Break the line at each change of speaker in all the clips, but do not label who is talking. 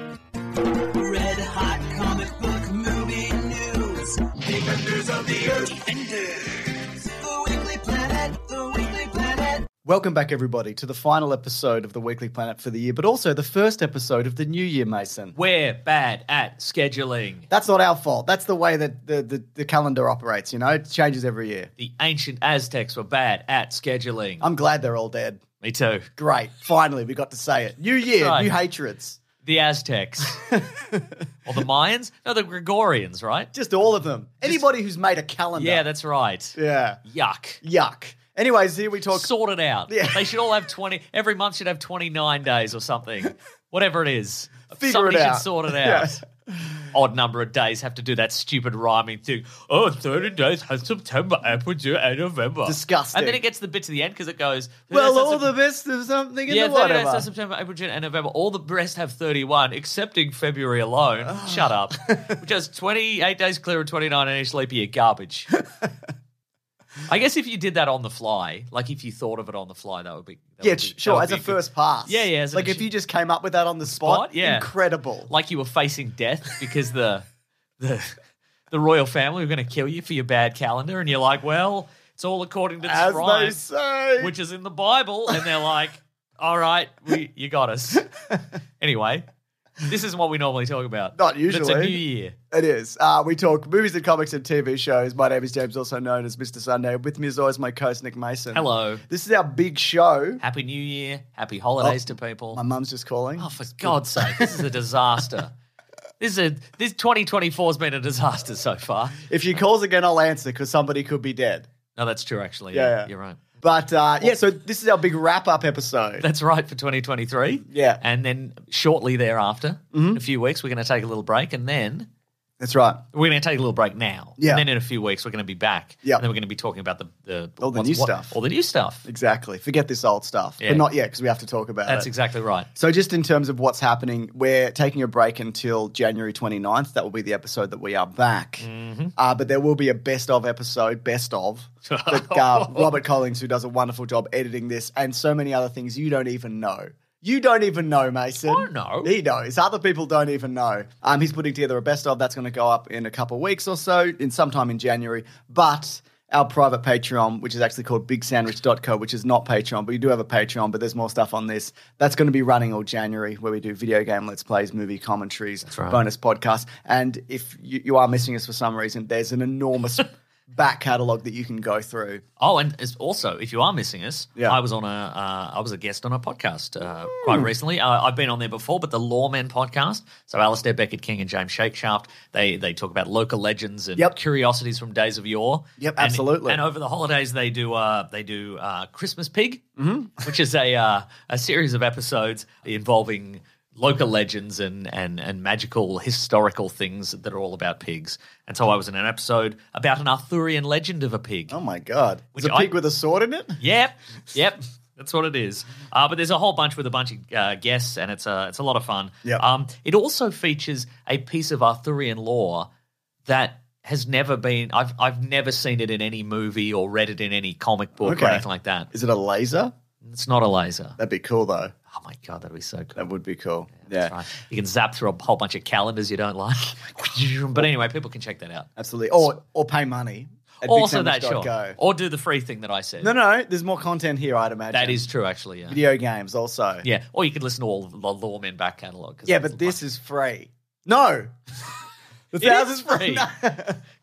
Red hot comic book movie news. Defenders of the Earth. Defenders. The Weekly Planet. The Weekly Planet.
Welcome back, everybody, to the final episode of the Weekly Planet for the year, but also the first episode of the new year, Mason.
We're bad at scheduling.
That's not our fault. That's the way that the, the, the calendar operates, you know? It changes every year.
The ancient Aztecs were bad at scheduling.
I'm glad they're all dead.
Me too.
Great. Finally, we got to say it. New year,
Right.
new hatreds.
The Aztecs. or the Mayans? No, the Gregorians, right?
Just all of them. Anybody who's made a calendar.
Yeah, that's right.
Yeah.
Yuck.
Yuck. Anyways, here we talk.
Sort it out.
Yeah.
They should all have 20, every month should have 29 days or something. Whatever it is.
Figure
Somebody
it
should
out.
sort it
Yeah.
out. Odd number of days have to do that stupid rhyming thing. Oh, 30 days has September, April, June, and November.
Disgusting.
And then it gets to the bit to the end because it goes.
well,
"That's
all the
a-
best of something in
Yeah,
the
30 days
whatever.
of September, April, June, and November. All the rest have 31, excepting February alone. Shut up. Which has 28 days clear and 29 in each leap year. Garbage. I guess if you did that on the fly, like if you thought of it on the fly, that would be. that
Yeah,
would be- that
sure.
would
As
be
a
good.
first pass.
Yeah, yeah, as a
Like if
machine-
you just came up with that on the spot,
Spot? Yeah.
incredible.
Like you were facing death because the the the royal family were going to kill you for your bad calendar, and you're like, well, it's all according to this
As
rhyme,
they say.
which is in the Bible, and they're like, all right, we, you got us. anyway, this is what we normally talk about.
Not
It's a
usually.
new year.
It is. Uh, we talk movies and comics and TV shows. My name is James, also known as Mr. Sunday. With me as always, my co-host Nick Mason.
Hello.
This is our big show.
Happy New Year. Happy holidays to people.
Oh. My mum's just calling.
oh, for God's sake, this is a disaster. this is a, this 2024 has been a disaster so far.
If she calls again, I'll answer because somebody could be dead.
No, that's true, actually.
Yeah,
Yeah,
yeah.
you're right.
But uh, yeah, so this is our big wrap-up episode.
That's right for 2023.
Yeah. Mm-hmm.
And then shortly thereafter, in a few weeks, we're going to take a little break and then
That's right.
we're going to take a little break now.
Yeah.
And then in a few weeks, we're going to be back.
Yeah.
And then we're going to be talking about the, the
All the
what's-
new
what-
stuff.
All the new stuff.
Exactly. Forget this old stuff,
Yeah.
but not yet because we have to talk about
That's
it.
exactly right.
So, just in terms of what's happening, we're taking a break until January 29th. That will be the episode that we are back.
Mm-hmm.
Uh, but there will be a best of episode, best of. that, uh, Robert Collins, who does a wonderful job editing this, and so many other things you don't even know. You don't even know, Mason.
I don't know.
He knows. Other people don't even know. Um, he's putting together a best of that's going to go up in a couple of weeks or so, in sometime in January. But our private Patreon, which is actually called bigsandwich.co, which is not Patreon, but you do have a Patreon, but there's more stuff on this. That's going to be running all January, where we do video game let's plays, movie commentaries, bonus podcasts. And if you, you are missing us for some reason, there's an enormous back catalogue that you can go through.
Oh, and it's also, if you are missing us,
Yeah. Hmm.
I was on a uh, I was a guest on a podcast uh, quite recently. Uh, I've been on there before, but the Lawmen podcast. So Alistair Beckett King and James Shakeshaft they they talk about local legends and
Yep.
curiosities from days of yore.
Yep,
And-
absolutely.
And over the holidays, they do uh, they do uh, Christmas Pig,
Mm-hmm.
which is a uh, a series of episodes involving. Local legends and, and and magical historical things that are all about pigs, and so I was in an episode about an Arthurian legend of a pig.
Oh my god! Is
Which
a pig
I-
with a sword in it?
Yep, yep, that's what it is. Uh, but there's a whole bunch with a bunch of uh, guests, and it's a it's a lot of fun.
Yep.
Um, it also features a piece of Arthurian lore that has never been. I've I've never seen it in any movie or read it in any comic book
Okay.
or anything like that.
Is it a laser?
It's not a laser.
That'd be cool though.
Oh my god, that'd be so cool.
That would be cool. Yeah, Oh
That's right. You can zap through a whole bunch of calendars you don't like. but anyway, people can check that out.
absolutely. Or or pay money. At
also, that sure.
bigsandwich.co.
Or do the free thing that I said.
No, no, there's more content here. I'd imagine
That is true, actually. Yeah.
video games also.
Yeah. Or you could listen to all the Lawmen back catalog. 'cause
Yeah,
that's
but
a-
this is free. No. The
It is
thousands-
free.
No.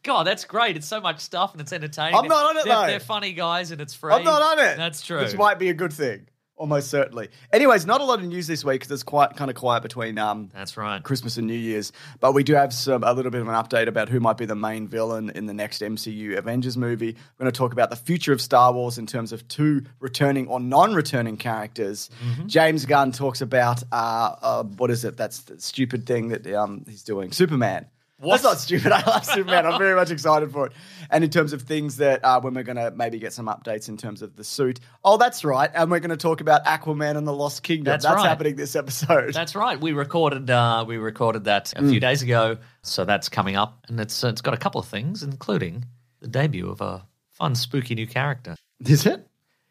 God, that's great. It's so much stuff and it's entertaining.
I'm not on it,
they're,
though.
They're funny guys and it's free.
I'm not on it.
That's true.
Which might be a good thing, almost certainly. Anyways, not a lot of news this week because it's quite kind of quiet between um,
That's right.
Christmas and New Year's. But we do have some a little bit of an update about who might be the main villain in the next MCU Avengers movie. We're going to talk about the future of Star Wars in terms of two returning or non-returning characters.
Mm-hmm.
James Gunn talks about uh, uh, what is it? That's the stupid thing that um, he's doing. Superman.
What?
That's not stupid. I love Superman. I'm very much excited for it. And in terms of things that uh, when we're going to maybe get some updates in terms of the suit. Oh, that's right. And we're going to talk about Aquaman and the Lost Kingdom.
That's
That's,
right.
happening this episode.
That's right. We recorded uh, we recorded that a
Mm.
few days ago, so that's coming up, and it's uh, it's got a couple of things, including the debut of a fun, spooky new character.
is it?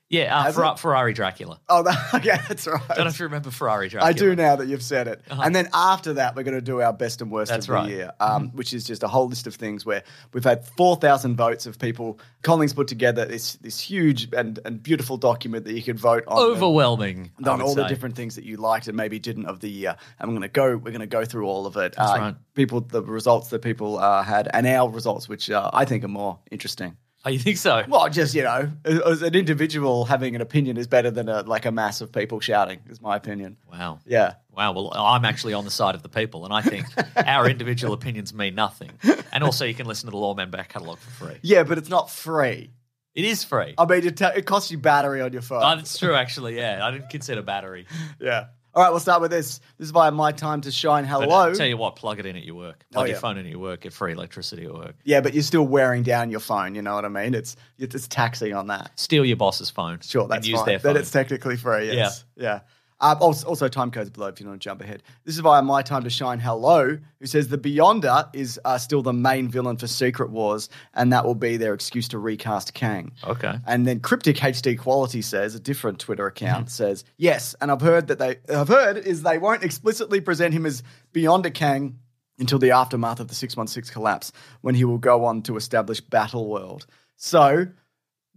Yeah, uh,
Has
Ferra-
it?
Ferrari Dracula.
Oh, that, okay, that's
I don't know
right.
if you remember Ferrari Dracula.
I do now that you've said it. And then after that, we're going to do our best and worst
Uh-huh. That's
of the
right. Mm-hmm.
year, um, which is just a whole list of things where we've had 4,000 votes of people. Colling's put together this, this huge and, and beautiful document that you could vote on.
Overwhelming. I
on
would
all the
say.
different things that you liked and maybe didn't of the year. And we're gonna go. We're gonna go through all of it.
That's
Uh,
right.
People, the results that people uh, had, and our results, which uh, I think are more interesting.
Oh, you think so?
Well, just you know, as an individual having an opinion is better than a, like a mass of people shouting. Is my opinion.
Wow.
Yeah.
Wow. Well, I'm actually on the side of the people, and I think our individual opinions mean nothing. And also, you can listen to the Lawman back catalogue for free.
Yeah, but it's not free.
It is free.
I mean, it, ta- it costs you battery on your phone.
Oh, that's true, actually. Yeah, I didn't consider battery.
yeah. All right, we'll start with this. This is via My Time to Shine.
But
Hello.
I tell you what, plug it in at your work.
Oh,
Plug your
yeah.
phone in at your work. Get free electricity at work.
yeah, but you're still wearing down your phone. You know what I mean? It's it's, it's taxing on that.
Steal your boss's phone.
Sure, that's
and use
fine.
their
Then
phone.
it's technically free. Yes. Yeah. Um, also, also, time codes below if you want to jump ahead. This is via My Time to Shine Hello, who says the Beyonder is uh, still the main villain for Secret Wars, and that will be their excuse to recast Kang.
okay.
And then Cryptic HD Quality says a different Twitter account
Mm-hmm.
says yes, and I've heard that they I've heard is they won't explicitly present him as Beyond a Kang until the aftermath of the six one six collapse, when he will go on to establish Battle World. So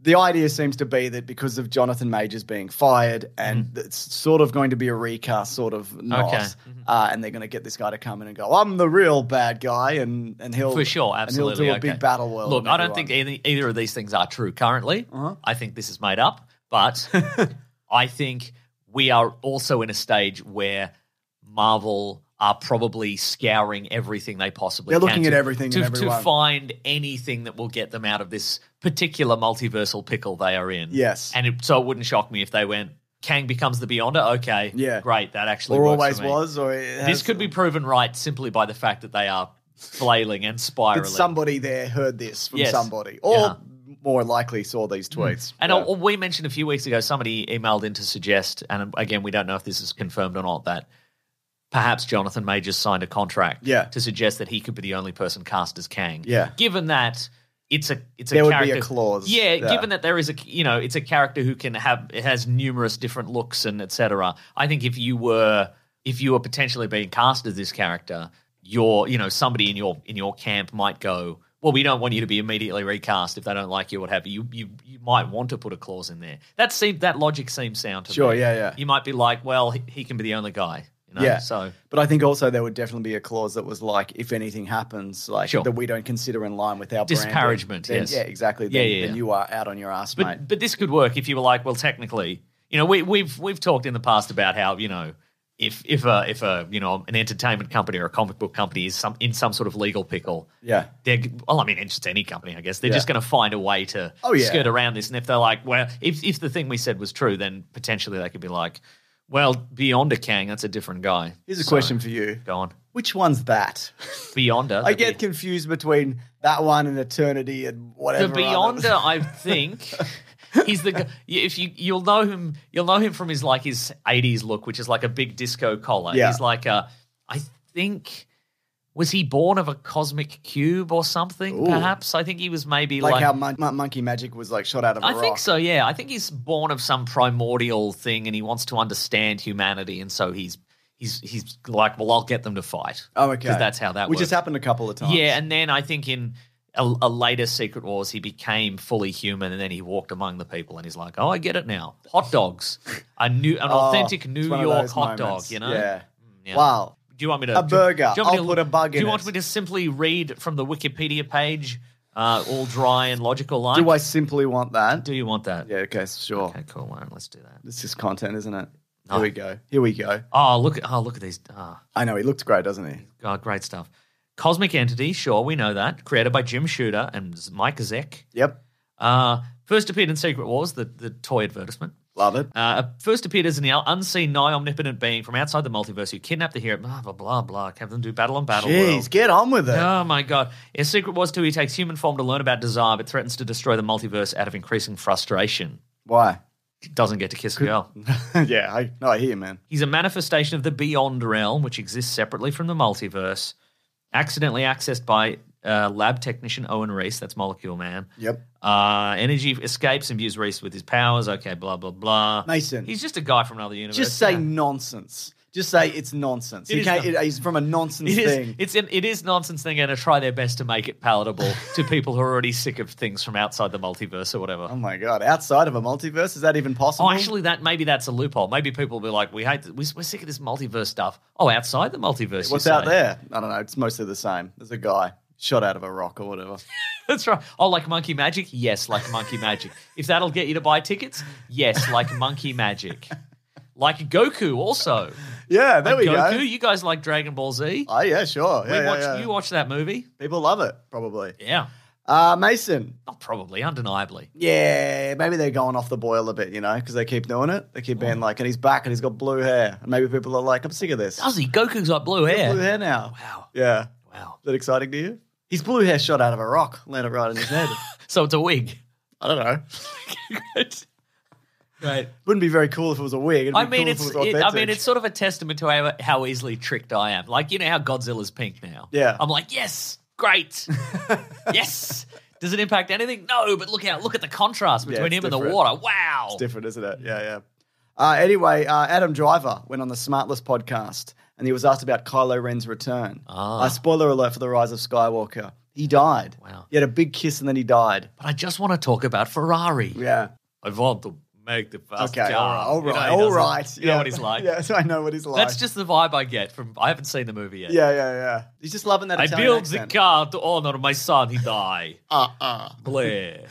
the idea seems to be that because of Jonathan Majors being fired, and it's sort of going to be a recast, sort of not,
Mm-hmm. Okay. Mm-hmm.
uh, and they're going to get this guy to come in and go, "I'm the real bad guy," and and he'll
For sure,
and
absolutely.
he'll do a
okay.
big battle world.
Look,
and
I don't
everyone- Uh-huh.
think either, either of these things are true currently. I think this is made up, but I think we are also in a stage where Marvel are probably scouring everything they possibly
They're
can
looking at
to-
everything
to,
and
to
everyone.
find anything that will get them out of this particular multiversal pickle they are in.
Yes.
and it, so it wouldn't shock me if they went. Kang becomes the Beyonder. Okay,
Yeah.
great. That actually
or
works for
always
me.
was, or it
This
has-
could be proven right simply by the fact that they are flailing and
that
spiraling.
somebody there heard this from
Yes.
somebody, or
Yeah.
more likely saw these tweets.
And
Yeah.
uh, we mentioned a few weeks ago, somebody emailed in to suggest, and again, we don't know if this is confirmed or not, that perhaps Jonathan Majors signed a contract
Yeah.
to suggest that he could be the only person cast as Kang.
Yeah.
Given that it's a it's a
There would be a
character
clause.
Yeah,
Yeah.
given that there is a you know it's a character who can have it has numerous different looks and etc. I think if you were if you were potentially being cast as this character, your you know somebody in your in your camp might go. Well, we don't want you to be immediately recast if they don't like you, what have you. You you, you might want to put a clause in there. That seems that logic seems sound to
Sure,
me.
yeah, yeah.
You might be like, well, he, he can be the only guy. You know?
Yeah.
So
But I think also there would definitely be a clause that was like, if anything happens, like
Sure.
that we don't consider in line with our branding,
Disparagement,
then-
yes.
yeah, exactly.
Yeah,
Then,
yeah,
then
yeah.
you are out on your ass,
But
mate.
but this could work if you were like, well, technically, you know, we, we've we've talked in the past about how you know if if a if a you know an entertainment company or a comic book company is some in some sort of legal pickle.
Yeah.
They're, well, I mean, it's just any company, I guess. They're
Yeah.
just going to find a way to
Oh, yeah.
skirt around this. And if they're like, well, if, if the thing we said was true, then potentially they could be like, well, Beyonder Kang, that's a different guy.
Here's a
So,
question for you:
Go on.
Which one's that?
Beyonder.
I
the
get
Be-
confused between that one and Eternity and whatever.
the
other-
Beyonder, I think. He's the gu- if you you'll know him you'll know him from his like his eighties look, which is like a big disco collar.
Yeah.
He's like a I think Was he born of a cosmic cube or something?
Ooh.
Perhaps I think he was maybe
Like,
like,
how mon- mon- Monkey Magic was like shot out of a
I
rock.
think so, yeah. I think he's born of some primordial thing and he wants to understand humanity and so he's he's he's like, well, I'll get them to fight.
Oh, okay.
'Cause that's how that
Which has
works.
happened a couple of times.
Yeah, and then I think in a, a later Secret Wars, he became fully human, and then he walked among the people, and he's like, "Oh, I get it now. Hot dogs, a new, an
Oh,
authentic
it's
New
one of
York
those
hot
moments.
dog." You know? Mm,
Yeah.
Yeah.
Wow.
Do you want me to
A
do-
burger.
do you want
I'll
me to-
put a bug
Do
in
you want
it.
me to simply read from the Wikipedia page, uh, all dry and logical like?
Do I simply want that?
Do you want that?
yeah, okay, sure.
Okay, cool. All right, let's do that.
It's just content, isn't it?
No.
Here we go. Here we go.
Oh, look at oh, look at these. ah.
I know he looks great, doesn't he?
Oh, great stuff. Cosmic Entity, sure, we know that. Created by Jim Shooter and Mike Zek.
Yep.
Uh, first appeared in Secret Wars, the, the toy advertisement.
Love it.
Uh, first appeared as an unseen, nigh omnipotent being from outside the multiverse who kidnapped the hero, blah, blah, blah, blah, have them do battle on battle.
Jeez,
world.
get on with it.
Oh my god. In Secret Wars 2, he takes human form to learn about desire, but threatens to destroy the multiverse out of increasing frustration.
Why?
Doesn't get to kiss a girl.
yeah, I no, I hear you, man.
He's a manifestation of the Beyond Realm, which exists separately from the multiverse, accidentally accessed by uh, lab technician Owen Reese, that's Molecule Man.
Yep.
Uh, energy escapes and views Reese with his powers. Okay, blah, blah, blah.
Mason.
He's just a guy from another universe.
Just say
yeah.
nonsense. Just say it's nonsense.
It
he
is
can't,
non-
it- he's from a nonsense
It is,
thing.
it's an, it is nonsense. They're going to try their best to make it palatable to people who are already sick of things from outside the multiverse or whatever.
oh my god! Outside of a multiverse, is that even possible?
Oh, actually, that maybe that's a loophole. Maybe people will be like, "We hate, we, we're sick of this multiverse stuff." Oh, outside the multiverse, you
what's out
say.
there? I don't know. It's mostly the same. There's a guy shot out of a rock or whatever.
That's right. Oh, like Monkey Magic? Yes, like Monkey Magic. If that'll get you to buy tickets, yes, like Monkey Magic. Like Goku, also.
yeah, there
like
we
Goku,
go.
you guys like Dragon Ball Z?
Oh yeah, sure.
we
Yeah, yeah,
watched,
yeah.
You watched that movie?
People love it, probably.
Yeah.
Uh, Mason.
Oh, probably, undeniably.
Yeah, maybe they're going off the boil a bit, you know, because they keep doing it. They keep being like, and he's back and he's got blue hair. And maybe people are like, I'm sick of this.
Does he? Goku's got blue
He's got
hair.
Blue hair now.
Wow.
Yeah.
Wow.
Is that exciting to you? His blue hair shot out of a rock, landed right on his head.
So it's a wig.
I don't know.
Great. Great.
Wouldn't be very cool if it was a wig. It'd be
I mean,
cool
it's
if it was
it, I
authentic.
mean, it's sort of a testament to how, how easily tricked I am. Like you know how Godzilla's pink now.
Yeah.
I'm like, yes, great, yes. Does it impact anything? No, but look out! Look at the contrast
Yeah,
between
it's
him and
different.
the water. Wow.
It's different, isn't it? Yeah, yeah. Uh, anyway, uh, Adam Driver went on the Smartless podcast and he was asked about Kylo Ren's return.
Ah.
Uh, spoiler alert for The Rise of Skywalker. He died.
Wow.
He had a big kiss and then he died.
But I just want to talk about Ferrari.
Yeah.
I want to make the fast
Okay, all right, all
You know
right,
he
all
doesn't-
right.
You know what he's like.
Yeah, so I know what he's like.
That's just the vibe I get from. I haven't seen the movie yet.
yeah, yeah, yeah. He's just loving that.
I
Italian
built
accent.
the car to honor my son. He died.
Uh, uh.
Blair.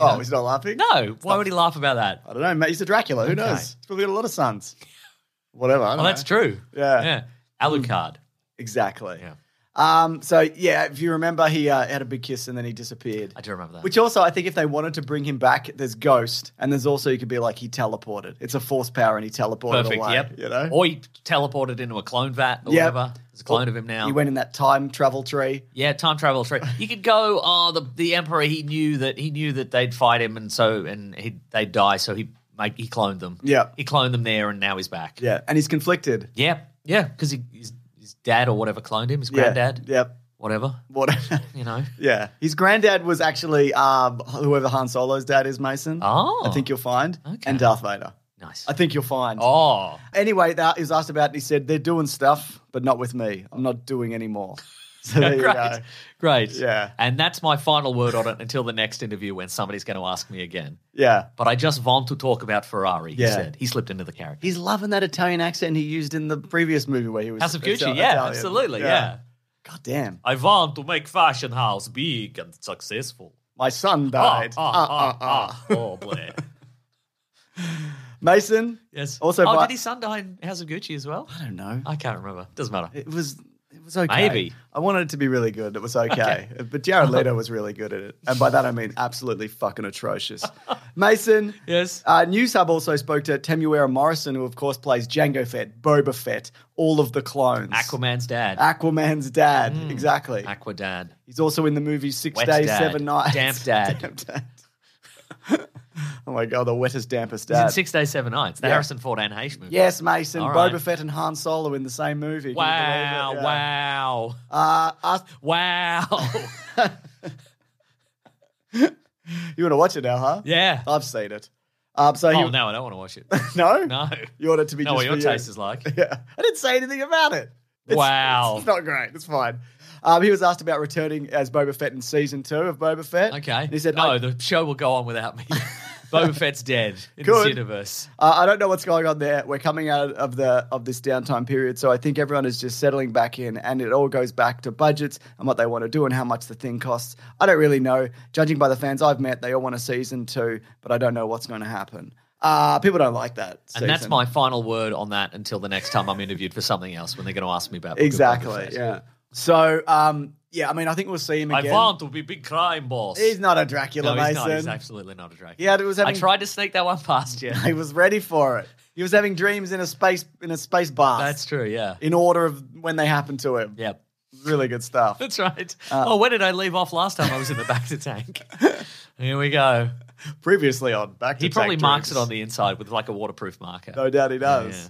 Oh, he's not laughing.
No, why would he laugh about that?
I don't know. Mate, he's a Dracula. Who
Okay.
knows? He's probably got a lot of sons. Whatever. I don't
Well,
know.
that's true.
Yeah. Hmm.
Yeah. Alucard.
Exactly.
Yeah.
Um. So yeah, if you remember, he uh, had a big kiss and then he disappeared.
I do remember that.
Which also, I think, if they wanted to bring him back, there's Ghost, and there's also you could be like he teleported. It's a force power, and he teleported
Perfect.
away.
Yep.
You know.
Or he teleported into a clone vat or
Yep.
whatever. There's a clone of him now.
He went in that time travel tree.
yeah, time travel is true. You could go. Oh, the the emperor. He knew that he knew that they'd fight him, and so and he they'd die. So he make he cloned them.
Yeah.
he cloned them there, and now he's back.
Yeah, and he's conflicted.
yeah, yeah. Because he, his his dad or whatever cloned him. His
Yeah.
granddad.
Yep.
Whatever.
What?
You know.
Yeah, his granddad was actually um, whoever Han Solo's dad is, Mason.
Oh.
I think you'll find,
Okay.
and Darth Vader.
Nice.
I think you'll find.
oh.
Anyway, that he was asked about, it and he said they're doing stuff, but not with me. I'm not doing any more. So there you go.
Great. Great.
Yeah.
And that's my final word on it until the next interview when somebody's going to ask me again.
Yeah,
But I just want to talk about Ferrari, he
Yeah.
said. He slipped into the character.
he's loving that Italian accent he used in the previous movie where he was
House of Gucci,
Ital-
yeah,
Italian.
absolutely, yeah.
God damn,
I want to make fashion house big and successful.
my son
Ah,
died.
ah,
Ah,
ah,
ah,
ah. Oh, Blair.
ah. Mason.
Yes.
Also,
oh,
by-
did his son die in House of Gucci as well?
I don't know.
I can't remember. Doesn't matter.
It was it was okay.
Maybe.
I wanted it to be really good. It was okay. But Jared Leto was really good at it. And by that I mean absolutely fucking atrocious. Mason.
Yes.
Uh, News Hub also spoke to Temuera Morrison, who of course plays Django Fett, Boba Fett, all of the clones.
Aquaman's dad.
Ah. Aquaman's dad.
Hmm.
Exactly.
Aqua dad.
He's also in the movie Six
Wet
Days,
Dad.
Seven Nights.
Damp Dad.
Damp Dad. oh my god, the wettest, dampest
It's in
dad.
Six Days, Seven Nights, the
Yeah.
Harrison Ford and Hayes movie.
yes, Mason,
All right.
Boba Fett and Han Solo in the same movie. Can you
Wow,
believe it? Yeah. Uh,
wow,
ask,
wow.
you want to watch it now, huh?
yeah.
I've seen it. Um, so
Oh
he,
no, I don't want to watch it.
no,
No,
Oh, you want it to be
no,
just
what your
for you.
taste is like.
Yeah, I didn't say anything about it. It's,
Wow.
it's not great. It's fine. Um, he was asked about returning as Boba Fett in season two of Boba Fett.
Okay.
And he said,
no,
I,
the show will go on without me. Boba Fett's dead in this
Good.
universe.
uh, I don't know what's going on there. We're coming out of the of this downtime period, so I think everyone is just settling back in, and it all goes back to budgets and what they want to do and how much the thing costs. I don't really know. Judging by the fans I've met, they all want a season two, but I don't know what's going to happen. Uh, people don't like that.
And that's
season.
my final word on that until the next time I'm interviewed for something else when they're going to ask me about Book of Boba
exactly.
Fett.
Yeah. So, um, yeah, I mean, I think we'll see him
I
again.
want to be big crime boss.
He's not a Dracula,
no, he's
Mason.
not. He's absolutely not a dragon.
Yeah, it was
I
having-
tried to sneak that one past you.
He was ready for it. He was having dreams in a space in a space bath.
That's true. Yeah.
in order of when they happened to him.
Yeah.
Really good stuff.
That's right.
Uh,
oh, where did I leave off last time? I was in the back to tank. Here we go.
Previously on back.
He
to
probably
Tank
marks it
Dreams.
on the inside with like a waterproof marker.
No doubt he does.
Yeah.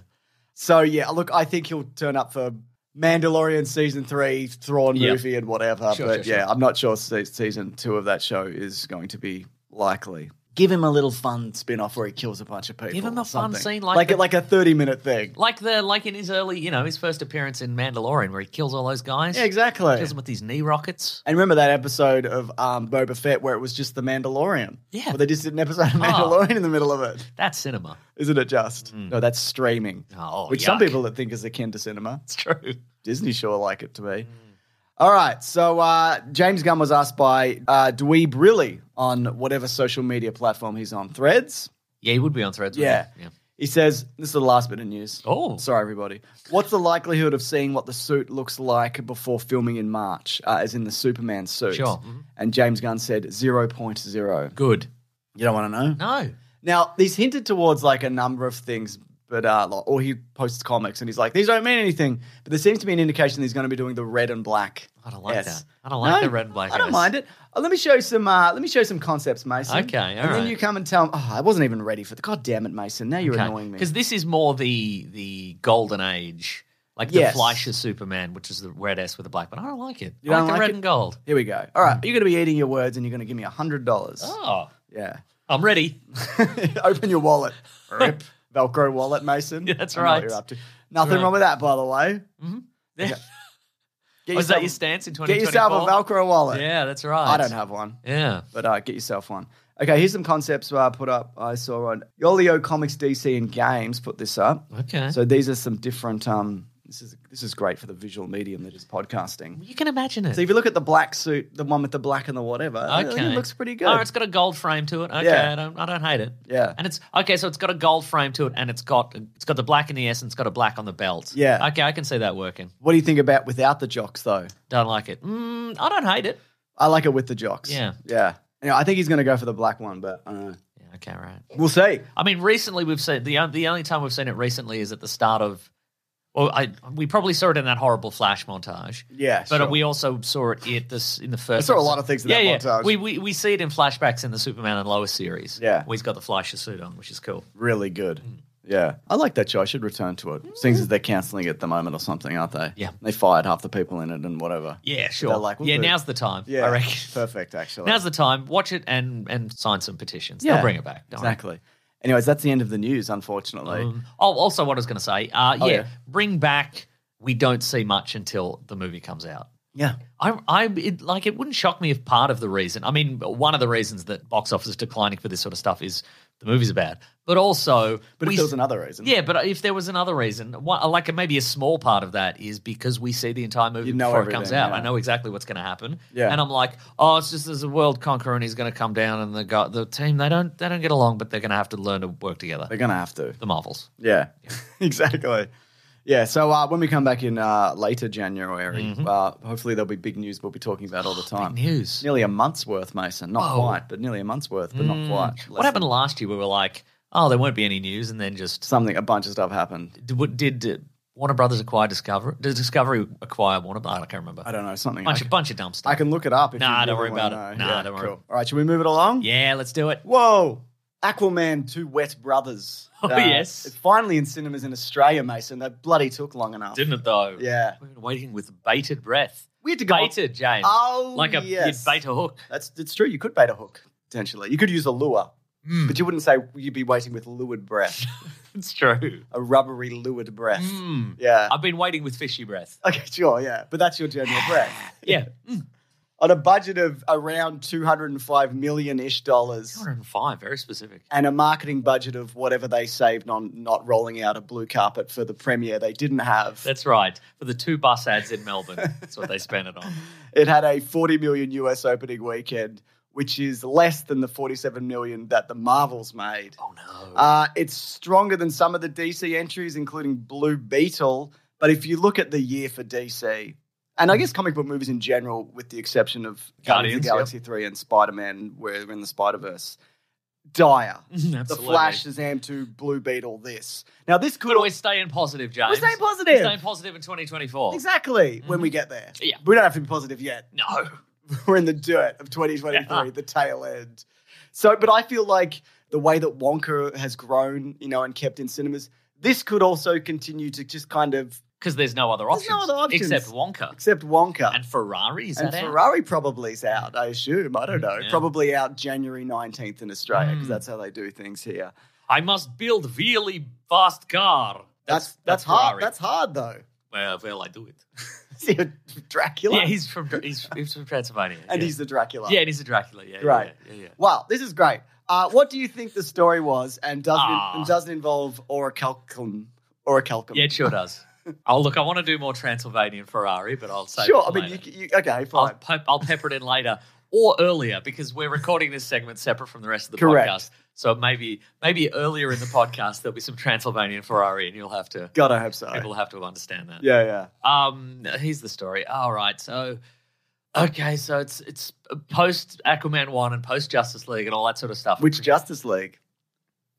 So yeah, look, I think he'll turn up for Mandalorian season three, Thrawn
Yeah.
movie, and whatever.
Sure,
but
sure,
yeah,
sure.
I'm not sure se- season two of that show is going to be likely. Give him a little fun spin off where he kills a bunch of people.
him a
or
fun
something.
scene like
like,
the-
like a 30 minute thing.
Like the like in his early, you know, his first appearance in Mandalorian, where he kills all those guys.
Yeah, exactly.
Kills them with these knee rockets.
And remember that episode of um, Boba Fett where it was just the Mandalorian?
Yeah.
Well, they just did an episode of Mandalorian in the middle of it.
That's cinema.
Isn't it just? No, that's streaming.
Mm. Oh,
which some
yuck.
people think is akin to cinema.
It's true. Mm.
Disney sure like it to be. All right. So uh, James Gunn was asked by uh, Dweeb Really on whatever social media platform he's on, Threads.
Yeah, he would be on threads.
Yeah.
wouldn't he? yeah.
He says, this is the last bit of news.
Oh.
Sorry, everybody. What's the likelihood of seeing what the suit looks like before filming in March, uh, as in the Superman suit?
Sure. Mhm.
And James Gunn said 0.0.
Good.
You don't want to know?
No.
Now, he's hinted towards like a number of things, but uh, like- or he posts comics and he's like, these don't mean anything. But there seems to be an indication that he's going to be doing the red and black.
I don't like
S.
that. I don't like the red and black
I don't
S.
mind it. Uh, let me show you some. Uh, let me show you some concepts, Mason.
Okay, all
and then
right.
you come and tell. Oh, I wasn't even ready for the. God damn it, Mason! Now you're annoying me.
Because this is more the the golden age, like
Yes.
the Fleischer Superman, which is the red S with the black. But I don't like it.
You
I
don't
like the
like
red
it?
and gold.
Here we go. All right, you're going to be eating your words, and you're going to give me a hundred dollars.
Mm. Oh,
Yeah.
I'm ready.
Open your wallet. Rip. Velcro wallet, Mason.
Yeah, that's
I know what
right.
you're up to. Nothing
Right.
wrong with that, by the way. Get
Was Oh,
yourself-
that your stance in
Get
2024?
yourself a Velcro wallet.
Yeah, that's right.
I don't have one,
Yeah.
but uh, get yourself one. Okay, here's some concepts uh, put up. I saw on Yolio Comics DC and Games put this up.
Okay.
So these are some different. Um, this is this is great for the visual medium that is podcasting.
you can imagine it.
So if you look at the black suit, the one with the black and the whatever, I think
Okay.
it looks pretty good.
Oh, it's got a gold frame to it. Okay,
Yeah.
I don't, I don't hate it.
Yeah.
and it's okay. So it's got a gold frame to it, and it's got it's got the black in the S, and it's got a black on the belt.
Yeah.
Okay, I can see that working.
what do you think about without the jocks though?
Don't like it. Mm, I don't hate it.
I like it with the jocks.
Yeah.
yeah. You know, I think he's going to go for the black one, but I don't know.
Yeah, okay, right.
we'll see.
I mean, recently we've seen the on- the only time we've seen it recently is at the start of. Well, I we probably saw it in that horrible flash montage.
Yeah,
but
sure.
we also saw it at this in the first.
I saw a
episode.
lot of things in
yeah,
that
yeah.
montage.
We, we we see it in flashbacks in the Superman and Lois series.
Yeah.
where he's got the Fleischer suit on, which is cool.
Really good.
Hmm.
Yeah, I like that show. I should return to it. Seems as they're cancelling it at the moment or something, aren't they?
Yeah.
they fired half the people in it and whatever.
Yeah, sure.
They're like, we'll
yeah,
do it.
now's the time.
Yeah,
I reckon.
perfect. Actually,
Now's the time. Watch it and and sign some petitions.
Yeah.
They'll bring it back. Don't worry.
exactly. Anyways, that's the end of the news. Unfortunately,
Um, oh, also, what I was going to say. Uh,
Oh,
yeah,
yeah.
bring back. We don't see much until the movie comes out.
yeah,
I, I it, like it wouldn't shock me if part of the reason. I mean, one of the reasons that box office is declining for this sort of stuff is the movie's bad, but also,
but if there was another reason,
yeah, but if there was another reason, what, like maybe a small part of that is because we see the entire movie
You know
before it
everything,
comes out.
yeah.
I know exactly what's going to happen,
Yeah.
and I'm like, oh, it's just there's a world conqueror and he's going to come down, and the guy, the team they don't they don't get along, but they're going to have to learn to work together.
they're gonna have to.
The Marvels.
Yeah, exactly. Yeah, so uh, when we come back in uh, later January, uh, hopefully there'll be big news we'll be talking about all the time.
Mm-hmm. news.
Nearly a month's worth, Mason. Not
Whoa. Mm.
quite, but nearly a month's worth, but not quite.
What happened last year? We were like, oh, there won't be any news, and then just
Something, a bunch of stuff happened.
did, what- did uh, Warner Brothers acquire Discovery? Did Discovery acquire Warner? I can't remember.
I don't know, something.
bunch
I-
of bunch of dumb stuff.
I can look it up. If
Nah,
you
don't
really
worry
wanna
about it.
know.
Nah, don't worry.
All right, should we move it along?
yeah, let's do it.
Whoa. Aquaman Two Wet Brothers. Uh,
Oh, yes.
It's finally in cinemas in Australia, Mason. They bloody took long enough.
Didn't it though?
Yeah.
We've been waiting with bated breath.
We had to go.
Baited, James.
Oh,
like a
yes.
you'd bait a hook.
That's it's true. You could bait a hook potentially. You could use a lure,
Mm,
but you wouldn't say you'd be waiting with lured breath,
it's true.
a rubbery lured breath.
Mm.
Yeah.
I've been waiting with fishy breath.
Okay, sure, yeah, but that's your general breath.
Yeah,
On a budget of around two hundred and five million ish dollars.
205, very specific.
and a marketing budget of whatever they saved on not rolling out a blue carpet for the premiere they didn't have.
That's right. For the two bus ads in Melbourne, that's what they spent it on.
it had a 40 million US opening weekend, which is less than the 47 million that the Marvels made.
Oh no.
Uh, it's stronger than some of the DC entries, including Blue Beetle. But if you look at the year for DC, and I guess comic book movies in general, with the exception of Guardians of
Hmm. Guardians,
the
yep.
Galaxy 3 and Spider Man, where we're in the Spider Verse, dire. The
Absolutely.
Flash, Shazam 2, Blue Beetle, this. Now, this could
But we're staying positive, James.
We're staying positive.
We're staying positive in 2024.
Exactly. When we get there.
Mm-hmm. Yeah.
We don't have to be positive yet.
No.
We're in the dirt of 2023,
Yeah.
the tail end. So, but I feel like the way that Wonka has grown, you know, and kept in cinemas, this could also continue to just kind of
Because there's no other
There's
options.
no other options.
Except Wonka.
accept Wonka.
And Ferrari, is
And
that out? Mm,
Ferrari probably's out, I assume. I don't know.
Yeah.
Probably out January 19th in Australia because
Mm.
that's how they do things here.
I must build really fast car.
That's that's, hard.
Ferrari.
That's hard though.
Well, well, I do it.
See, Dracula.
Yeah, he's from he's, he's from Transylvania.
and
yeah.
he's the Dracula.
yeah, and he's a Dracula. Yeah,
Right.
Yeah, yeah. yeah.
Wow, this is great. Uh, what do you think the story was and doesn't
Ah.
and doesn't involve orichalcum? Orichalcum.
Yeah, it sure does. oh, look, I want to do more Transylvanian Ferrari, but I'll say
sure. I mean, you, you, okay,
I'll,
fine.
pe- I'll pepper it in later or earlier because we're recording this segment separate from the rest of the
Correct.
podcast. So maybe maybe earlier in the podcast there'll be some Transylvanian Ferrari, and you'll have to
God, I hope so.
people have to understand that.
Yeah, yeah.
Um, here's the story. All right, so okay, so it's it's post Aquaman one and post Justice League and all that sort of stuff.
Which Justice League?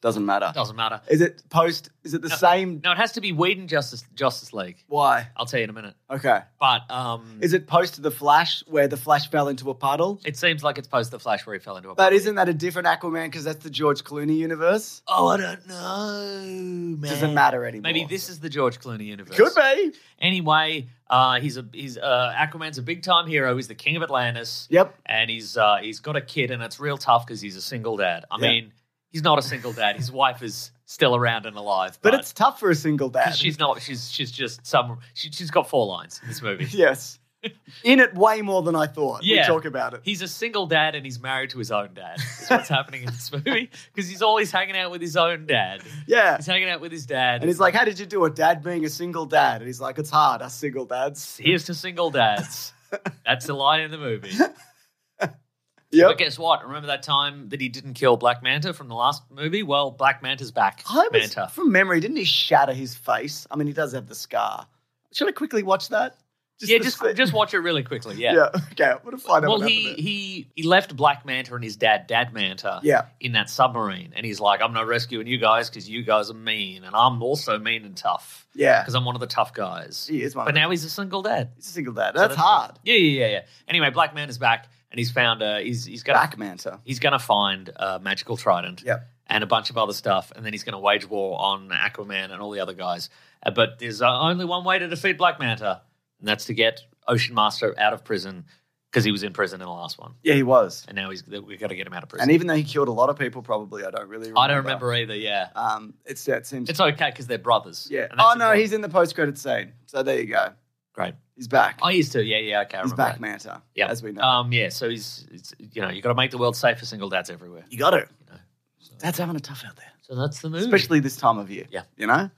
Doesn't matter.
doesn't matter.
Is it post? Is it the same?
No, it has to be Whedon Justice Justice League.
Why?
I'll tell you in a minute.
Okay.
But um,
Is it post the Flash where the Flash fell into a puddle?
it seems like it's post the Flash where he fell into a.
But isn't that a different Aquaman because that's the George Clooney universe?
Oh, I don't know. Man.
Doesn't matter anymore.
Maybe this is the George Clooney universe.
could be.
Anyway, uh, he's a he's uh, Aquaman's a big time hero. He's the king of Atlantis,
Yep.
and he's uh, he's got a kid, and it's real tough because he's a single dad. I
Yeah.
mean, he's not a single dad. His wife is still around and alive,
But, it's tough for a single dad.
'cause she's not. She's she's just some. She, she's got four lines in this movie.
yes. In it way more than I thought.
Yeah.
We talk about it.
He's a single dad and he's married to his own dad. Is what's happening in this movie because he's always hanging out with his own dad.
Yeah.
He's hanging out with his dad,
And he's like, How did you do it, dad, being a single dad? And he's like, It's hard, us single dads.
Here's to single dads. That's the line in the movie. But
Yep.
guess what? Remember that time that he didn't kill Black Manta from the last movie? Well, Black Manta's back.
I was,
Manta.
from memory, didn't he shatter his face? I mean, he does have the scar. Should I quickly watch that?
yeah,
the
just
scene-
just watch it really quickly. Yeah.
Yeah, okay. What if I don't
Well, he, he he left Black Manta and his dad, Dad Manta,
Yeah.
in that submarine, and he's like, "I'm not rescuing you guys because you guys are mean, and I'm also mean and tough
Yeah.
because I'm one of the tough guys."
He is one.
But
of them.
now he's a single dad.
he's a single dad.
So
That's, hard.
Yeah, yeah, yeah, yeah. Anyway, Black Manta's back, and he's found uh, he's he's got
Black Manta.
he's going to find a magical trident
Yep.
and a bunch of other stuff, and then he's going to wage war on Aquaman and all the other guys. Uh, But there's uh, only one way to defeat Black Manta, and that's to get Ocean Master out of prison because he was in prison in the last one,
Yeah, he was.
and now he's we've got to get him out of prison.
And even though he killed a lot of people, probably, I don't really remember.
I don't remember either. Yeah,
Um, it's, it seems.
it's okay because they're brothers.
yeah.
and
Oh,
that's
no,
important.
he's in the post credit scene. So there you go.
great.
He's back.
I used to. Oh, Yeah, yeah. Okay, I
he's
remember
back,
that.
Manta.
Yeah,
As we know.
Um, yeah. So he's, it's, you know, you got to make the world safe for single dads everywhere.
you got to.
You know,
Dad's having a tough out there.
so that's the movie.
especially this time of year.
Yeah.
you know.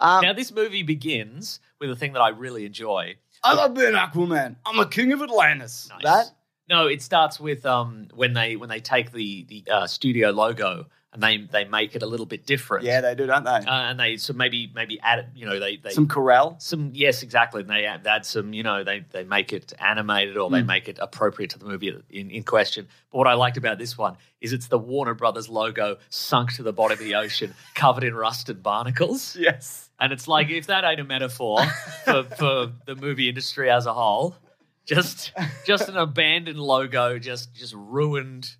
Um,
now, this movie begins with a thing that I really enjoy.
I love being Aquaman. I'm a king of Atlantis.
Nice.
That
No, it starts with um, when they when they take the the uh, studio logo and they they make it a little bit different.
yeah, they do, don't they?
uh, and they so maybe maybe add it. You know, they they
Some Corel.
some- yes, exactly. And they add, add some. You know, they they make it animated or they
Mm.
make it appropriate to the movie in, in question. But what I liked about this one is it's the Warner Brothers logo sunk to the bottom of the ocean, covered in rust and barnacles.
Yes.
And it's like if that ain't a metaphor for, for the movie industry as a whole, just just an abandoned logo, just just ruined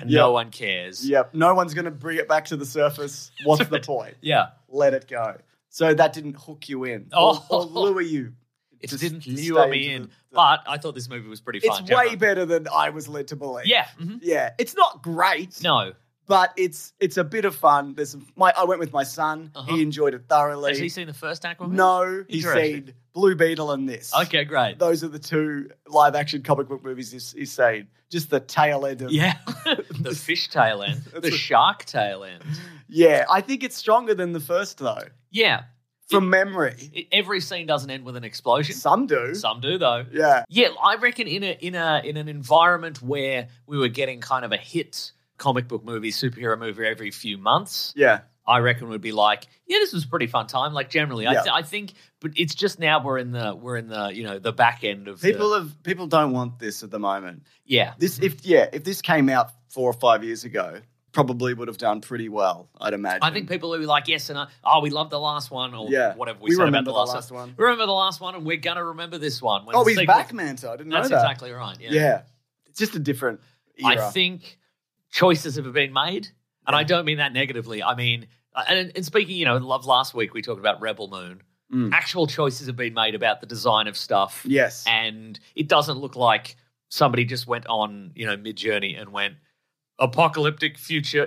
and no one cares.
Yep. No one's going to bring it back to the surface. What's the point?
Yeah.
Let it go. So that didn't hook you in or,
Oh.
or lure you.
It
Just
didn't
stay
lure me
into
in,
the- the-
but I thought this movie was pretty
it's
fun.
way
Gemma.
better than I was led to believe.
Yeah. mhm.
Yeah. It's not great.
No.
But it's it's a bit of fun. There's some, my I went with my son.
Uh-huh.
He enjoyed it thoroughly.
Has he seen the first Aquaman?
no, he's
Interesting.
seen Blue Beetle and this.
Okay, great.
Those are the two live action comic book movies he's, he's seen. Just the tail end of
Yeah. the fish tail end, the
a-
shark tail end.
Yeah, I think it's stronger than the first though.
Yeah.
From memory.
It- every scene doesn't end with an explosion.
Some do.
Some do though.
Yeah.
Yeah, I reckon in a in a in an environment where we were getting kind of a hit comic book movie, superhero movie every few months,
Yeah.
I reckon would be like, yeah, this was a pretty fun time. Like generally, I,
Yeah.
th- I think, but it's just now we're in the we're in the you know the back end of the-
People have people don't want this at the moment.
yeah
This if yeah, if this came out four or five years ago, probably would have done pretty well, I'd imagine.
I think people will be like, yes, and I, oh, we love the last one, or
Yeah.
whatever we,
We
said
remember
about
the
the
last
last,
one.
We remember the last one, and we're gonna remember this one. When
Oh,
the
he's
sequel-
back, Manta. I didn't know
That's
that.
exactly right. Yeah.
Yeah. It's just a different era.
I think choices have been made, and I
Yeah.
don't mean that negatively. I mean, uh, and, and speaking, you know, love last week we talked about Rebel Moon.
Mm.
Actual choices have been made about the design of stuff,
Yes.
and it doesn't look like somebody just went on, you know, mid journey and went apocalyptic future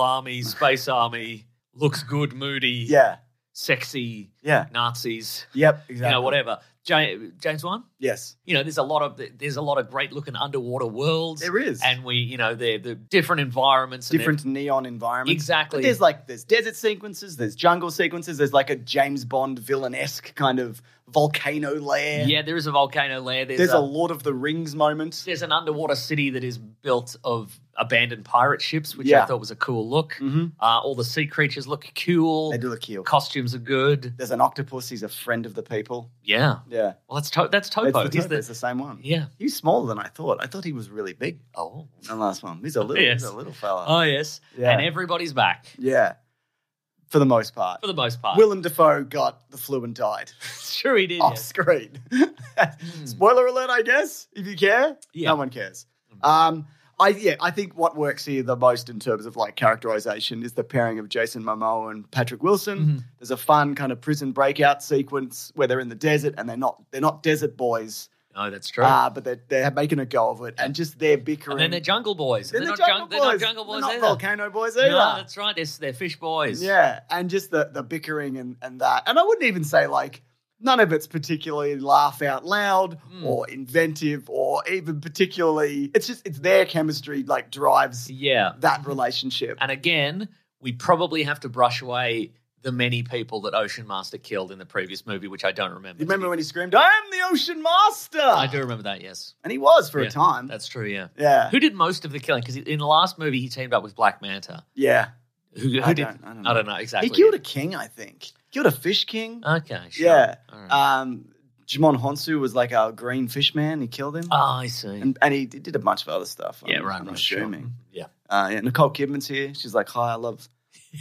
army, space army, looks good, moody,
yeah.
sexy
Yeah.
Nazis,
Yep. Exactly.
you know, whatever. James, James Wan,
Yes.
you know, there's a lot of there's a lot of great looking underwater worlds.
There is.
and we, you know, they're the different environments, and
different neon environments.
Exactly.
But there's like there's desert sequences, there's jungle sequences, there's like a James Bond villain esque kind of volcano
they're-
lair.
Yeah, there is a volcano lair. There's,
There's
a,
a Lord of the Rings moment.
there's an underwater city that is built of abandoned pirate ships, which
Yeah.
I thought was a cool look.
Mm-hmm.
Uh, all the sea creatures look cool.
They do look cute.
Costumes are good.
There's an octopus. He's a friend of the people.
Yeah.
Yeah,
Well, that's to- that's
it's
Topo.
the,
He's
Topo, it's
the,
the same one.
yeah.
He's smaller than I thought. I thought he was really big.
Oh.
The last one. He's a little.
Yes.
He's a little fella.
Oh yes.
Yeah.
And everybody's back
yeah, for the most part.
for the most part.
Willem Dafoe got the flu and died
sure he did.
off
yes.
screen. Oh, Spoiler alert, I guess. If you care,
Hmm. Yeah. Hmm.
no one cares. Um, I yeah, I think what works here the most in terms of like characterization is the pairing of Jason Momoa and Patrick Wilson.
Mm-hmm.
There's a fun kind of prison breakout sequence where they're in the desert and they're not they're not desert boys,
Oh, that's true.
uh, but they're they're making a go of it and just their bickering.
and then they're jungle boys.
Then
they're,
they're
not jung- they're not jungle boys
They're not
either.
volcano boys either.
No, that's right. They're, they're fish boys.
Yeah, and just the the bickering and and that. And I wouldn't even say like none of it's particularly laugh out loud
Mm.
or inventive or even particularly. It's just it's their chemistry like drives
Yeah.
that relationship.
And again, we probably have to brush away the many people that Ocean Master killed in the previous movie, which I don't remember.
You remember when he screamed, "I am the ocean master,"
I do remember that, yes.
and he was for
Yeah,
a time.
That's true, yeah.
Yeah,
Who did most of the killing? Because in the last movie, he teamed up with Black Manta.
yeah.
Who, who
I
did?
don't- I don't
know exactly. Oh.
He killed a king, I think. Killed a fish king.
Okay, sure.
Yeah.
All right.
Um, Jimon Honsu was like our green fish man. He killed him.
oh, I see.
and, and he did a bunch of other stuff.
yeah,
I'm-
right.
I'm
right, sure.
assuming.
Yeah.
Uh, yeah, Nicole Kidman's here. She's like, "Hi, I love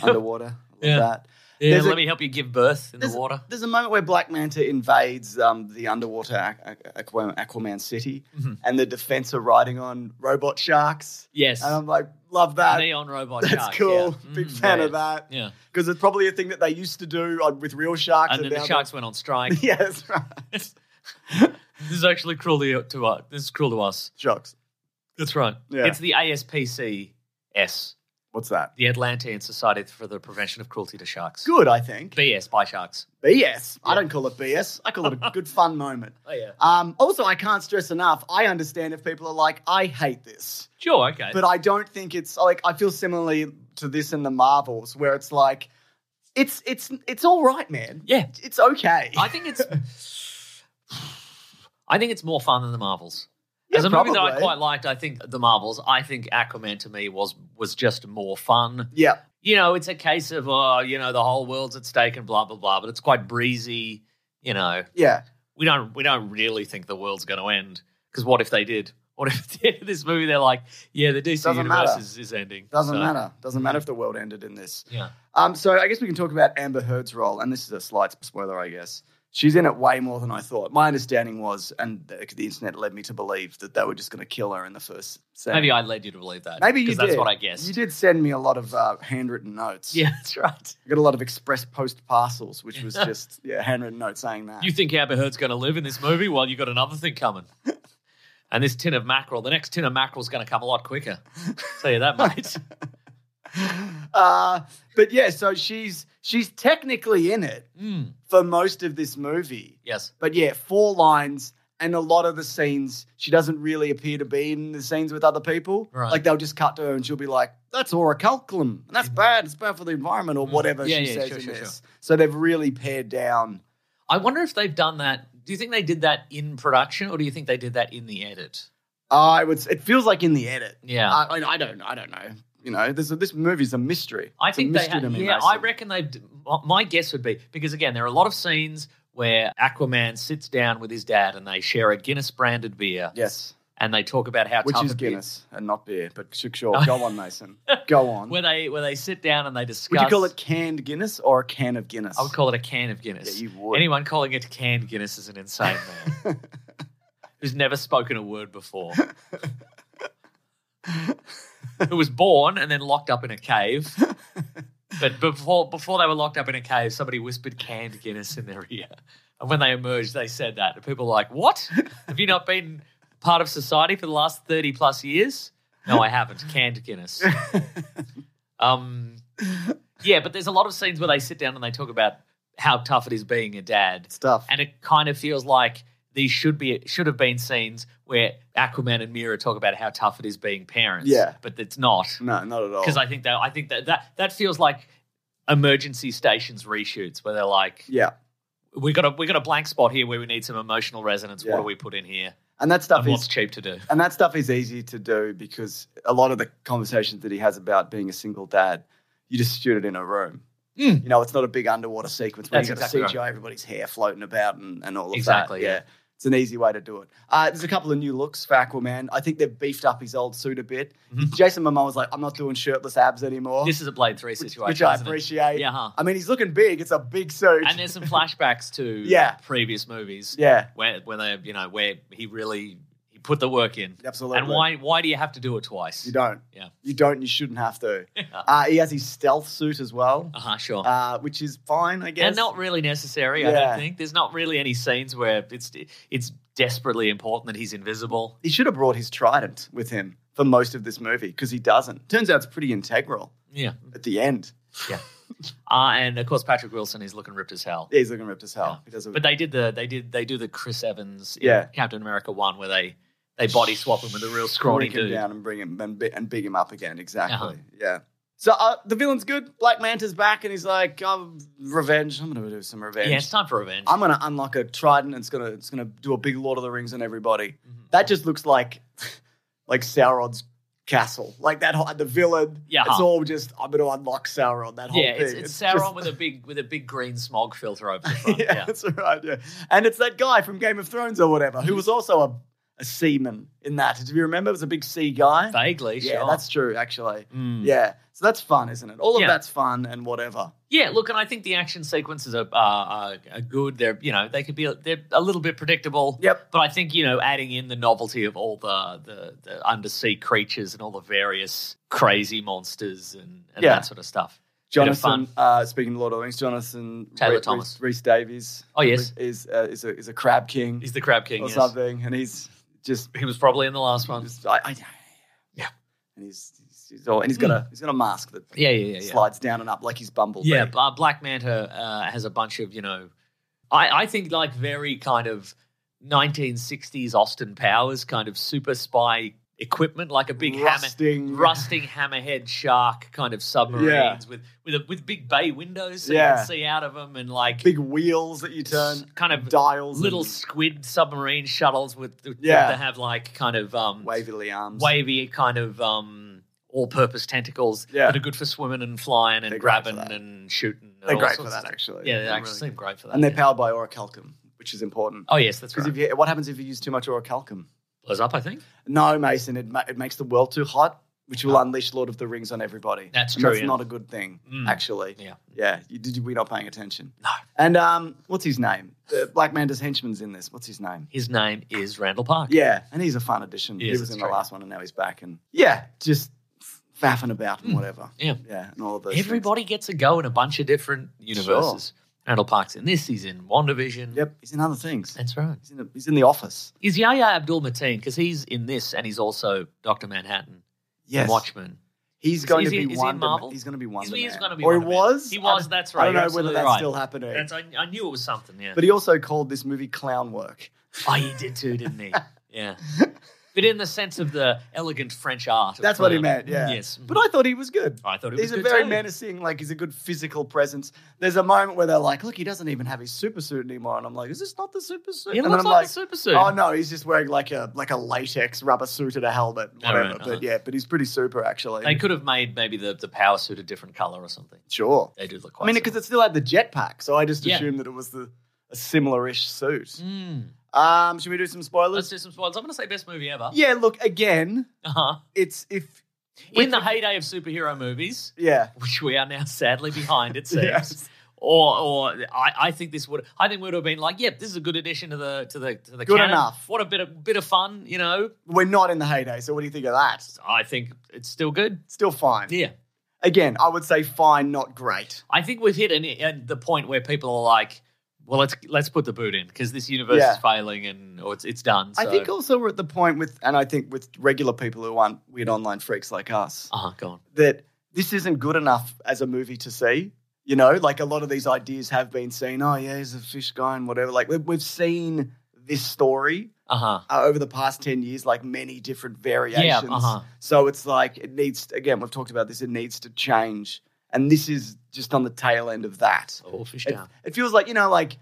underwater. I love
Yeah.
that."
yeah
There's a-
let me help you give birth in the water.
There's a moment where Black Manta invades um, the underwater Aqu- Aqu- Aquaman city,
Mhm.
and the defense are riding on robot sharks.
Yes.
And I'm like, "Love Um, that.
Neon robot
That's
shark,
cool.
yeah.
Big
Mm,
fan
yeah.
of that
Yeah.
because it's probably a thing that they used to do on, with real sharks.
And
now
then the
they're-
sharks went on strike.
yeah, that's right.
this is actually cruel to, to us. This is cruel to us.
Sharks.
That's right.
Yeah.
It's the ASPCS,
What's that?
the Atlantean Society for the Prevention of Cruelty to Sharks.
Good, I think.
BS by sharks.
BS. I don't call it BS. I call it a good fun moment.
Oh yeah.
Um, also, I can't stress enough. I understand if people are like, "I hate this."
Sure. Okay.
but I don't think it's like I feel similarly to this in the Marvels, where it's like it's it's it's all right, man.
yeah,
It's okay.
I think it's. I think it's more fun than the Marvels.
Yeah,
As a movie that I
probably.
quite liked, I think the Marvels. I think Aquaman to me was was just more fun.
yeah,
You know, it's a case of oh, you know, the whole world's at stake and blah blah blah. But it's quite breezy. You know,
yeah,
we don't we don't really think the world's going to end because what if they did? What if at the end of this movie they're like, yeah, the DC
Doesn't
universe
matter.
is, is ending.
doesn't
So, mm.
matter. Doesn't matter if the world ended in this.
Yeah.
Um, so I guess we can talk about Amber Heard's role, and this is a slight spoiler, I guess. She's in it way more than I thought. My understanding was, and the, the internet led me to believe that they were just going to kill her in the first scene.
Maybe I led you to believe that.
Maybe you
because
did.
that's what I guessed.
You did send me a lot of uh, handwritten notes.
Yeah, that's right.
I got a lot of express post parcels, which was just yeah, handwritten note saying that.
You think Amber Heard's going to live in this movie? Well, you got another thing coming. And this tin of mackerel, the next tin of mackerel's going to come a lot quicker. Tell you that, mate.
uh, but yeah, so she's she's technically in it
Mm,
for most of this movie.
yes.
But yeah, four lines and a lot of the scenes she doesn't really appear to be in the scenes with other people.
Right.
Like they'll just cut to her and she'll be like, "That's orichalcum, and that's bad. It's bad for the environment or whatever
Mm. Yeah,
she
yeah,
says
sure,
in
sure,
this."
sure.
So they've really pared down.
I wonder if they've done that. Do you think they did that in production, or do you think they did that in the edit?
I would. It feels like in the edit.
Yeah,
I, I, I don't. I don't know. You know, this this movie's a mystery.
I
It's a
think they.
mystery
Had,
to me,
yeah,
Mason.
I reckon they've. my- My guess would be because again, there are a lot of scenes where Aquaman sits down with his dad and they share a Guinness branded beer
Yes,
and they talk about how
which
tough
is
it is.
Guinness and not beer, but sure, sure. Go on, Mason. Go on.
Where they where they sit down and they discuss.
Would you call it canned Guinness or a can of Guinness?
I would call it a can of Guinness.
Yeah, you would.
Anyone calling it canned Guinness is an insane man who's never spoken a word before. Who was born and then locked up in a cave. But before before they were locked up in a cave, somebody whispered canned Guinness in their ear. And when they emerged, they said that. And people were like, What? Have you not been part of society for the last 30 plus years? No, I haven't. Canned Guinness. Um, yeah, but there's a lot of scenes where they sit down and they talk about how tough it is being a dad,
stuff.
and it kind of feels like these should be should have been scenes where Aquaman and Mira talk about how tough it is being parents.
Yeah.
but it's not
no, not at all.
because I think that I think that that that feels like emergency stations reshoots where they're like,
yeah,
we got a we got a blank spot here where we need some emotional resonance.
Yeah.
What do we put in here?
and that stuff
and what's
is
cheap to do?
and that stuff is easy to do because a lot of the conversations that he has about being a single dad, you just shoot it in a room.
Mm.
You know, it's not a big underwater sequence where
That's
you've got
exactly
to CGI everybody's hair floating about and, and all of
Exactly,
that.
yeah.
It's an easy way to do it. Uh, there's a couple of new looks for Aquaman. I think they've beefed up his old suit a bit.
Mhm.
Jason Momoa was like, I'm not doing shirtless abs anymore,
This is a Blade Three situation,
which I
isn't it?
appreciate.
Yeah, huh.
I mean, he's looking big. It's a big suit.
and there's some flashbacks to
Yeah.
previous movies.
yeah,
where where they you know where he really he put the work in.
absolutely.
And why why do you have to do it twice?
You don't.
Yeah.
You don't. You shouldn't have to.
uh
Uh, he has his stealth suit as well,
huh. Uh-huh, Sure.
uh, which is fine, I guess.
And not really necessary. I
Yeah.
don't think there's not really any scenes where it's it's desperately important that he's invisible.
he should have brought his trident with him for most of this movie because he doesn't. Turns out it's pretty integral
Yeah.
at the end.
Uh, and of course Patrick Wilson is looking ripped as hell.
Yeah, he's looking ripped as hell.
Yeah.
He does
But they did the they did they do the Chris Evans in
Yeah.
Captain America one where they they body swap him with a real scrawny
him
dude.
down and bring him and, bi- and big him up again. Exactly.
Uh-huh.
Yeah. So uh, the villain's good. Black Manta's back, and he's like, oh, "Revenge! I'm gonna do some revenge.
Yeah, it's time for revenge.
I'm gonna unlock a trident. And it's gonna it's gonna do a big Lord of the Rings on everybody.
Mhm.
That just looks like like Sauron's castle. Like that whole the villain.
Yeah.
It's all just I'm gonna unlock Sauron. That whole
yeah,
thing.
it's, it's, Sauron
just-
with a big with a big green smog filter over the front.
yeah,
yeah.
that's right. Yeah, and it's that guy from Game of Thrones or whatever
Mm-hmm.
who was also a, a seaman in that. Do you remember? It was a big sea guy.
Vaguely,
yeah,
sure.
that's true. Actually,
Mm.
yeah. So that's fun, isn't it? All of
Yeah.
that's fun and whatever.
Yeah, look, and I think the action sequences are, are, are, are good. They're you know they could be they're a little bit predictable.
Yep.
But I think you know adding in the novelty of all the the, the undersea creatures and all the various crazy monsters and, and
Yeah.
that sort of stuff. Bit of
Jonathan, uh, speaking of Lord of the Rings, Jonathan
Taylor
Rhys-
Thomas.
Rhys Davies.
Oh, yes.
is uh, is a is a crab king
He's the Crab King.
or
yes.
something, and he's just,
He was probably in the last one.
just I, I,
Yeah. Hmm.
and he's he's, he's all, and he's got a he's got a mask that
Yeah, yeah, yeah, yeah.
slides down and up like he's Bumblebee.
Yeah, uh, Black Manta uh, has a bunch of you know, I I think like very kind of 1960s Austin Powers kind of super spy equipment, like a big hammer.
rusting,
rusting hammerhead shark kind of submarines
Yeah.
with with a, with big bay windows so you
Yeah.
can see out of them and like
big wheels that you turn,
s- kind of
dials,
little
and
squid submarine shuttles with with-
Yeah.
that have like kind of um
wavy little arms.
wavy kind of um all-purpose tentacles
Yeah.
that are good for swimming and flying and
They're great for
grabbing
that.
and shooting. and
they're
all
great for
sorts of
that,
stuff.
actually.
Yeah, they
They're
actually
really
seem
good.
great for that.
and they're
yeah.
powered by orichalcum, which is important.
Oh yes, that's
Because
right.
if you, what happens if you use too much orichalcum?
Blows up, I think.
No, Mason, it, ma- it makes the world too hot. which will unleash Lord of the Rings on everybody.
Ah. That's
And
true,
That's
yeah. Mm.
not a good thing, actually.
Yeah.
Yeah. You, did you, we're not paying attention. No. And um, what's his name? The Black Manta's henchman's in this. What's his name?
His name is Randall Park.
Yeah, and he's a fun addition.
He
He,
is,
was
that's
in
right.
the last one, and now he's back, and yeah, just faffing about and whatever.
Mm. Yeah.
yeah, and all of those.
Everybody gets a go in a bunch of different universes. Randall Park's in this. He's in WandaVision.
things. Yep, he's in other things.
That's right.
He's in, the he's in the office.
Is Yahya Abdul Mateen, because he's in this and he's also Dr. Manhattan,
Yes,
Watchmen.
he's
Is-
going
is
to
he-
be
is he in
Wonder.
Marvel?
Man. He's going to be Wonder.
he is
Man.
gonna be
or he
Wonder Man.
was.
He
I
was,
don't-
that's
I
right,
don't
you're
know whether
absolutely
that's
right.
still happening.
That's I, I knew it was something, yeah.
but he also called this movie clown work.
oh, he did too, didn't he? Yeah. But in the sense of the elegant French art. of
That's what he
clown.
meant. Yeah.
Yes.
But I thought he was good.
I thought he
he's
Mm-hmm. was
a
good
very
too.
menacing. Like he's a good physical presence. There's a moment where they're like, "Look, he doesn't even have his super suit anymore," and I'm like, "Is this not the super suit?"
It
and then
looks
I'm
like a super suit.
Oh no, he's just wearing like a like a latex rubber suit and a helmet,
All
whatever.
right, uh-huh.
But yeah, but he's pretty super actually.
They could have made maybe the, the power suit a different color or something.
sure.
They do look quite
I mean, because it still had the jetpack, so I just
Yeah.
assumed that it was the a similar-ish suit.
similar. Mm.
Um, should we do some
Let's
spoilers?
do some spoilers. I'm going to say best movie ever.
Yeah. Look again,
Uh-huh.
it's if
In the heyday of superhero movies,
yeah.
which we are now sadly behind, it seems.
Yes.
Or, or I, I think this would, I think we would have been like, yep, this is a good addition to the to the to the
Good
canon.
enough.
What a bit of bit of fun, you know.
We're not in the heyday, so what do you think of that?
I think it's still good.
Still fine.
Yeah,
Again, I would say fine, not great.
I think we've hit an, an, the point where people are like, well, let's let's put the boot in because this universe
Yeah.
is failing and or it's it's done.
I
so-
think also we're at the point with, and I think with regular people who aren't weird online freaks like us,
Uh-huh, go on.
that this isn't good enough as a movie to see. You know, like a lot of these ideas have been seen. Oh, yeah, he's a fish guy and whatever. Like we've, we've seen this story
Uh huh.
uh, over the past 10 years, like many different variations.
uh-huh.
So it's like, it needs, again, we've talked about this, it needs to change. And this is just on the tail end of that.
Oh, fish
It,
down.
it feels like you know, like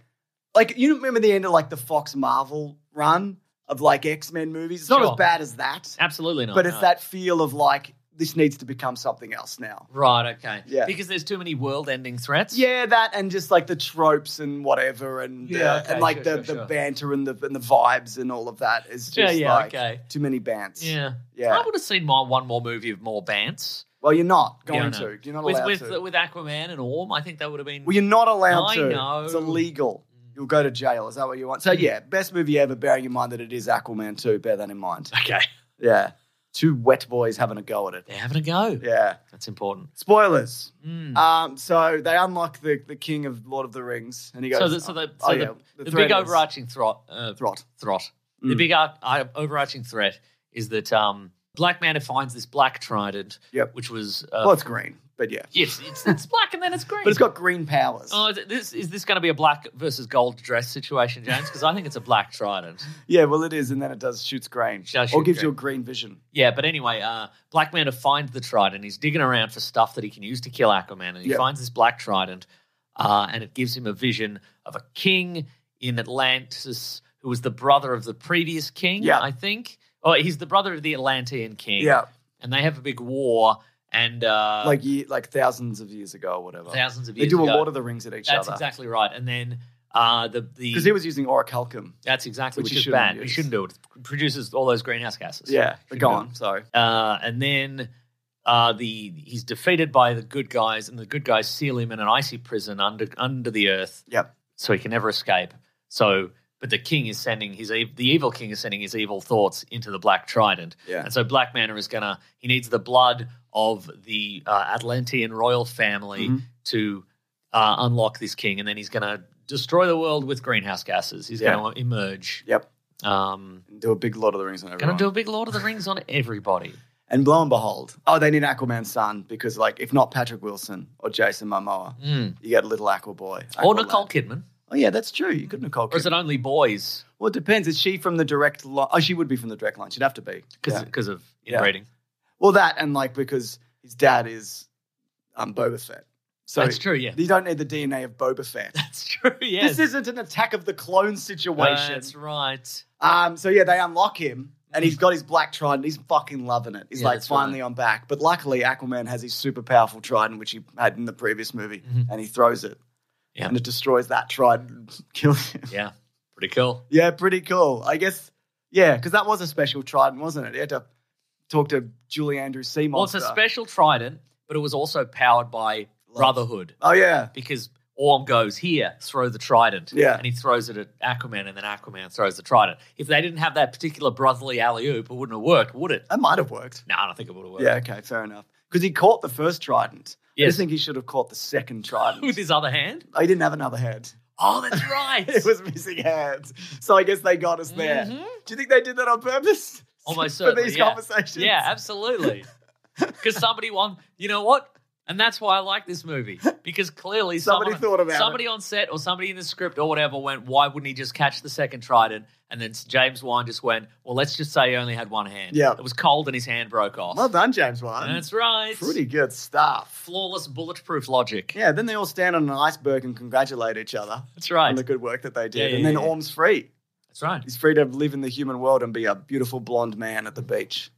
like you remember the end of like the Fox Marvel run of like X Men movies. It's not
Sure.
as bad as that,
Absolutely not.
but it's
no.
that feel of like this needs to become something else now.
Right. Okay.
Yeah.
Because there's too many world-ending threats.
Yeah, that and just like the tropes and whatever, and
Yeah,
uh,
okay,
and like
sure,
the,
sure,
the
sure.
banter and the and the vibes and all of that is just
Yeah. Yeah.
like
okay.
too many bants.
Yeah.
Yeah.
I would have seen my one more movie of more bants
Well, you're not
Yeah, I
going
know.
to. You're not
with
allowed
with,
to.
with Aquaman and Orm. I think that would have been.
well, you're not allowed
I
to.
know. Mm.
It's illegal. You'll go to jail. Is that what you want? So yeah, best movie ever. Bearing in mind that it is Aquaman 2. Bear that in mind.
okay.
Yeah. Two wet boys having a go at it.
They're having a go.
Yeah.
That's important.
Spoilers.
Mm.
Um, so they unlock the, the king of Lord of the Rings and he goes,
so the, so the, so
oh,
the,
yeah,
the,
threat
big
is-
overarching throt, uh,
Throt.
throt. The
Mm.
big ar- uh, overarching threat is that um, Black Manta finds this black trident,
Yep.
which was. Uh,
Well, it's green, but yeah.
yes, it's, it's black and then it's green.
But it's got green powers.
Oh, is it- this is this going to be a black versus gold dress situation, James? Because I think it's a black trident.
Yeah, well, it is. And then it does shoots green
It does
or
shoot
gives
green.
you a green vision.
Yeah, but anyway, uh, Black Manta finds the trident. He's digging around for stuff that he can use to kill Aquaman, and he
Yep.
finds this black trident, uh, and it gives him a vision of a king in Atlantis who was the brother of the previous king,
Yeah.
I think. Oh, he's the brother of the Atlantean king.
Yeah.
and they have a big war, and uh,
like ye- like thousands of years ago or whatever.
thousands of
They
years
do a
ago.
Lord of the Rings at each
That's
other.
exactly right. And then uh, the the
Because he was using Orichalcum.
that's exactly
which
which,
he
is
shouldn't
bad. We
use.
shouldn't do it. It produces all those greenhouse gases.
Yeah, but
Shouldn't
go
do it.
on. Sorry.
Uh, and then uh, the he's defeated by the good guys, and the good guys seal him in an icy prison under under the earth,
Yep.
so he can never escape. So, but the king is sending his ev- the evil king is sending his evil thoughts into the black trident,
Yeah.
and so Black Manta is gonna he needs the blood of the uh, Atlantean royal family
Mhm.
to uh, unlock this king, and then he's gonna destroy the world with greenhouse gases. He's
Yeah.
gonna emerge.
Yep.
Um,
And do a big Lord of the Rings on
gonna
everyone.
do a big Lord of the Rings on everybody.
and lo and behold, oh, they need Aquaman's son because, like, if not Patrick Wilson or Jason Momoa,
Mm.
You get little Aqua Boy.
Or
Aqualad.
Nicole Kidman.
Oh, yeah, that's true. You could Nicole
Or is
Kidman.
it only boys
well, it depends. Is she from the direct line? Oh, she would be from the direct line. She'd have to be.
because
Yeah.
of
Yeah.
inbreeding?
Well, that and like because his dad is um, Boba Fett. So
That's true, yeah.
you don't need the DNA of Boba Fett.
That's true, yes.
This isn't an attack of the clone situation.
That's right.
Um, so yeah, they unlock him and he's got his black trident. He's fucking loving it. He's
Yeah,
like,
that's right.
finally I'm back. But luckily, Aquaman has his super powerful trident, which he had in the previous movie,
Mhm.
and he throws it.
Yeah.
And it destroys that trident, kills him.
Yeah, pretty cool.
Yeah, pretty cool. I guess, yeah, because that was a special trident, wasn't it? You had to talk to Julie Andrews Sea
Well, it's
Monster.
a special trident, but it was also powered by Brotherhood
oh yeah,
because Orm goes here, throw the trident,
Yeah.
and he throws it at Aquaman, and then Aquaman throws the trident. If they didn't have that particular brotherly alley oop, it wouldn't have worked, would it?
that might have worked.
No, I don't think it would have worked.
Yeah, okay, fair enough. Because he caught the first trident. I
Yes.
just think he should have caught the second
With
trident.
his other hand.
Oh, he didn't have another head.
Oh, that's right.
It was missing hands. So I guess they got us there. Do you think they did that on purpose?
Mm-hmm. Almost
For
certainly,
these
yeah.
conversations?
Yeah, absolutely. Because somebody won. You know what? And that's why I like this movie because clearly
Somebody
someone-
thought about it.
somebody on set or somebody in the script or whatever went, why wouldn't he just catch the second trident? And then James Wan just went, well, let's just say he only had one hand.
Yeah.
it was cold and his hand broke off.
Well done, James Wan.
That's right.
Pretty good stuff.
flawless, bulletproof logic.
Yeah, then they all stand on an iceberg and congratulate each other
That's
on
right.
the good work that they did.
Yeah, yeah,
and then
yeah.
Orm's free.
That's right.
He's free to live in the human world and be a beautiful blonde man at the beach.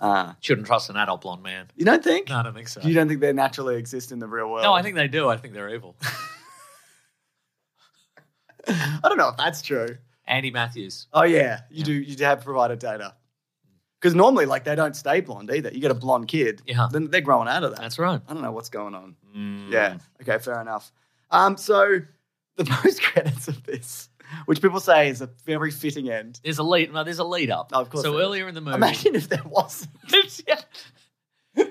Uh,
Shouldn't trust an adult blonde man.
you don't think?
No, I don't think so.
You don't think they naturally exist in the real world?
No, I think they do. I think they're evil.
I don't know if that's true.
Andy Matthews.
Oh yeah, you do. You do have provided data because normally, like, they don't stay blonde either. You get a blonde kid,
Yeah.
then they're growing out of that.
That's right.
I don't know what's going on.
Mm.
Yeah. Okay. Fair enough. Um. So the post credits of this, which people say is a very fitting end.
There's a lead. No, there's a lead up.
Oh, of course
So
there is.
earlier in the movie,
Imagine if there wasn't.
Yeah.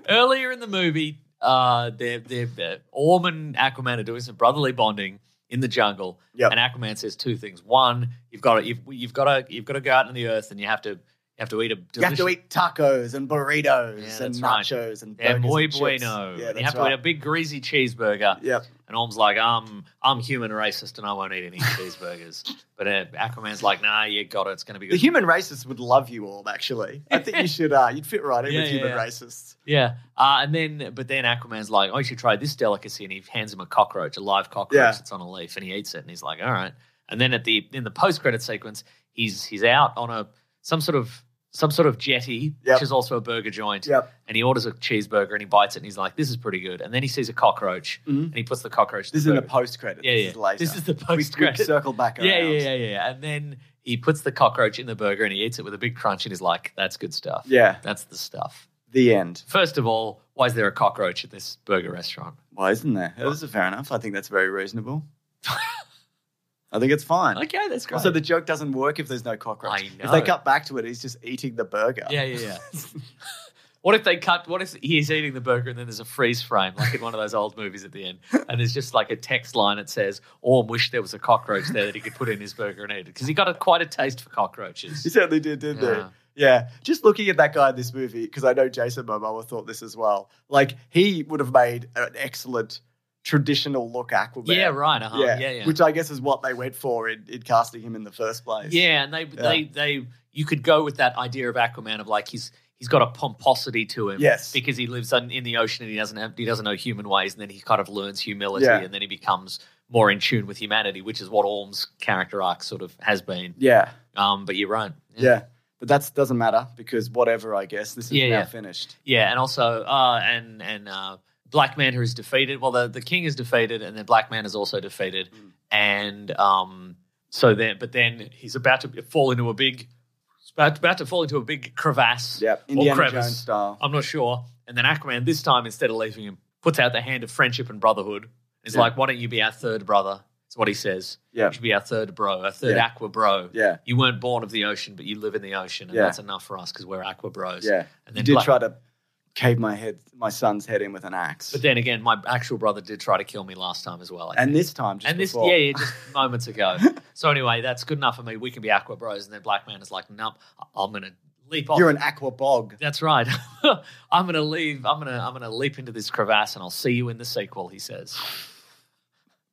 Earlier in the movie, uh, they're, they're, uh, Orm and Aquaman are doing some brotherly bonding in the jungle,
Yep.
and Aquaman says two things: one, you've got to you've, you've got to you've got to go out in the earth, and you have to you have to eat a
You have
delicious,
to eat tacos and burritos
Yeah,
and
that's right.
nachos and burgers
yeah, muy
and chips. Yeah,
bueno. and
that's
you have to eat a
right.
big greasy cheeseburger.
Yep.
And Orm's like, um, I'm human racist, and I won't eat any cheeseburgers. But uh, Aquaman's like, Nah, you got it. It's going to be
The
good.
human racists would love you all. Actually, I think you should. Uh, you'd fit right in
Yeah,
with
yeah,
human
yeah.
racists.
Yeah, uh, and then but then Aquaman's like, "Oh, you should try this delicacy," and he hands him a cockroach, a live cockroach
Yeah.
that's on a leaf, and he eats it, and he's like, "All right." And then at the in the post credit sequence, he's he's out on a some sort of some sort of jetty,
Yep.
which is also a burger joint,
Yep.
and he orders a cheeseburger and he bites it, and he's like, "This is pretty good." And then he sees a cockroach,
Mhm.
and he puts the cockroach.
This is in the
burger.
post credits.
Yeah,
this
yeah.
Is later.
This is the
We-
post credit.
We circle back around.
Yeah, yeah, yeah, yeah. And then he puts the cockroach in the burger and he eats it with a big crunch, and he's like, "That's good stuff.
Yeah.
that's the stuff."
The end.
First of all, why is there a cockroach at this burger restaurant?
Why isn't there? That is fair enough. I think that's very reasonable. I think it's fine.
Okay, that's great.
Also, the joke doesn't work if there's no cockroach.
I
If
know.
they cut back to it, he's just eating the burger.
yeah, yeah, yeah. what if they cut? What if he's eating the burger and then there's a freeze frame, like in one of those old movies at the end, and there's just like a text line that says, "Orm wish there was a cockroach there that he could put in his burger and eat it," because he got a, quite a taste for
He
cockroaches.
certainly did, didn't he?
Yeah.
Yeah. Just looking at that guy in this movie, because I know Jason Momoa thought this as well. Like, he would have made an excellent traditional look Aquaman.
Yeah, right. Uh-huh. Yeah, yeah, yeah.
Which I guess is what they went for in, in casting him in the first place.
and they, they, they, you could go with that idea of Aquaman of like he's. He's got a pomposity to him,
Yes.
because he lives on, in the ocean and he doesn't have, he doesn't know human ways, and then he kind of learns humility,
Yeah.
and then he becomes more in tune with humanity, which is what Orm's character arc sort of has been.
Yeah.
Um, but you're right.
Yeah. But that doesn't matter because whatever, I guess. This is
Yeah,
now
yeah.
finished.
Yeah, and also uh, and and uh, Black Man who is defeated. Well, the, the king is defeated, and then Black Man is also defeated,
Mm.
and um, so then but then he's about to fall into a big, about, about to fall into a big crevasse.
Yep.
or
Indiana
crevice.
Jones style.
I'm not sure. And then Aquaman this time instead of leaving him puts out the hand of friendship and brotherhood. Is
Yeah.
like, why don't you be our third brother? That's what he says.
Yeah.
You should be our third bro, our third
Yeah.
aqua bro.
Yeah.
You weren't born of the ocean, but you live in the ocean, and
Yeah.
that's enough for us because we're aqua bros.
Yeah.
And
You
then
did
Black-
try to cave my head, my son's head in with an axe.
But then again, my actual brother did try to kill me last time as well. I
and
think.
this time, just
and this,
before.
yeah, yeah, just moments ago. so anyway, that's good enough for me. We can be Aqua Bros. And then Black Man is like, nope, I'm gonna leap off.
You're an aqua bog.
that's right. I'm gonna leave. I'm gonna I'm gonna leap into this crevasse, and I'll see you in the sequel. He says.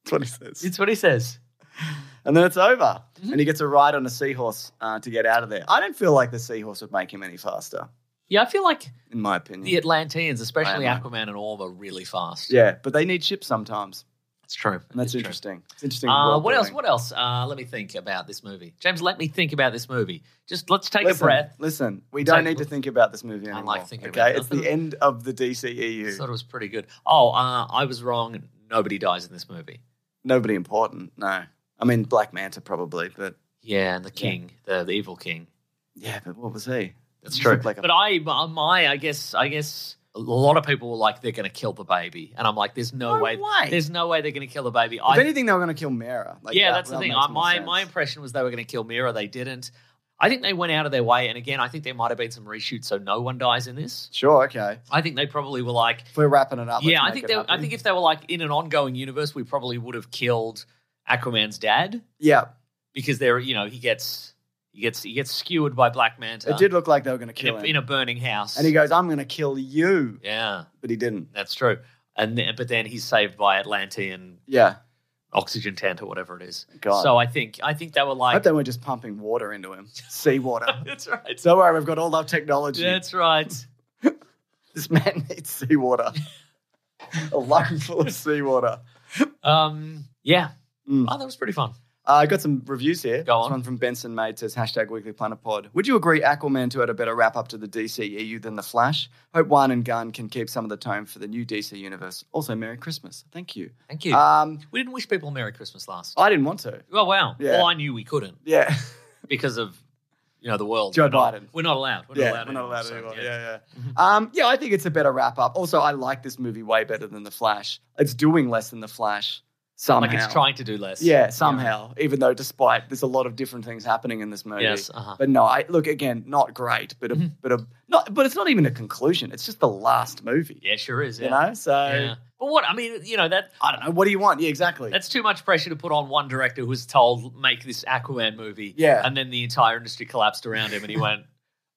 That's what he says.
It's what he says. Mm-hmm.
and then it's over. And he gets a ride on a seahorse uh, to get out of there. I don't feel like the seahorse would make him any faster,
Yeah, I feel like
in my opinion.
the Atlanteans, especially
I am.
Aquaman and Orm, are really fast.
Mm. Yeah, but they need ships sometimes.
it's true.
And that's
It's true.
interesting. It's interesting.
Uh,
world
what else?
building.
What else? Uh, let me think about this movie, James. Let me think about this movie. Just let's take
listen,
a breath.
Listen, we don't
Take-
need to think about this movie anymore.
like thinking
okay?
about
It's the
nothing.
end of the E DCEU.
thought it was pretty good. Oh, uh, I was wrong. Nobody dies in this movie.
Nobody important, no. I mean, Black Manta probably, but
Yeah, and the king, the, the evil king.
yeah, but what was he?
That's
You
true.
look like a-
but I, my, I guess, I guess a lot of people were like, they're going to kill the baby, and I'm like, there's no,
No way.
there's no way they're going to kill the baby.
If
I,
anything, they were going to kill Mera. Like,
yeah,
that-
that's the
that
thing.
makes
I,
more
my
sense.
my impression was they were going to kill Mira. They didn't. I think they went out of their way, and again, I think there might have been some reshoots, so no one dies in this.
Sure, okay.
I think they probably were like,
If we're wrapping it up. let's
yeah, I
make
think
it
they,
happen.
I think if they were like in an ongoing universe, we probably would have killed Aquaman's dad
Yeah,
because they're you know he gets he gets he gets skewered by Black Manta.
it did look like they were going to
in
kill
a,
him.
in a burning house.
and he goes, I'm going to kill you.
yeah,
But he didn't.
that's true. And then, but then he's saved by Atlantean
Yeah.
oxygen tent or whatever it is.
God.
So I think I think they were
I
like,
hope they were just pumping water into him. Seawater.
that's right,
Don't worry, we've got all that technology.
that's right.
This man needs seawater. a lung full of seawater.
Um, yeah.
Mm.
Oh, that was pretty fun.
Uh, I got some reviews here.
Go
This
on.
one from Benson Made says hashtag Weekly Planet Pod. Would you agree Aquaman 2 had a better wrap up to the DCEU than The Flash? Hope Juan and Gunn can keep some of the tone for the new DC universe. Also, Merry Christmas. Thank you.
Thank you.
Um,
we didn't wish people Merry Christmas last.
I didn't want to.
Oh wow.
Yeah.
Well, I knew we couldn't
Yeah.
because of you know the world.
Joe
We're not-
Biden.
We're not allowed. We're
yeah,
not allowed.
we're not allowed
so,
anymore. Yeah, yeah. Um, yeah, I think it's a better wrap up. Also, I like this movie way better than The Flash. It's doing less than The Flash somehow.
Like it's trying to do less.
Yeah, somehow. Even though, despite there's a lot of different things happening in this movie.
Yes. Uh-huh.
But no, I look again, not great, but a,
Mm-hmm.
but a not, but it's not even a conclusion. It's just the last movie.
Yeah, sure is. Yeah.
You know, so
Yeah. But what I mean, you know that
I don't know. What do you want? Yeah, exactly.
That's too much pressure to put on one director who was told make this Aquaman movie.
Yeah.
And then the entire industry collapsed around him and he went,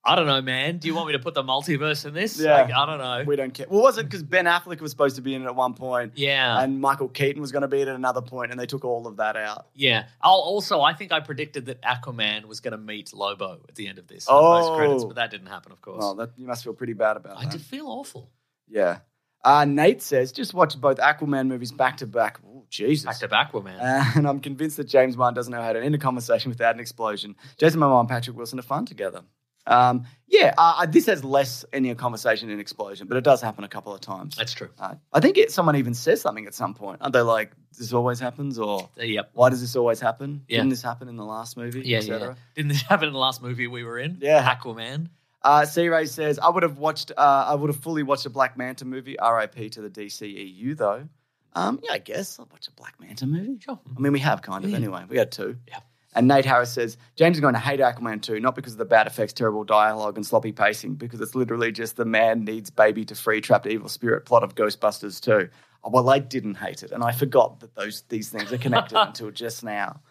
I don't know, man. Do you want me to put the multiverse in this?
Yeah.
Like, I don't know.
we don't care. Well, was it because Ben Affleck was supposed to be in it at one point,
yeah.
and Michael Keaton was going to be at another point, and they took all of that out.
yeah. I'll also I think I predicted that Aquaman was gonna meet Lobo at the end of this. in the
Oh.
post-credits, but that didn't happen, of course.
Well, that, you must feel pretty bad about
I
that.
did feel awful.
Yeah. Uh, Nate says, just watch both Aquaman movies back to back. Oh, Jesus.
Back to back Aquaman.
And I'm convinced that James Wan doesn't know how to end a conversation without an explosion. Jason Momoa and Patrick Wilson are fun together. Um, yeah, uh, uh, this has less any conversation and explosion, but it does happen a couple of times.
That's true.
Uh, I think it, someone even says something at some point. Aren't they like, this always happens? Or
Uh, yep.
why does this always happen?
Yeah.
Didn't this happen in the last movie?
Yeah,
Et
yeah,
cetera.
yeah. Didn't this happen in the last movie we were in?
Yeah.
Aquaman.
Uh, C Ray says, I would have watched, uh, I would have fully watched a Black Manta movie. RIP to the DCEU though. Um, yeah, I guess I'll watch a Black Manta movie.
Sure.
I mean, we have kind of
Yeah.
anyway. We had two.
Yeah.
And Nate Harris says, James is going to hate Aquaman 2, not because of the bad effects, terrible dialogue, and sloppy pacing, because it's literally just the man needs baby to free trapped evil spirit plot of Ghostbusters 2. Oh, Well, I didn't hate it, and I forgot that those these things are connected until just now.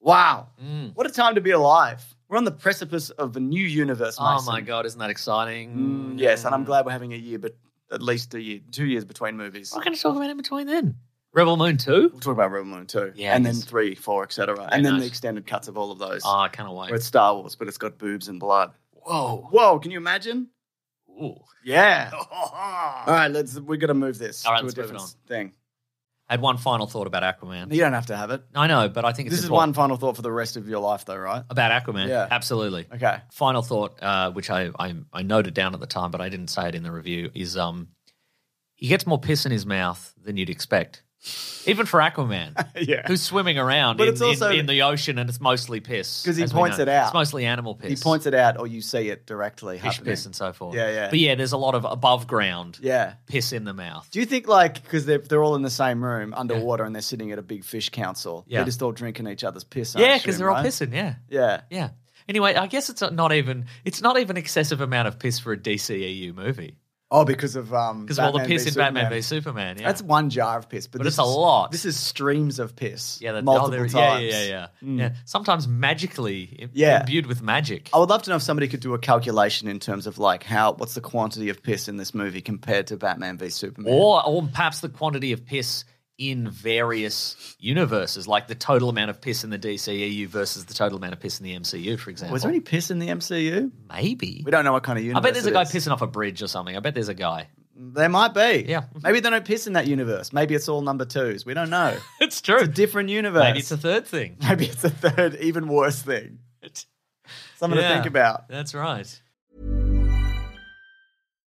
Wow.
Mm.
What a time to be alive. We're on the precipice of a new universe,
Oh
Mason.
my god, isn't that exciting?
Mm, yes, and I'm glad we're having a year, but at least a year, two years between movies.
What can I talk about in between then? Rebel Moon 2?
We'll talk about Rebel Moon too,
Yeah,
and
I
then
guess.
three, four, etc., and then
nice.
the extended cuts of all of those.
Ah, I kind of
where
wait.
it's Star Wars, but it's got boobs and blood.
Whoa.
Whoa! Can you imagine?
Ooh.
Yeah. All
I
right, let's. We're gonna move this
All right,
to a
let's move it
different
on.
thing.
had one final thought about Aquaman.
You don't have to have it.
I know, but I think it's
This is one
important.
final thought for the rest of your life, though, right?
about Aquaman.
Yeah.
Absolutely.
Okay.
Final thought, uh, which I, I I noted down at the time, but I didn't say it in the review, is um he gets more piss in his mouth than you'd expect. Even for Aquaman,
yeah.
who's swimming around
But
in,
it's also-
in, in the ocean and it's mostly piss.
'Cause he
as we
points
know.
it out.
It's mostly animal piss.
He points it out, or you see it directly
fish
happening.
piss and so forth.
Yeah, yeah.
But yeah, there's a lot of above ground
Yeah.
piss in the mouth.
Do you think like because they're they're all in the same room underwater and they're sitting at a big fish council?
Yeah.
They're just all drinking each other's piss. I
yeah, because
assume,
they're all
right?
pissing, yeah.
Yeah.
Yeah. Anyway, I guess it's not even it's not even excessive amount of piss for a DCEU movie
Oh, because of um
because of all the
Batman
piss
v
in Batman v
Superman.
Superman. Yeah,
That's one jar of piss, but,
But
this
it's a
is-
lot.
This is streams of piss.
yeah, that, oh,
multiple
there-
times.
yeah, yeah, yeah, yeah.
Mm.
yeah. Sometimes magically, im-
Yeah. Oh,
imbued with magic.
I would love to know if somebody could do a calculation in terms of like how what's the quantity of piss in this movie compared to Batman v Superman.
or or perhaps the quantity of piss in various universes, like the total amount of piss in the DCEU versus the total amount of piss in the MCU, for example.
was there any piss in the MCU?
Maybe.
We don't know what kind of
I
universe.
bet there's a
it
guy
is.
pissing off a bridge or something. I bet there's a guy.
There might be.
Yeah.
Maybe they don't piss in that universe. Maybe it's all number twos. We don't know.
It's true.
It's a different universe.
Maybe it's a third thing.
Maybe it's a third, even worse thing. Something to
Yeah.
think about.
That's right.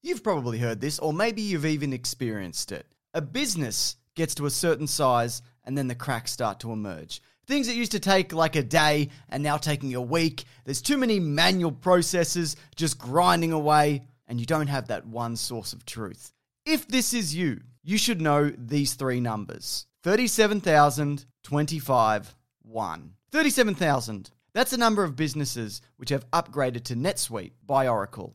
You've probably heard this, or maybe you've even experienced it. A business gets to a certain size, and then the cracks start to emerge. Things that used to take like a day and now taking a week. There's too many manual processes just grinding away, and you don't have that one source of truth. If this is you, you should know these three numbers 37,025, 1. 37,000. That's the number of businesses which have upgraded to NetSuite by Oracle.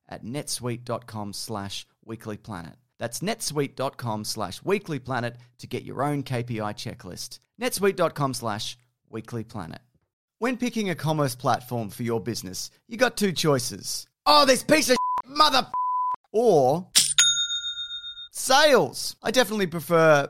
at netsuite.com slash weeklyplanet. That's netsuite.com slash weeklyplanet to get your own KPI checklist. netsuite.com slash weeklyplanet. When picking a commerce platform for your business, you got two choices. Oh, this piece of shit, mother f- or sales. I definitely prefer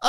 I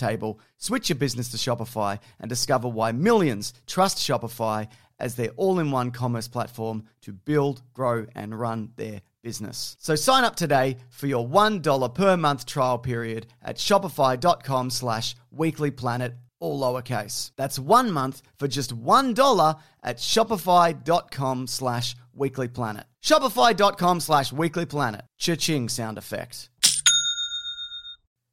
table, switch your business to Shopify, and discover why millions trust Shopify as their all in one commerce platform to build, grow, and run their business. So sign up today for your $1 per month trial period at shopify.com slash weeklyplanet, all lowercase. That's one month for just $1 at shopify.com slash weeklyplanet. Shopify.com slash weeklyplanet. Cha-ching sound effect.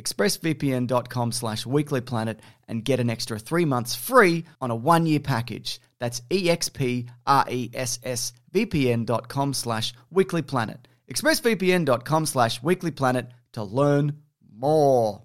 expressvpn.com slash weeklyplanet, and get an extra three months free on a one-year package. That's
E
expressvpn.com slash weeklyplanet. expressvpn.com slash weeklyplanet to learn more.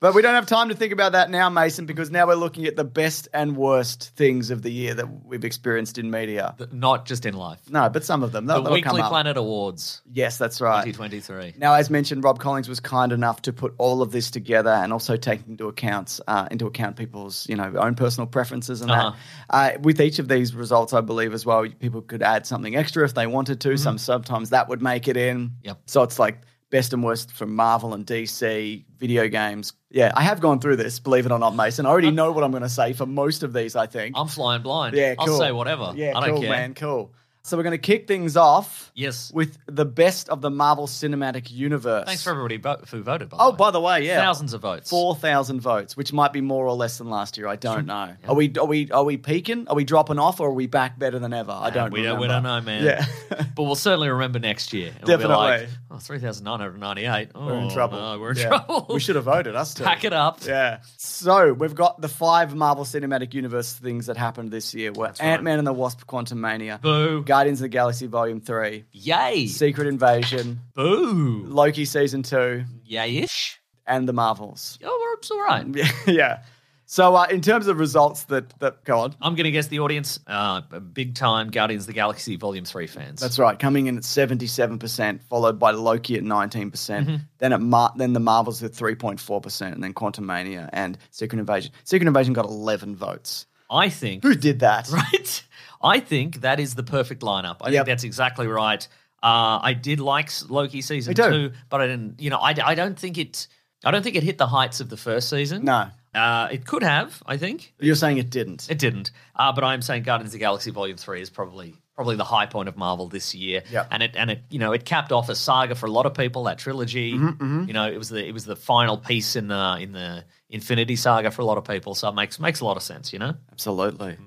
But we don't have time to think about that now, Mason, because now we're looking at the best and worst things of the year that we've experienced in media.
Not just in life.
No, but some of them. They'll,
the
they'll
Weekly
come up. Uh,
Planet Awards
Yes, that's right.
2023.
Now, as mentioned, Rob Collins was kind enough to put all of this together and also take into account uh, into account people's you know own personal preferences and that. Uh, with each of these results, I believe as well, people could add something extra if they wanted to. Some sometimes that would make it in.
Yep.
So it's like best and worst from Marvel and DC video games. Yeah, I have gone through this. Believe it or not, Mason. I already know what I'm going to say for most of these. I think.
I'm flying blind.
yeah, cool.
I'll say whatever.
Yeah,
I don't
cool,
care.
man, cool. So we're going to kick things off
Yes.
with the best of the Marvel Cinematic Universe.
Thanks for everybody vo- who voted. By
Oh,
the way.
by the way, yeah,
thousands of votes.
four thousand votes, which might be more or less than last year. I don't know. Are we are we are we peaking? Are we dropping off, or are we back better than ever? I don't.
we don't, we don't
remember.
know, man.
Yeah.
but we'll certainly remember next year. And We'll be like,
Definitely.
oh, 3,998. Oh,
We're in trouble.
No, we're in
Yeah.
trouble.
We should have voted us two.
Pack it up.
Yeah. So we've got the five Marvel Cinematic Universe things that happened this year. Were
right.
Ant Man and the Wasp: Quantum Mania,
Boo.
Guardians of the Galaxy Volume Three,
Yay.
Secret Invasion,
Boo.
Loki Season Two,
Yayish.
and the Marvels.
Oh, we're it's all right.
Yeah. yeah. So uh, in terms of results that that go on.
I'm going to guess the audience, uh, big time Guardians of the Galaxy Volume 3 fans.
That's right, coming in at seventy-seven percent, followed by Loki at 19
Mm-hmm.
percent, then at Mar- then the Marvels at three point four percent, and then Quantum Mania and Secret Invasion. Secret Invasion got eleven votes.
I think,
Who did that?
right? I think that is the perfect lineup. I
Yep.
think that's exactly right. Uh, I did like Loki season
Me too.
two, but I didn't. You know, I, I don't think it. I don't think it hit the heights of the first season.
No,
Uh, it could have, I think.
you're saying it didn't.
It didn't. Uh, but I'm saying Guardians of the Galaxy Volume Three is probably probably the high point of Marvel this year.
Yep.
And it and it you know it capped off a saga for a lot of people that trilogy.
Mm-hmm,
You know it was the it was the final piece in the in the Infinity Saga for a lot of people. So it makes makes a lot of sense. You know.
Absolutely.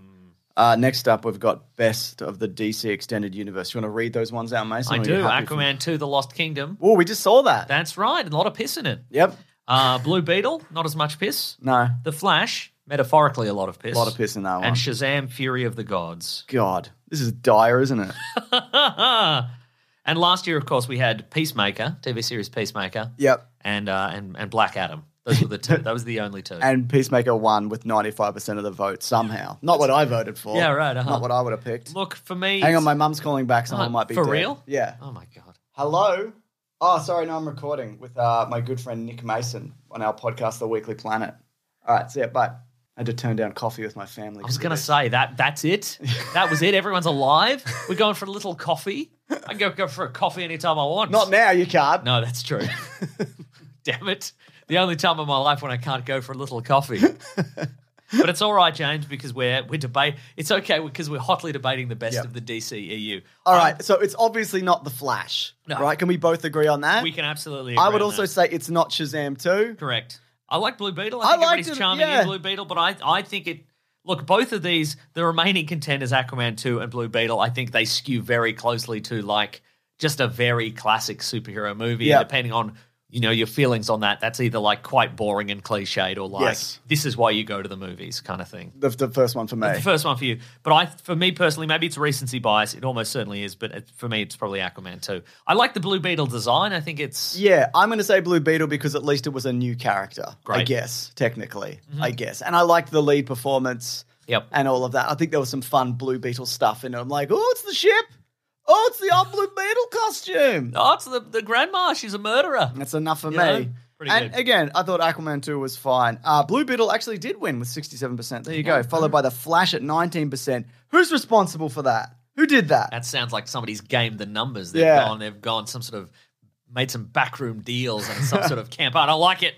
Uh, next up, we've got best of the DC Extended Universe. You want to read those ones out, Mason?
I
or are you
do.
happy for-
Aquaman Two: The Lost Kingdom.
Oh, we just saw that.
That's right. A lot of piss in it.
Yep.
Uh, Blue Beetle. Not as much piss.
No.
The Flash. Metaphorically, a lot of piss.
A lot of piss in that one.
And Shazam: Fury of the Gods.
God, this is dire, isn't it?
and last year, of course, we had Peacemaker, TV series Peacemaker,
yep.
and uh, and and Black Adam. Those were the two. Those were the only two.
and Peacemaker won with 95% of the vote somehow. Not what I voted for.
Yeah, right, uh-huh.
Not what I would have picked.
Look for me.
Hang on, my mum's calling back.
Oh,
Someone might be
for
dead.
real.
Yeah.
Oh my god.
Hello. Oh, sorry. No, I'm recording with uh, my good friend Nick Mason on our podcast, The Weekly Planet. All right. See ya. Bye. I had to turn down coffee with my family.
I was gonna say that. That's it. That was it. Everyone's alive. We're going for a little coffee. I can go, go for a coffee anytime I want.
Not now. You can't.
No, that's true. Damn it. The only time in my life when I can't go for a little coffee. but it's all right, James, because we're we're debate. It's okay because we're hotly debating the best
Yeah.
of the E DCEU.
All right. So it's obviously not The Flash.
Um, No.
Right. Can we both agree on that?
We can absolutely.
I
agree
would
on
also
that.
say it's not Shazam 2.
correct. I like Blue Beetle.
I
I, think
liked
everybody's
it,
charming
yeah.
in Blue Beetle, but I I think it. Look, both of these, the remaining contenders, Aquaman two and Blue Beetle, I think they skew very closely to like just a very classic superhero movie.
Yeah.
And depending on you know your feelings on that, that's either like quite boring and cliched, or like
Yes.
this is why you go to the movies kind of thing.
The, the first one for me.
The first one for you, but I, for me personally, maybe it's recency bias. It almost certainly is, but it, for me, it's probably Aquaman two. I like the Blue Beetle design. I think it's
Yeah, I'm going to say Blue Beetle because at least it was a new character. I
Great. Mm-hmm.
guess, technically. I guess. And I liked the lead performance
Yep.
and all of that. I think there was some fun Blue Beetle stuff in it. I'm like, oh, it's the ship. Oh, it's the old Blue Beetle costume.
Oh, it's the, the grandma. She's a murderer.
That's enough for
Yeah,
me.
pretty
and
good.
again, I thought Aquaman 2 was fine. Uh, Blue Beetle actually did win with 67%. There you go. Followed by The Flash at 19%. Who's responsible for that? Who did that?
That sounds like somebody's gamed the numbers. They've
Yeah.
gone. They've gone some sort of made some backroom deals and some sort of camp. I don't like it.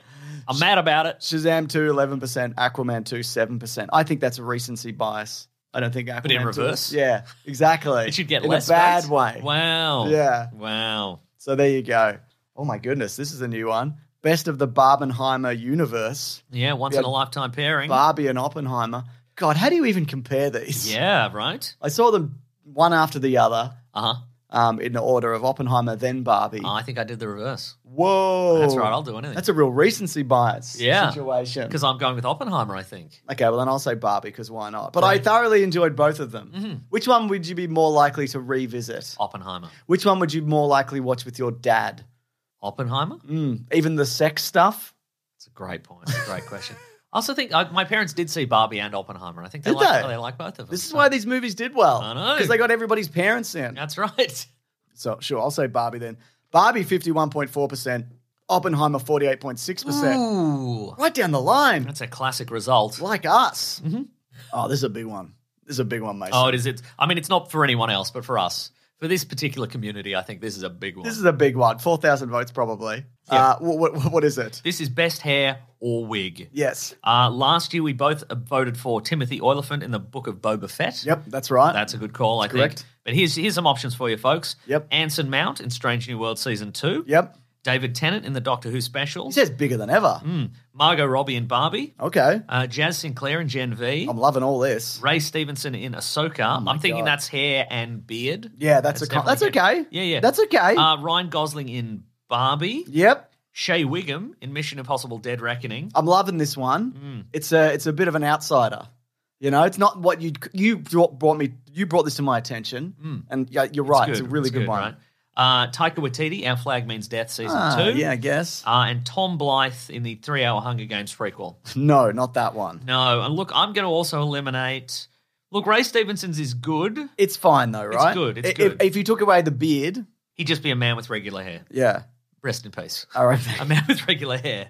I'm mad about it.
Shazam 2, 11%, Aquaman 2, 7%. I think that's a recency bias. I don't think Aquaman
in
2
reverse?
yeah, exactly.
It should get
in
less
a bad
votes.
way.
Wow.
Yeah.
Wow.
So there you go. Oh my goodness, this is a new one. Best of the Barbenheimer universe.
Yeah. Once in a lifetime pairing.
Barbie and Oppenheimer. God, how do you even compare these?
yeah. Right.
I saw them one after the other
Uh huh.
um, in the order of Oppenheimer, then Barbie.
I think I did the reverse
Whoa.
That's right, I'll do anything.
Oh. That's a real recency bias
Yeah.
situation.
because I'm going with Oppenheimer. I think.
Okay, well, then I'll say Barbie because why not? But I thoroughly enjoyed both of them.
Mm-hmm.
Which one would you be more likely to revisit?
Oppenheimer.
Which one would you more likely watch with your dad?
Oppenheimer.
Mm, even the sex stuff?
It's a great point. It's a great question. I also think I, my parents did see Barbie and Oppenheimer. I think they
Did
like
they?
they? like both of them.
This is
so-
why these movies did well.
I know.
Because they got everybody's parents in.
That's right.
So, sure, I'll say Barbie then. Barbie, 51.4%, Oppenheimer, 48.6%.
Ooh,
Right down the line,
Oh. that's a classic result.
like us. Oh, this is a big one. This is a big one, Mason.
Oh, it is. It's, I mean, it's not for anyone else, but for us, for this particular community, I think this is a big one.
This is a big one. 4,000 votes, probably.
Yeah.
Uh, wh- wh- what is it?
This is best hair or wig.
Yes.
Uh, last year, we both uh, voted for Timothy Oliphant in the Book of Boba Fett.
Yep, that's right.
That's a good call, I
correct.
think. But here's here's some options for you, folks.
Yep.
Anson Mount in Strange New World Season 2.
Yep.
David Tennant in the Doctor Who special.
He says bigger than ever.
Mm. Margot Robbie in Barbie.
Okay.
Uh, Jazz Sinclair in Gen V.
I'm loving all this.
Ray Stevenson in Ahsoka. I'm thinking
Oh God.
that's hair and beard.
Yeah, that's, a con- that's
definitely
okay.
hair. Yeah, yeah.
That's okay.
Uh, Ryan Gosling in Barbie.
yep.
Shay Wiggum in Mission Impossible Dead Reckoning.
I'm loving this one.
Mm.
It's a it's a bit of an outsider. You know, it's not what you you brought brought me you brought this to my attention,
Mm.
and yeah, you're Oh, right. It's a really good, one.
right? Uh, Taika Waititi, Our Flag Means Death Season
Ah,
2.
yeah, I guess.
Uh, and Tom Blythe in the three hour Hunger Games prequel.
no, not that one.
No, and look, I'm going to also eliminate. Look, Ray Stevenson's is good.
It's fine though, right?
good, it's
if,
good.
If you took away the beard,
He'd just be a man with regular hair.
yeah.
Rest in peace.
All right,
A man with regular hair.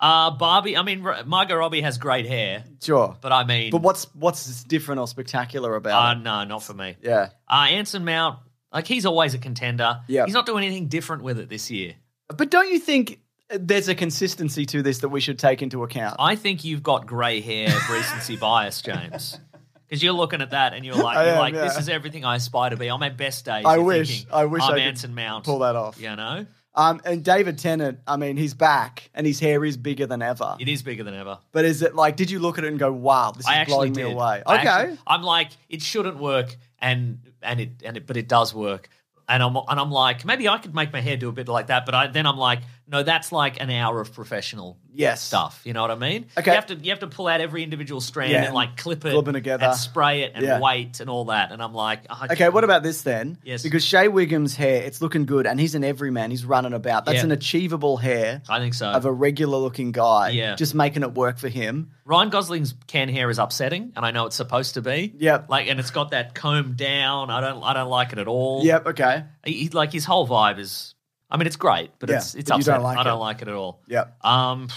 Uh, Barbie, I mean, R- Margot Robbie has great hair,
sure.
but I mean,
But what's what's different or spectacular
uh,
about it?
no, not for me.
Yeah,
Uh, Anson Mount, like he's always a contender.
Yeah.
he's not doing anything different with it this year.
but don't you think there's a consistency to this that we should take into account?
I think you've got grey hair recency bias, James. Because you're looking at that and you're like,
I
you're
am,
like, this
yeah.
is everything I aspire to be. On my best days,
I
you're
wish-
thinking,
I wish
I'm
I could
Anson Mount.
pull that off.
You know,
Um, and David Tennant, I mean, he's back and his hair is bigger than ever.
it is bigger than ever.
But is it like, did you look at it and go, wow, this is
I actually
blowing
did.
me away?
I
Okay.
actually- I'm like, it shouldn't work, and and it and it, but it does work. And I'm and I'm like, maybe I could make my hair do a bit like that. But I, then I'm like, no, that's like an hour of professional
yes.
stuff. You know what I mean?
Okay.
You have to you have to pull out every individual strand
Yeah,
and like clip it,
glue them together.
and spray it, and
Yeah.
wait, and all that. And I'm like, "Oh, I-
Okay, what about this then?
Yes.
Because Shea Wiggum's hair, it's looking good and he's an everyman. He's running about. That's
Yeah.
an achievable hair
I think so.
of a regular looking guy.
Yeah.
Just making it work for him.
Ryan Gosling's can hair is upsetting, and I know it's supposed to be.
Yep.
Like, and it's got that comb down. I don't I don't like it at all.
Yep, okay.
He, he- like his whole vibe is. I mean, it's great, but
Yeah,
it's it's
but you don't
upsetting.
like
I don't
it.
like it at all.
Yep.
Um,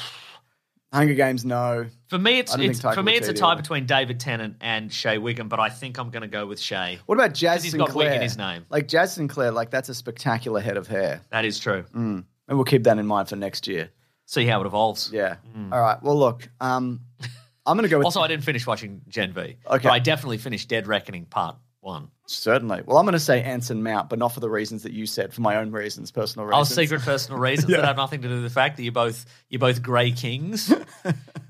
Hunger Games, no.
for me, it's,
I don't
it's
think Taika
for me it's a
Waititi
tie
either.
between David Tennant and Shea Wiggum, but I think I'm going to go with Shea.
What about Jazz
'Cause he's
Sinclair?
got wig in his name.
Like Jazz Sinclair, like that's a spectacular head of hair.
That is true.
Mm. And we'll keep that in mind for next year.
See how it evolves.
Yeah. All right. Well, look, um, I'm going to go with
Also, I didn't finish watching Gen V. Okay.
Okay.
But I definitely finished Dead Reckoning Part One.
certainly. Well, I'm going to say Anson Mount, but not for the reasons that you said, for my own reasons, personal
Our
reasons.
secret personal reasons that have nothing to do with the fact that you both you both grey kings,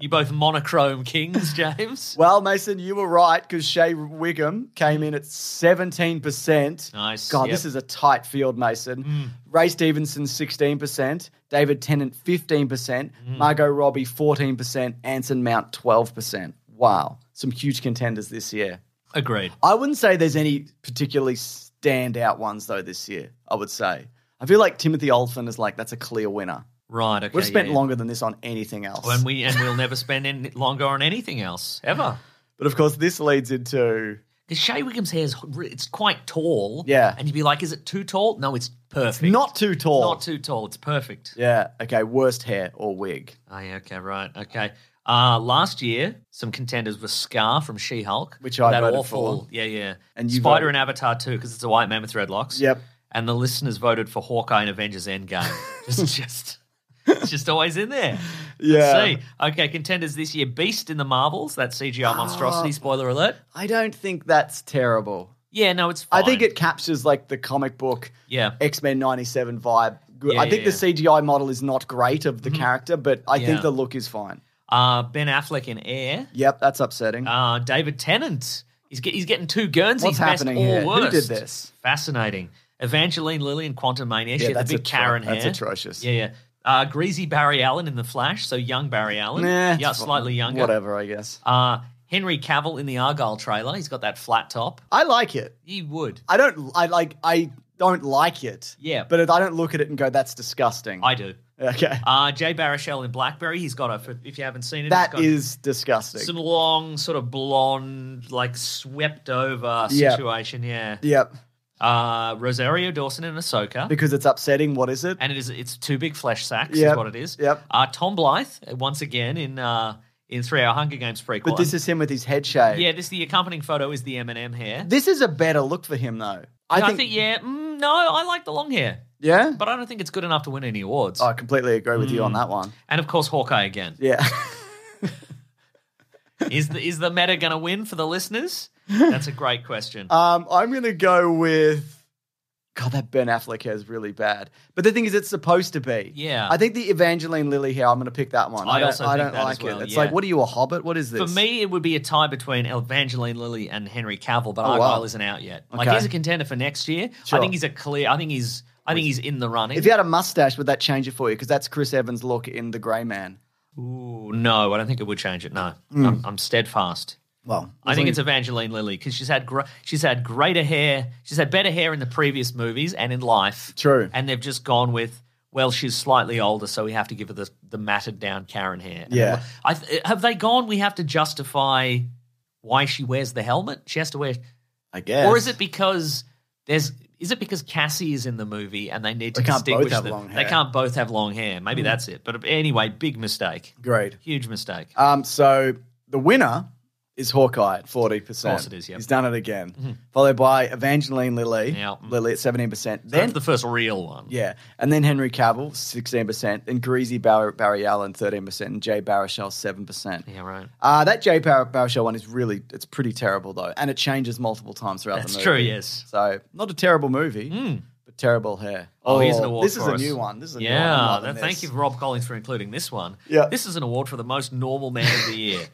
you both monochrome kings, James.
Well, Mason, you were right because Shea Wiggum came in at 17%.
Nice,
God,
yep. Mm.
this is a tight field, Mason. Ray Stevenson, 16%. David Tennant, 15%.
Mm.
Margot Robbie, 14%. Anson Mount, 12%. Wow. Some huge contenders this year.
Agreed.
I wouldn't say there's any particularly standout ones though this year. I would say I feel like Timothy Olyphant is like that's a clear winner.
Right. Okay.
We've
yeah,
spent
yeah.
longer than this on anything else.
and we and we'll never spend any longer on anything else ever.
but of course, this leads into
Because Shea Wiggum's hair is it's quite tall.
Yeah.
And you'd be like, is it too tall? No, it's perfect.
not too tall.
Not too tall. It's perfect.
yeah. Okay. Worst hair or wig.
Oh, yeah, okay, right. Okay. Uh, last year, some contenders were Scar from She Hulk.
Which I
That
voted
awful.
for.
Yeah, yeah.
And
And
you
Spider
voted-
and Avatar too, because it's a white man with dreadlocks.
Yep.
And the listeners voted for Hawkeye and Avengers Endgame. just, just It's just always in there.
Yeah.
Let's see. Okay, contenders this year Beast in the Marvels, that CGI
Ah.
monstrosity, spoiler alert.
I don't think that's terrible.
Yeah, no, it's
I think
fine.
it captures like the comic book
Yeah.
X Men '97 vibe. Good.
Yeah,
I think
yeah, Mm-hmm.
the CGI model is not great of the character, but I
Yeah.
think the look is fine.
Uh, ben Affleck in Air.
Yep, that's upsetting.
Uh, David Tennant. He's, get, he's getting two Guernseys
What's
best
happening
or
here? Who
worst.
did this?
Fascinating. Evangeline Lilly in Quantum Mania. She
Yeah,
had
that's
the big
atro-
Karen hair.
that's atrocious.
Yeah, yeah. Uh, greasy Barry Allen in The Flash, so young Barry Allen.
Nah,
yeah, slightly younger.
Whatever, I guess.
Uh, Henry Cavill in the Argyle trailer. He's got that flat top.
I like it.
He would.
I don't. I like. I don't like it.
Yeah.
but it, I don't look at it and go, "That's disgusting."
I do.
okay,
Uh, Jay Baruchel in Blackberry. He's got a, if you haven't seen it,
that
he's got
is disgusting.
some long, sort of blonde, like swept over
Yeah.
situation. Yeah.
yep,
Uh, Rosario Dawson in Ahsoka.
because it's upsetting. What is it?
and it is it's two big flesh sacks is
Yep.
what it is.
Yep.
Uh, Tom Blythe uh, once again in uh, in three hour Hunger Games prequel.
but this is him with his head shaved.
yeah. This the accompanying photo is the M and m hair.
this is a better look for him, though. I,
And
think,
yeah. Mm, no, I like the long hair,
Yeah, Oh,
but I don't think it's good enough to win any awards.
I completely agree with you
Mm.
on that one.
and of course, Hawkeye again.
Yeah.
is the is the meta going to win for the listeners? That's a great question.
Um, I'm gonna go with God, that Ben Affleck hair is really bad. But the thing is it's supposed to be.
Yeah.
I think the Evangeline Lilly hair, I'm gonna pick that one.
I
I don't,
also
I
think
don't
that as
like
well,
it. It's
yeah.
like, what are you, a hobbit? What is this?
for me, it would be a tie between Evangeline Lilly and Henry Cavill, but
Oh, wow.
Argyle isn't out yet. Like
Okay.
he's a contender for next year. I
Sure.
think he's a clear. I think he's. I think he's in the running.
If you had a mustache, would that change it for you? Because that's Chris Evans' look in The Grey Man.
Ooh, no, I don't think it would change it. No,
Hmm.
I'm, I'm steadfast.
Well,
I think it's Evangeline Lilly because she's had gr- she's had greater hair. She's had better hair in the previous movies and in life.
True.
And they've just gone with well, she's slightly older, so we have to give her the the matted down Karen hair. And
Yeah.
I th- have they gone? We have to justify why she wears the helmet. She has to wear,
I guess.
or is it because there's. Is it because Cassie is in the movie and they need to
They can't both
distinguish
have
them?
long
They
hair. Hmm.
can't both have long hair. Maybe that's it. But anyway, big mistake.
great?
Huge mistake.
Um, so the winner is Hawkeye at forty percent.
Of course it is, yeah. Mm-hmm.
He's done it again. Followed by Evangeline Lilly,
Yeah.
Lilly at seventeen percent.
That's
Then
the first real one.
Yeah, and then Henry Cavill, sixteen percent, and Greasy Bar- Barry Allen, thirteen percent, and Jay Baruchel, seven percent.
Yeah, right.
Uh, that Jay Bar- Baruchel one is really, it's pretty terrible though, and it changes multiple times throughout
That's
the movie.
true, yes. Hmm.
So not a terrible movie, but terrible hair.
Oh, here's an award
This is
for
a
us.
new one. This is a new one. I'm
Yeah,
loving
that- thank
this.
you, Rob Collins, for including this one.
Yeah.
This is an award for the most normal man of the year.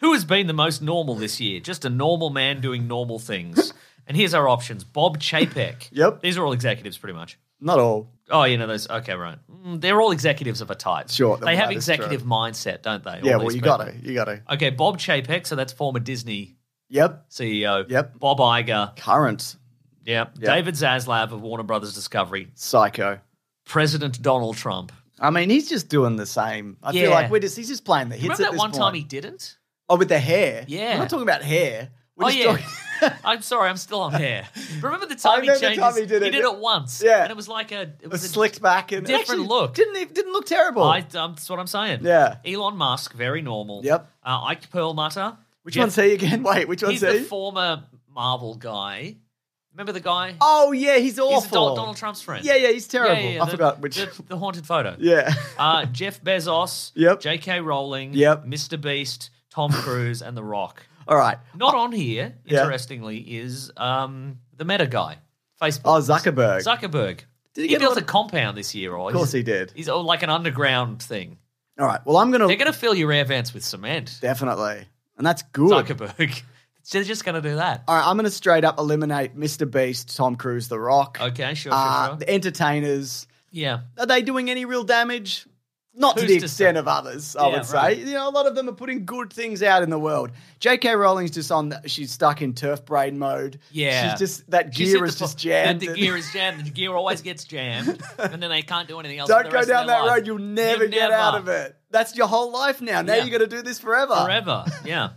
Who has been the most normal this year? Just a normal man doing normal things. and here's our options Bob Chapek.
Yep.
These are all executives, pretty much.
Not all.
Oh, you know, those. Okay, right. Mm, They're all executives of a type.
Sure,
They have
that is
executive mindset, don't they? all
Yeah, well,
these
you
people?
got to, you got to.
Okay, Bob Chapek, so that's former Disney
Yep,
CEO.
Yep.
Bob Iger.
current
Yep.
Yep.
David Zaslav of Warner Brothers Discovery.
psycho.
President Donald Trump.
I mean, he's just doing the same. I
Yeah.
feel like we're just, he's just playing the hits
Remember
at
that
this
one
point.
time he didn't?
Oh, with the hair.
Yeah.
We're not talking about hair. We're
oh
just
yeah.
talking-
I'm sorry, I'm still on hair. Remember the time he
remember the
changed?
time
his-
he did it.
once.
Yeah.
and it was like a it
was
was a
slicked back and
different
actually
look.
Didn't it didn't look terrible.
I, um, that's what I'm saying.
Yeah.
Elon Musk, very normal.
Yep.
Uh, Ike Perlmutter.
which one's he again? Wait, which one's
He's the
he?
former Marvel guy. Remember the guy?
oh yeah, he's awful.
he's Don- Donald Trump's friend.
Yeah, yeah, he's terrible. I
the-
forgot which.
the, the haunted photo.
yeah,
Uh, Jeff Bezos.
Yep.
J.K. Rowling.
Yep.
Mr. Beast, Tom Cruise, and The Rock.
all right.
Not on here,
Yeah.
interestingly, is um, the Meta guy, Facebook.
Oh, Zuckerberg.
Zuckerberg.
Did
he
he get
built
a lot
a compound this year, or
of course he Oh. did.
He's oh, like an underground thing.
All right. Well, I'm gonna
They're going to fill your air vents with cement.
definitely, and that's good.
Zuckerberg. They're just going to do that.
All right, I'm gonna straight up eliminate Mr. Beast, Tom Cruise, The Rock,
Okay, sure,
uh,
sure, sure.
the entertainers.
Yeah.
Are they doing any real damage? Not to
Who's
the
to
extent
say?
of others, I
Yeah,
would say.
right.
You know, a lot of them are putting good things out in the world. J.K. Rowling's just on; the, she's stuck in turf brain mode.
Yeah.
she's just that
She
gear
said
is
the-
just jammed.
The, the gear is jammed. The gear always gets jammed, and then they can't do anything else. for
Don't
the
go
rest of
down
their
that
life.
road; you'll never
You
get out of it. That's your whole life now. Now
Yeah.
you got to do this forever.
Forever. Yeah.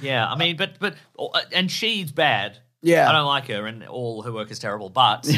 yeah. I mean, but but oh, uh, and she's bad.
Yeah.
I don't like her, and all her work is terrible. But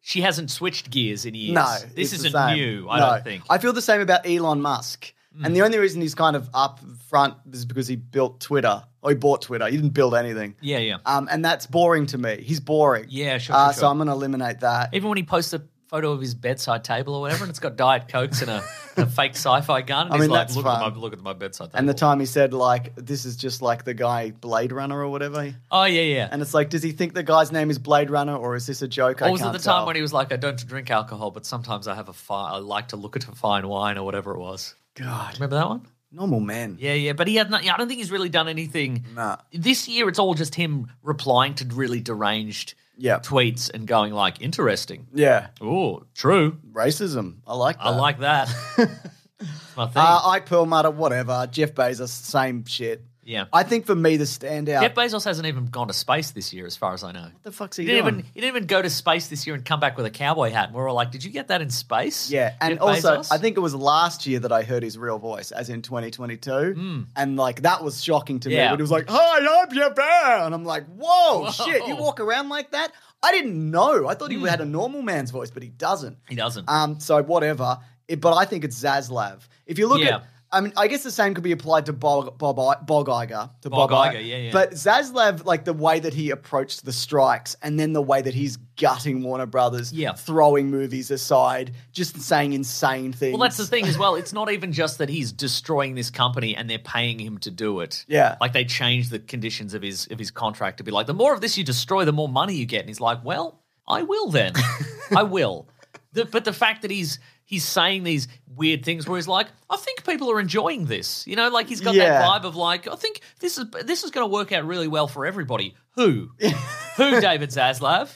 she hasn't switched gears in years.
No,
this
it's the
isn't
same.
new. I
No.
don't think. Hmm.
I feel the same about Elon Musk, and the only reason he's kind of up front is because he built Twitter. Oh, he bought Twitter. He didn't build anything.
yeah, yeah.
Um, and that's boring to me. He's boring.
Yeah, sure,
Uh,
sure,
So
sure.
I'm going to eliminate that.
Even when he posts a photo of his bedside table or whatever, and it's got Diet Cokes and a, a fake sci-fi gun. And
I
he's
mean,
like,
that's
look at, my,
fun.
look at my bedside table.
And the time he said, like, this is just like the guy Blade Runner or whatever.
oh, yeah, yeah.
And it's like, does he think the guy's name is Blade Runner or is this a joke? I
or was it
can't
the time
tell.
when he was like, I don't drink alcohol, but sometimes I have a fine, I like to look at a fine wine or whatever it was.
God,
Remember that one?
normal man.
Yeah, yeah, but he had not. yeah, I don't think he's really done anything.
Nah.
This year, it's all just him replying to really deranged
Yeah.
tweets and going like, "Interesting,
Yeah.
oh, true,
Racism. I like that.
I like that." My thing.
Uh, Ike Perlmutter, whatever. Jeff Bezos, same shit.
yeah,
I think for me, the standout.
Jeff Bezos hasn't even gone to space this year, as far as I know.
the fuck's
He
he
didn't
doing?
even he didn't even go to space this year and come back with a cowboy hat. And we're all like, "Did you get that in space?"
Yeah, and
Jeff
also
Bezos?
I think it was last year that I heard his real voice, as in 2022, and like that was shocking to me.
Hmm. Yeah.
But it was like, "Hi, I'm your bear," and I'm like, "Whoa,
Whoa. Hmm.
shit! You walk around like that? I didn't know. I thought he had a normal man's voice, but he doesn't.
he doesn't.
Um, so whatever. It, but I think it's Zaslav. If you look
Yeah.
at, I mean, I guess the same could be applied to Bob Bob, I- Bob Iger. To
Bob
I-
Iger, yeah, yeah.
But Zaslav, like the way that he approached the strikes, and then the way that he's gutting Warner Brothers,
Yeah.
throwing movies aside, just saying insane things.
Well, that's the thing as well. It's not even just that he's destroying this company and they're paying him to do it.
Yeah.
like they changed the conditions of his of his contract to be like the more of this you destroy, the more money you get. And he's like, well, I will then, I will. The, but the fact that he's he's saying these weird things where he's like, I think people are enjoying this. You know, like he's got
Yeah.
that vibe of like, I think this is this is going to work out really well for everybody. Who, who, David Zaslav.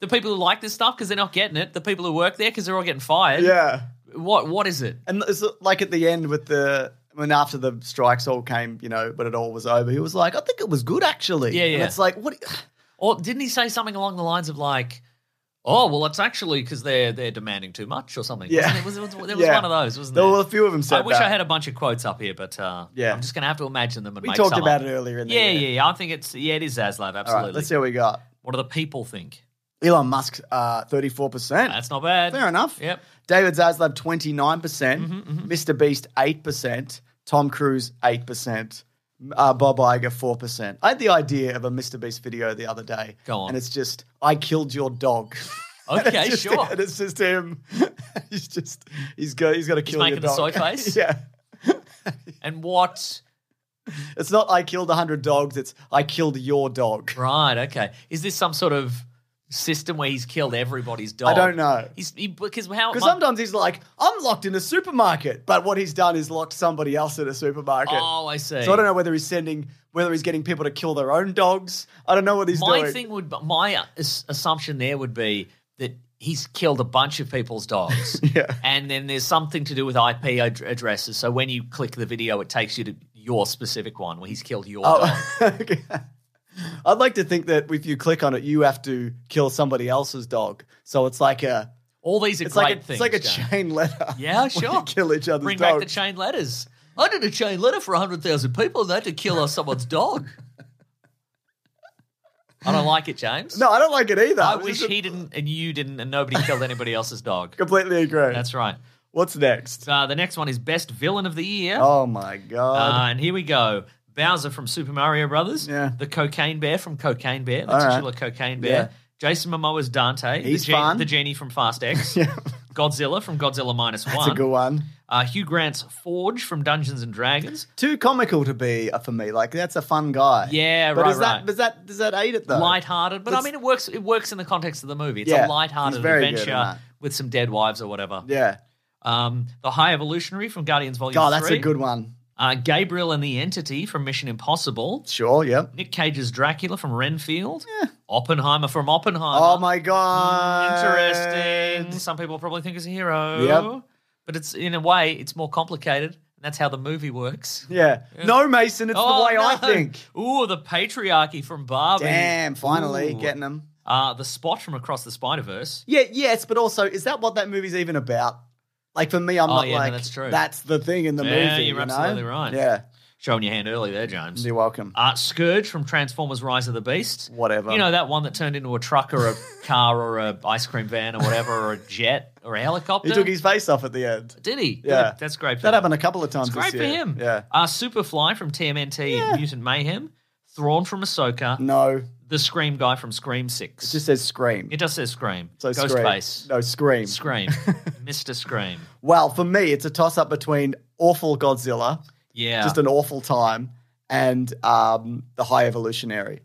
The people who like this stuff because they're not getting it. The people who work there because they're all getting fired.
yeah.
What what is it?
And it's like at the end with the when after the strikes all came, you know, when it all was over, he was like, "I think it was good actually."
Yeah,
And
yeah.
it's like, what?
Or didn't he say something along the lines of like, "Oh, well, it's actually because they're they're demanding too much" or something?
Yeah.
wasn't it? It was, it was- there was
Yeah.
one of those, wasn't
There
there?
were a few of them said
I wish
that.
I had a bunch of quotes up here, but uh,
Yeah.
I'm just going to have to imagine them and
We
make
talked
some
about
up.
it earlier in the
Yeah,
year.
yeah, yeah. I think it's yeah, it is Zaslav. Absolutely.
All right, let's see what we got.
What do the people think?
Elon Musk, uh, 34%.
That's not bad.
Fair enough.
Yep. Mm-hmm,
David Zaslav, 29%. percent Mr. Beast, 8%. Tom Cruise, 8%. Uh, Bob Iger, 4%. I had the idea of a Mr. Beast video the other day.
Go on.
And it's just, I killed your dog. And it's
Okay,
just-
sure.
And it's just him. he's just, he's got, he's got to kill
making the
your dog.
soy face?
yeah.
And what?
It's not, I killed 100 dogs. It's, I killed your dog.
Right. Okay. Is this some sort of system where he's killed everybody's dog?
I don't know.
He's he, because how?
Because
my-
sometimes he's like, I'm locked in a supermarket. But what he's done is locked somebody else in a supermarket.
Oh, I see.
So I don't know whether he's sending, whether he's getting people to kill their own dogs. I don't know what he's
my
doing.
thing would my uh, ass- assumption there would be that he's killed a bunch of people's dogs
Yeah.
and then there's something to do with ip ad- addresses so when you click the video it takes you to your specific one where he's killed your dog
oh, okay. I'd like to think that if you click on it, you have to kill somebody else's dog. So it's like a,
all these are
it's
great
like a, it's
things
like a
Jane.
chain letter.
yeah
where
sure
you kill each other's
bring
dogs.
back the chain letters i did a chain letter for 100000 people and they had to kill us someone's dog i don't like it james
no, I don't like it either.
i
This
wish
is-
he didn't and you didn't and nobody killed anybody else's dog
Completely agree.
that's right
What's next?
Uh, the next one is best villain of the year.
Oh my
Uh,
god!
and here we go. Bowser from Super Mario Brothers.
Yeah.
The Cocaine Bear from Cocaine Bear. The
All right.
titular Cocaine Bear. Jason Momoa's Dante.
He's
the, gen-
fun.
the genie from Fast X. Godzilla from Godzilla Minus One.
That's a good one.
Uh, Hugh Grant's Forge from Dungeons and Dragons.
Too comical to be uh, for me. Like that's a fun guy.
Yeah,
but
right,
Is that,
right.
Does that does that aid it though?
Lighthearted, but
That's-
I mean it works. It works in the context of the movie. It's
Yeah,
a lighthearted
he's very good in
adventure
that.
with some dead wives or whatever.
Yeah.
Um, the High Evolutionary from Guardians Volume
God, that's
Three.
a good one.
Uh, Gabriel and the Entity from Mission Impossible.
Sure. Yep.
Nick Cage's Dracula from Renfield. Oppenheimer from Oppenheimer.
Oh my god!
Interesting. Some people probably think he's a hero.
Yep.
But it's in a way, it's more complicated. And that's how the movie works.
Yeah. No, Mason, it's the way I
Oh, no.
think.
Ooh, the patriarchy from Barbie.
Damn! Finally
Ooh.
getting them.
Uh, the spot from Across the Spider Verse.
Yeah. Yes, but also, is that what that movie's even about? Like for me, I'm
Oh,
not
yeah, no,
like
that's true.
the thing in the
Yeah,
movie.
you're
you know?
absolutely right.
Yeah.
Showing your hand early there, James.
You're welcome.
Uh, Scourge from Transformers Rise of the Beast.
Whatever.
You know, that one that turned into a truck or a car or a ice cream van or whatever, or a jet or a helicopter.
he took his face off at the end.
Did he?
Yeah.
That's great. For
That
him.
happened a couple of times.
It's great
this
for
year.
him.
Yeah.
Uh, Superfly from TMNT and Mutant Mayhem. Thrawn from Ahsoka.
No.
the Scream guy from Scream Six.
Mm. It just says Scream.
it does say Scream.
so Scream.
Ghostface.
No, Scream.
Scream. Mr. Scream.
Well, for me, it's a toss up between awful Godzilla,
Yeah.
just an awful time, and um, the High Evolutionary.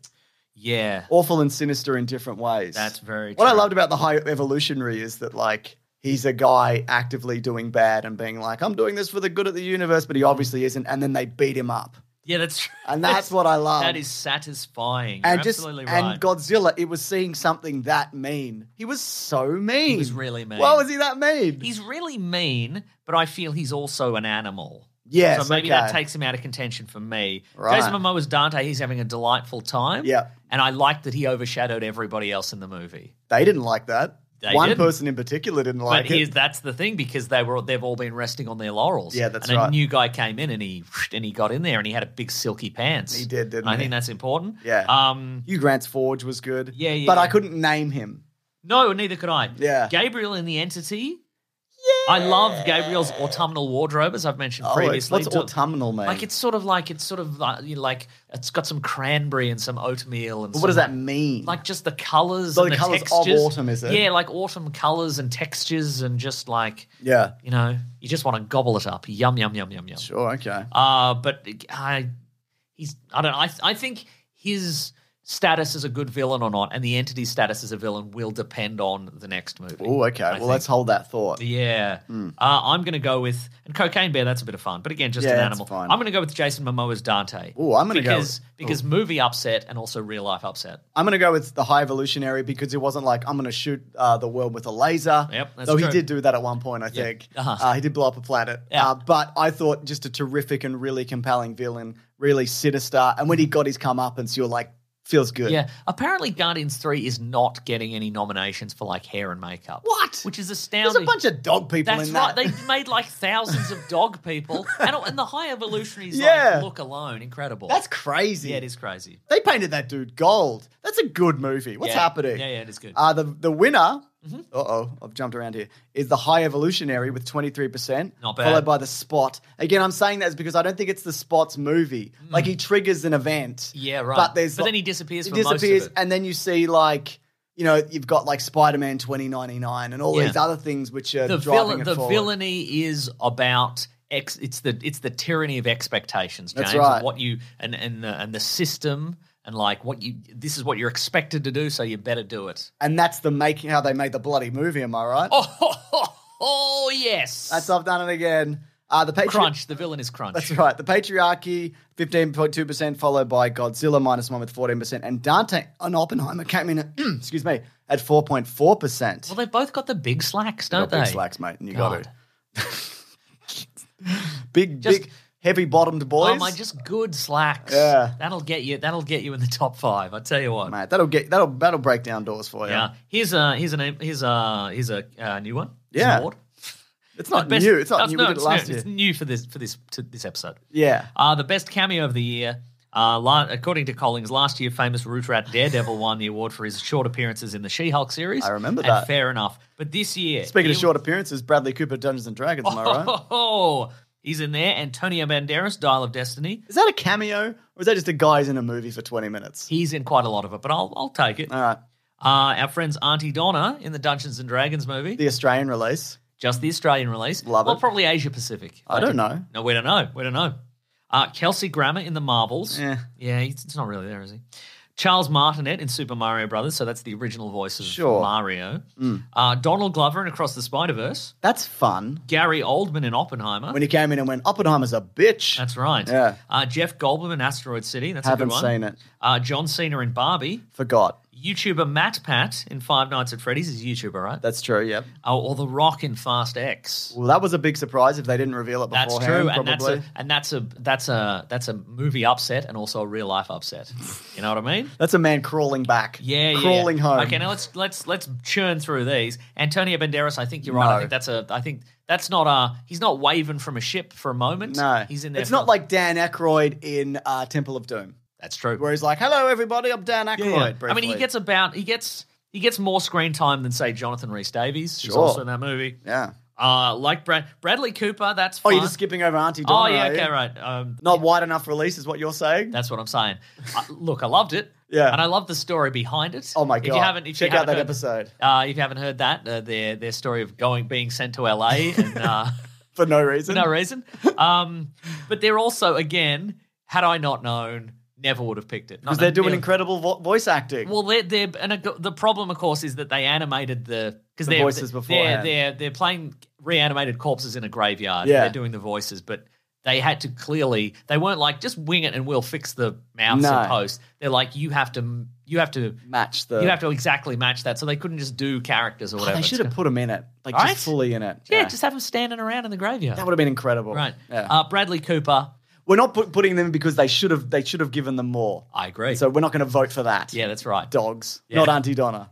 yeah.
Awful and sinister in different ways.
That's very
What I
true.
loved about the High Evolutionary is that, like, he's a guy actively doing bad and being like, I'm doing this for the good of the universe, but he obviously isn't. And then they beat him up.
Yeah, that's true.
And that's what I love.
That is satisfying. You're
Um, and just
absolutely right.
and Godzilla, it was seeing something that mean. He was so mean.
was really mean.
Why was he that mean?
He's really mean, but I feel he's also an animal.
Yes,
so maybe
okay.
that takes him out of contention for me.
Right.
Jason Momoa's Dante, he's having a delightful time.
Yeah.
And I like that he overshadowed everybody else in the movie.
They didn't like that.
They
One
didn't.
person in particular didn't like
but here's,
it.
that's the thing because they were they've all been resting on their laurels.
Yeah, that's
and
right.
a new guy came in and he and he got in there and he had a big silky pants.
He did, didn't
And I
he?
think that's important.
Yeah.
Um.
Hugh Grant's Forge was good.
Yeah, yeah.
But I couldn't name him.
No, neither could I.
Yeah.
Gabriel in the entity. Yeah. I love Gabriel's autumnal wardrobe, as I've mentioned
Oh, it's-
previously.
what's
To-
autumnal mean?
Like it's sort of like it's sort of like, you know, like it's got some cranberry and some oatmeal and
But what does that
some-
mean?
Like just the colors,
So
and
the
the,
colours of
textures.
autumn, is it?
Yeah, like autumn colors and textures, and just like
yeah.
you know, you just want to gobble it up. Yum yum yum yum yum.
Sure, okay.
Uh, but I, he's I don't know. I I think his status as a good villain or not, and the entity's status as a villain will depend on the next movie.
Oh, okay.
I
well,
think.
let's hold that thought.
Yeah,
Hmm.
uh, I'm going to go with and cocaine bear. That's a bit of fun, but again, just
Yeah,
an
that's
animal.
fine.
I'm going to go with Jason Momoa's Dante.
Ooh, I'm gonna go
because
with-
because movie upset and also real life upset.
I'm going to go with the High Evolutionary because it wasn't like, I'm going to shoot uh, the world with a laser.
Yep, that's
Though he
true.
did do that at one point, I think.
Uh-huh.
Uh, he did blow up a planet.
Yeah.
Uh, but I thought just a terrific and really compelling villain, really sinister. And when he got his comeuppance, you're like, feels good.
Yeah, apparently Guardians Three is not getting any nominations for like hair and makeup.
What?
Which is
There's
astounding.
a bunch of dog people
That's
in
right.
that.
They made like thousands of dog people, and, and the high evolutionaries
Yeah.
like, look alone incredible.
That's crazy.
yeah, it is crazy.
They painted that dude gold. That's a good movie. What's
Yeah.
happening?
Yeah, yeah, it is good. Mm-hmm.
Uh, the the winner. Uh oh, I've jumped around here. Is the High Evolutionary with twenty three percent,
Not bad.
followed by the Spot. Again, I'm saying that is because I don't think it's the Spot's movie. Like he triggers an event.
Mm. Yeah, right.
But there's
But
like-
then he disappears
He
for most of
disappears,
it.
and then you see like you know you've got like Spider Man twenty ninety nine and all
Yeah.
these other things which are
the
driving
villain,
it
the
forward.
villainy is about ex, it's the it's the tyranny of expectations
That's
James
right.
and what you and and the, and the system and like what you this is what you're expected to do so you better do it
and that's the making how they made the bloody movie. Am I right?
oh, ho, ho, ho, Oh, yes
That's I've done it again. Uh, the Patreon.
crunch the villain is crunch
That's right. The patriarchy, 15.2%, followed by Godzilla, minus one with 14%. And Dante and Oppenheimer came in, at, excuse me, at 4.4%.
well they've both got the big slacks don't
Got big
they
slacks, mate. And you got
God.
it. big,
Just-
big, heavy bottomed boys.
oh my just good slacks
Yeah.
that'll get you that'll get you in the top five i tell you what
Mate, that'll get that'll that'll break down doors for you.
yeah here's a here's an here's a here's a uh, new one It's
Yeah.
an award.
It's not
The best-
new. It's not
no,
new.
no,
we did it
it's
last
new.
year.
It's new for this for this to this episode.
Yeah.
Uh, the best cameo of the year. Uh, la- according to Collings, last year famous Root Rat Daredevil won the award for his short appearances in the She-Hulk series.
I remember
And
that.
Fair enough. But this year,
Speaking of
he-
short appearances, Bradley Cooper, Dungeons and Dragons, am I right?
oh, he's in there. Antonio Banderas, Dial of Destiny.
Is that a cameo? Or is that just a guy's in a movie for 20 minutes?
He's in quite a lot of it, but I'll I'll take it.
All right.
Uh, our friends Auntie Donna in the Dungeons and Dragons movie,
The Australian release.
just the Australian release.
Love
well,
it.
probably Asia Pacific.
I don't know.
No, we don't know. We don't know. Uh, Kelsey Grammer in The Marvels.
Yeah.
Yeah, he's, it's not really there, is he? Charles Martinet in Super Mario Brothers. So that's the original voice of
Sure. Mm.
Mario. Uh, Donald Glover in Across the Spider Verse.
That's fun.
Gary Oldman in Oppenheimer.
when he came in and went, Oppenheimer's a bitch.
that's right.
Yeah.
Uh, Jeff Goldblum in Asteroid City. That's a
Haven't
good one.
seen it.
Uh, John Cena in Barbie.
Forgot.
YouTuber Matt Pat in Five Nights at Freddy's is YouTuber, right?
That's true, yeah.
oh, or The Rock in Fast X.
Well, that was a big surprise if they didn't reveal it beforehand,
That's true, and
probably.
that's a and that's a that's a that's a movie upset and also a real life upset. You know what I mean?
That's a man crawling back.
Yeah, yeah.
Crawling home.
Okay, now let's let's let's churn through these. Antonio Banderas, I think you're
No.
right. I think that's a I think that's not a he's not waving from a ship for a moment.
no.
he's in there.
It's
for-
not like Dan Aykroyd in uh, Temple of Doom,
that's true.
where he's like, hello, everybody, I'm Dan Aykroyd.
Yeah, yeah. I mean, he
briefly.
gets about he gets he gets more screen time than say Jonathan Rhys Davies, who's
Sure.
also in that movie.
Yeah.
Uh, like Brad Bradley Cooper, that's
Oh,
fun.
you're just skipping over Auntie Donna. eh?
Oh, yeah,
are you?
okay, right. Um,
Not wide enough release is what you're saying.
that's what I'm saying. uh, look, I loved it.
Yeah.
and I love the story behind it.
Oh my
If
god!
you haven't, if
check
you
out
haven't
that
heard-
episode
Uh, if you haven't heard that, uh, their their story of going being sent to LA and uh,
for no
for
reason.
no reason. Um, but they're also again, had I not known, never would have picked it
because
Not-
they're doing
never-
incredible vo- voice acting.
Well, they're, they're and uh, the problem, of course, is that they animated the because
The
they're,
voices
They're,
beforehand.
they're they're playing reanimated corpses in a graveyard.
Yeah.
they're doing the voices, but they had to clearly they weren't like just wing it and we'll fix the mouths
No.
and post. They're like you have to you have to
Match the.
you have to exactly match that, so they couldn't just do characters or
Oh,
whatever.
they should have put him in it, like
All
just
right.
fully in it.
yeah, just have them standing around in the graveyard.
that would have been incredible.
right.
Yeah.
Uh, Bradley Cooper,
we're not put, putting them in because they should have. They should have given them more.
I agree.
So we're not going to vote for that.
yeah, that's right.
Dogs,
Yeah.
not Auntie Donna.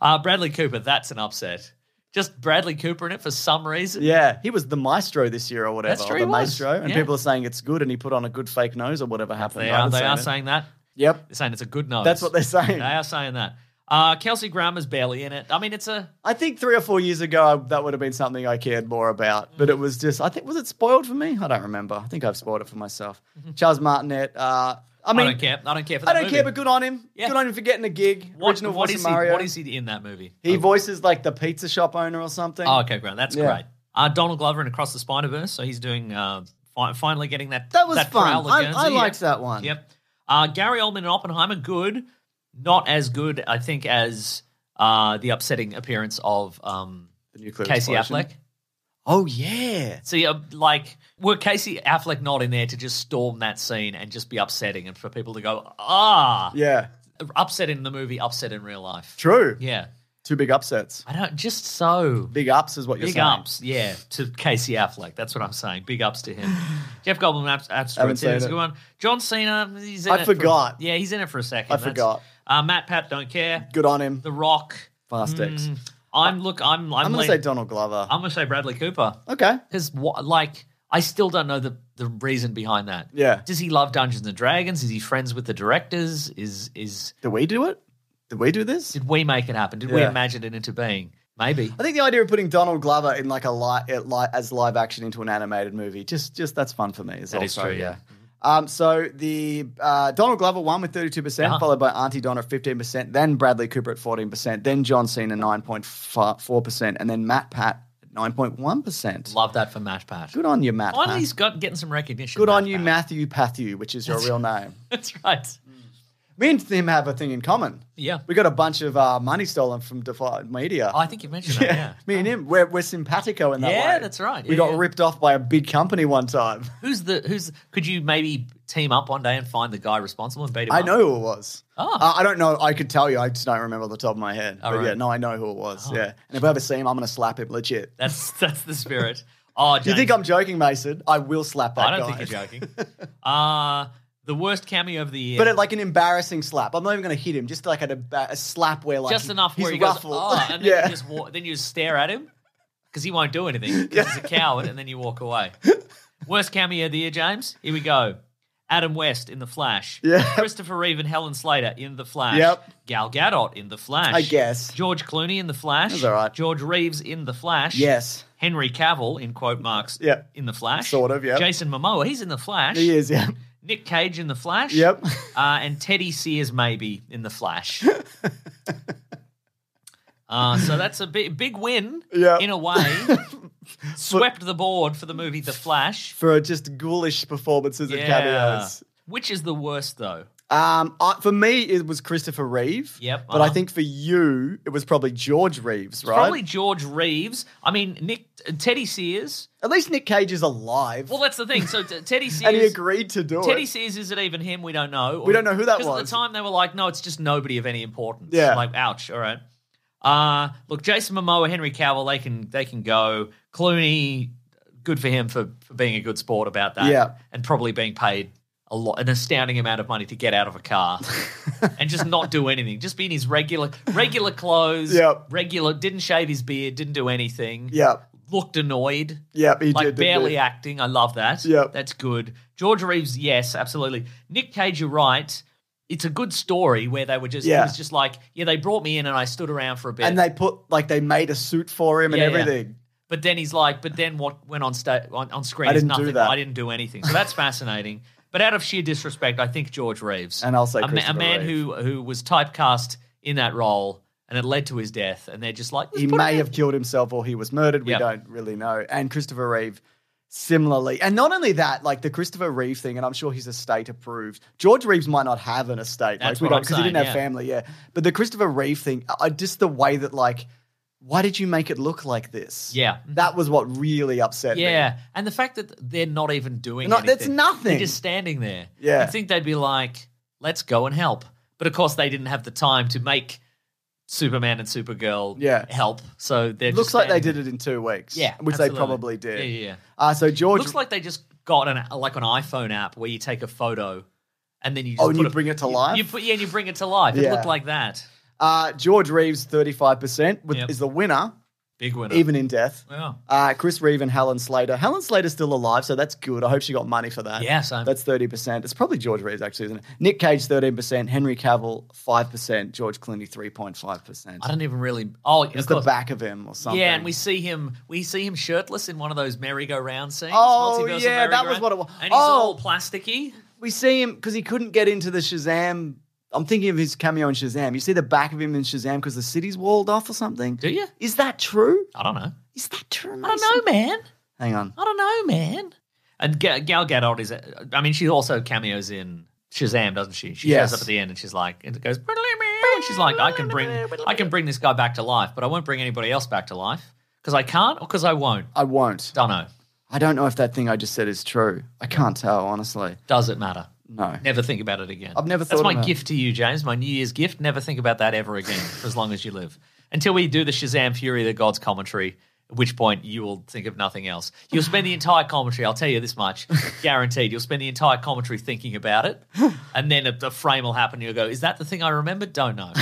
uh, Bradley Cooper, that's an upset. Just Bradley Cooper in it for some reason.
Yeah, he was the maestro this year or whatever.
That's true,
or
he
the
was.
maestro, and
Yeah.
people are saying it's good, and he put on a good fake nose or whatever happened.
They
I
are,
haven't
they
seen
are
it.
saying that.
Yep,
They're saying it's a good nose.
that's what they're saying.
They are saying that. Uh, Kelsey Grammer's barely in it. I mean, it's a.
I think three or four years ago I, that would have been something I cared more about, but it was just I think was it spoiled for me? I don't remember. I think I've spoiled it for myself. Charles Martinet. Uh, I
Mm-hmm. I,
mean,
don't care. I don't care for
I
that
don't
movie.
care, but good on him.
Yeah.
Good on him for getting a gig.
What-
Original
what
voice of
is he?
Mario.
What is he in that movie?
He
oh,
voices like the pizza shop owner or something.
oh, okay, great. That's
Yeah.
great. Uh, Donald Glover in Across the Spider Verse. So he's doing uh, fi- finally getting that.
That was fun.
Prowler
I,
Guernsey,
I
yeah.
liked that one.
Yep. Uh, Gary Oldman and Oppenheimer, good. Not as good, I think, as uh, the upsetting appearance of um,
The nuclear
Casey
explosion.
Affleck.
Oh yeah.
See, uh, like, were Casey Affleck not in there to just storm that scene and just be upsetting and for people to go, ah,
Yeah.
upset in the movie, upset in real life?
True.
Yeah.
Two big upsets.
I don't, just so.
Big ups is what you're
Big
saying.
ups, yeah, to Casey Affleck. That's what I'm saying. Big ups to him. Jeff Goldblum, abs-
Haven't
abstract.
seen
Yeah, that's a
it.
good one. John Cena, he's in
I
it
forgot.
For, yeah, he's in it for a second.
I
That's-
forgot.
Uh, Matt Pat, don't care.
Good on him.
The Rock.
Fast X.
Mm, I'm look. I'm. I'm,
I'm gonna
lean-
say Donald Glover.
I'm gonna say Bradley Cooper
okay.
because like I still don't know the the reason behind that.
Yeah.
Does he love Dungeons and Dragons? Is he friends with the directors? Is is
Did we do it? Did we do this?
did we make it happen? Did we
Yeah.
imagine it into being? Maybe.
I think the idea of putting Donald Glover in like a li- it li- as live action into an animated movie just just that's fun for me. Is
That
also,
is true, yeah.
Um, so the uh, Donald Glover won with thirty two percent,
Uh-huh.
followed by Auntie Donna at fifteen percent, then Bradley Cooper at fourteen percent, then John Cena nine point four percent, and then Matt Pat at nine point one percent.
Love that for Matt Pat.
Good on you, Matt.
Finally,
Pat.
he's got getting some recognition.
Good
Matt
on you,
Pat.
Matthew Pathew, which is your real name.
That's right.
Me and him have a thing in common.
Yeah.
We got a bunch of uh, money stolen from Defy Media.
I think you mentioned that. Yeah.
Me and him, we're, we're simpatico in that way.
Yeah, that's right.
we
Yeah,
got
yeah.
ripped off by a big company one time.
Who's the who's? Could you maybe team up one day and find the guy responsible and beat him?
I
up?
know who it was.
Oh.
Uh, I don't know. I could tell you. I just don't remember off the top of my head.
All
but yeah,
right. Oh.
no, I know who it was. Yeah. And if I ever see him, I'm going to slap him legit.
That's that's the spirit. Oh, James,
you think I'm joking, Mason? I will slap that
I don't
guy.
think you're joking. uh the worst cameo of the year.
But it, like an embarrassing slap. I'm not even going to hit him. Just like an emba- a slap where like
just
he-
enough
he's
where he
ruffled.
goes, oh, and then
yeah.
you just walk, then you just stare at him because he won't do anything 'cause he's a coward, and then you walk away. Worst cameo of the year, James. Here we go. Adam West in The Flash.
Yeah.
Christopher Reeve and Helen Slater in The Flash.
Yep.
Gal Gadot in The Flash.
I guess.
George Clooney in The Flash.
That's all right.
George Reeves in The Flash.
Yes.
Henry Cavill in quote marks
Yeah.
in The Flash.
Sort of, yeah.
Jason Momoa, he's in The Flash.
He is, yeah.
Nick Cage in The Flash.
Yep.
Uh, and Teddy Sears maybe in The Flash. uh, so that's a big, big win
Yeah.
in a way. Swept the board for the movie The Flash.
For just ghoulish performances and
Yeah.
cameos.
Which is the worst though?
Um, I, for me, it was Christopher Reeve.
Yep,
But I
uh-huh.
think for you, it was probably George Reeves, right?
Probably George Reeves. I mean, Nick Teddy Sears.
At least Nick Cage is alive,
Well, that's the thing. So t- Teddy Sears.
and he agreed to do
Teddy
it.
Sears, is it even him? We don't know.
We don't know who that
Because at
was.
the time they were like, no, it's just nobody of any importance.
Yeah.
Like, ouch. All right. Uh look, Jason Momoa, Henry Cavill, they can they can go. Clooney, good for him for, for being a good sport about that.
Yeah.
And probably being paid a lot an astounding amount of money to get out of a car and just not do anything. Just be in his regular regular clothes.
Yep.
Regular didn't shave his beard, didn't do anything.
Yep,
Looked annoyed
yep, he
like
did. didn't
barely
he?
acting. I love that.
Yep.
that's good. George Reeves, yes, absolutely. Nick Cage, you're right. It's a good story where they were just
Yeah.
it was just like yeah they brought me in and I stood around for a bit
And they put like they made a suit for him and
Yeah, yeah.
everything.
But then he's like, but then what went on sta- on, on screen
I
is
didn't do
nothing.
that.
I didn't do anything. So that's fascinating. But out of sheer disrespect, I think George Reeves
And I'll say
a, ma- a
Christopher
man
Reeve.
who who was typecast in that role and it led to his death. And they're just like,
he
"Let's put him
may
in."
have killed himself or he was murdered. We
Yep.
don't really know. And Christopher Reeve, similarly. And not only that, like the Christopher Reeve thing, and I'm sure his estate approved. George Reeves might not have an estate.
That's
like, we
what I'm
don't, because he didn't
saying,
have
yeah.
family, yeah. But the Christopher Reeve thing, I, just the way that, like, why did you make it look like this?
Yeah.
That was what really upset me.
Yeah, and the fact that they're not even doing
Not- that's
anything.
nothing.
They're just standing there.
Yeah.
you'd think they'd be like, "Let's go and help," but of course they didn't have the time to make Superman and Supergirl
Yeah.
help. So they
Looks like they did it in two weeks.
Yeah,
Which they
absolutely.
probably did.
Yeah, yeah, yeah.
Uh, so George.
Looks like they just got an like an iPhone app where you take a photo and then you just
Oh, and
put
you
a-
bring it to
you-
life?
You put yeah, and you bring it to life. It
Yeah.
looked like that.
uh, George Reeves, 35%, with,
Yep.
is the winner,
Big winner.
even in death.
yeah.
Uh, Chris Reeve and Helen Slater. Helen Slater's still alive, so that's good. I hope she got money for that.
Yes, I'm-
that's thirty percent. It's probably George Reeves actually, isn't it? Nick Cage thirteen percent, Henry Cavill five percent, George Clooney three point five percent.
I don't even really. Oh, of
It's the
course.
back of him or something.
Yeah, and we see him. We see him shirtless in one of those merry-go-round scenes.
Oh,
multiversal
yeah, that was
merry-go-round.
what it was.
And
Oh.
he's all plasticky.
we see him because he couldn't get into the Shazam. I'm thinking of his cameo in Shazam. You see the back of him in Shazam because the city's walled off or something.
Do you?
Is that true?
I don't know.
Is that true?
I don't know, man.
Hang on.
I don't know, man. And Ga- Gal Gadot is. I mean, she also cameos in Shazam, doesn't she? She
Yes.
shows up at the end and she's like, and it goes. And she's like, I can bring, I can bring this guy back to life, but I won't bring anybody else back to life because I can't or because I won't.
I won't.
Don't know.
I don't know if that thing I just said is true. I can't tell, honestly.
Does it matter?
No.
Never think about it again.
I've never
That's
thought
my
about it.
gift to you, James. My New Year's gift. Never think about that ever again for as long as you live. Until we do the Shazam Fury of the Gods commentary, at which point you will think of nothing else. You'll spend the entire commentary, I'll tell you this much, guaranteed. You'll spend the entire commentary thinking about it. And then a, the frame will happen. You'll go, Is that the thing I remembered? Don't know.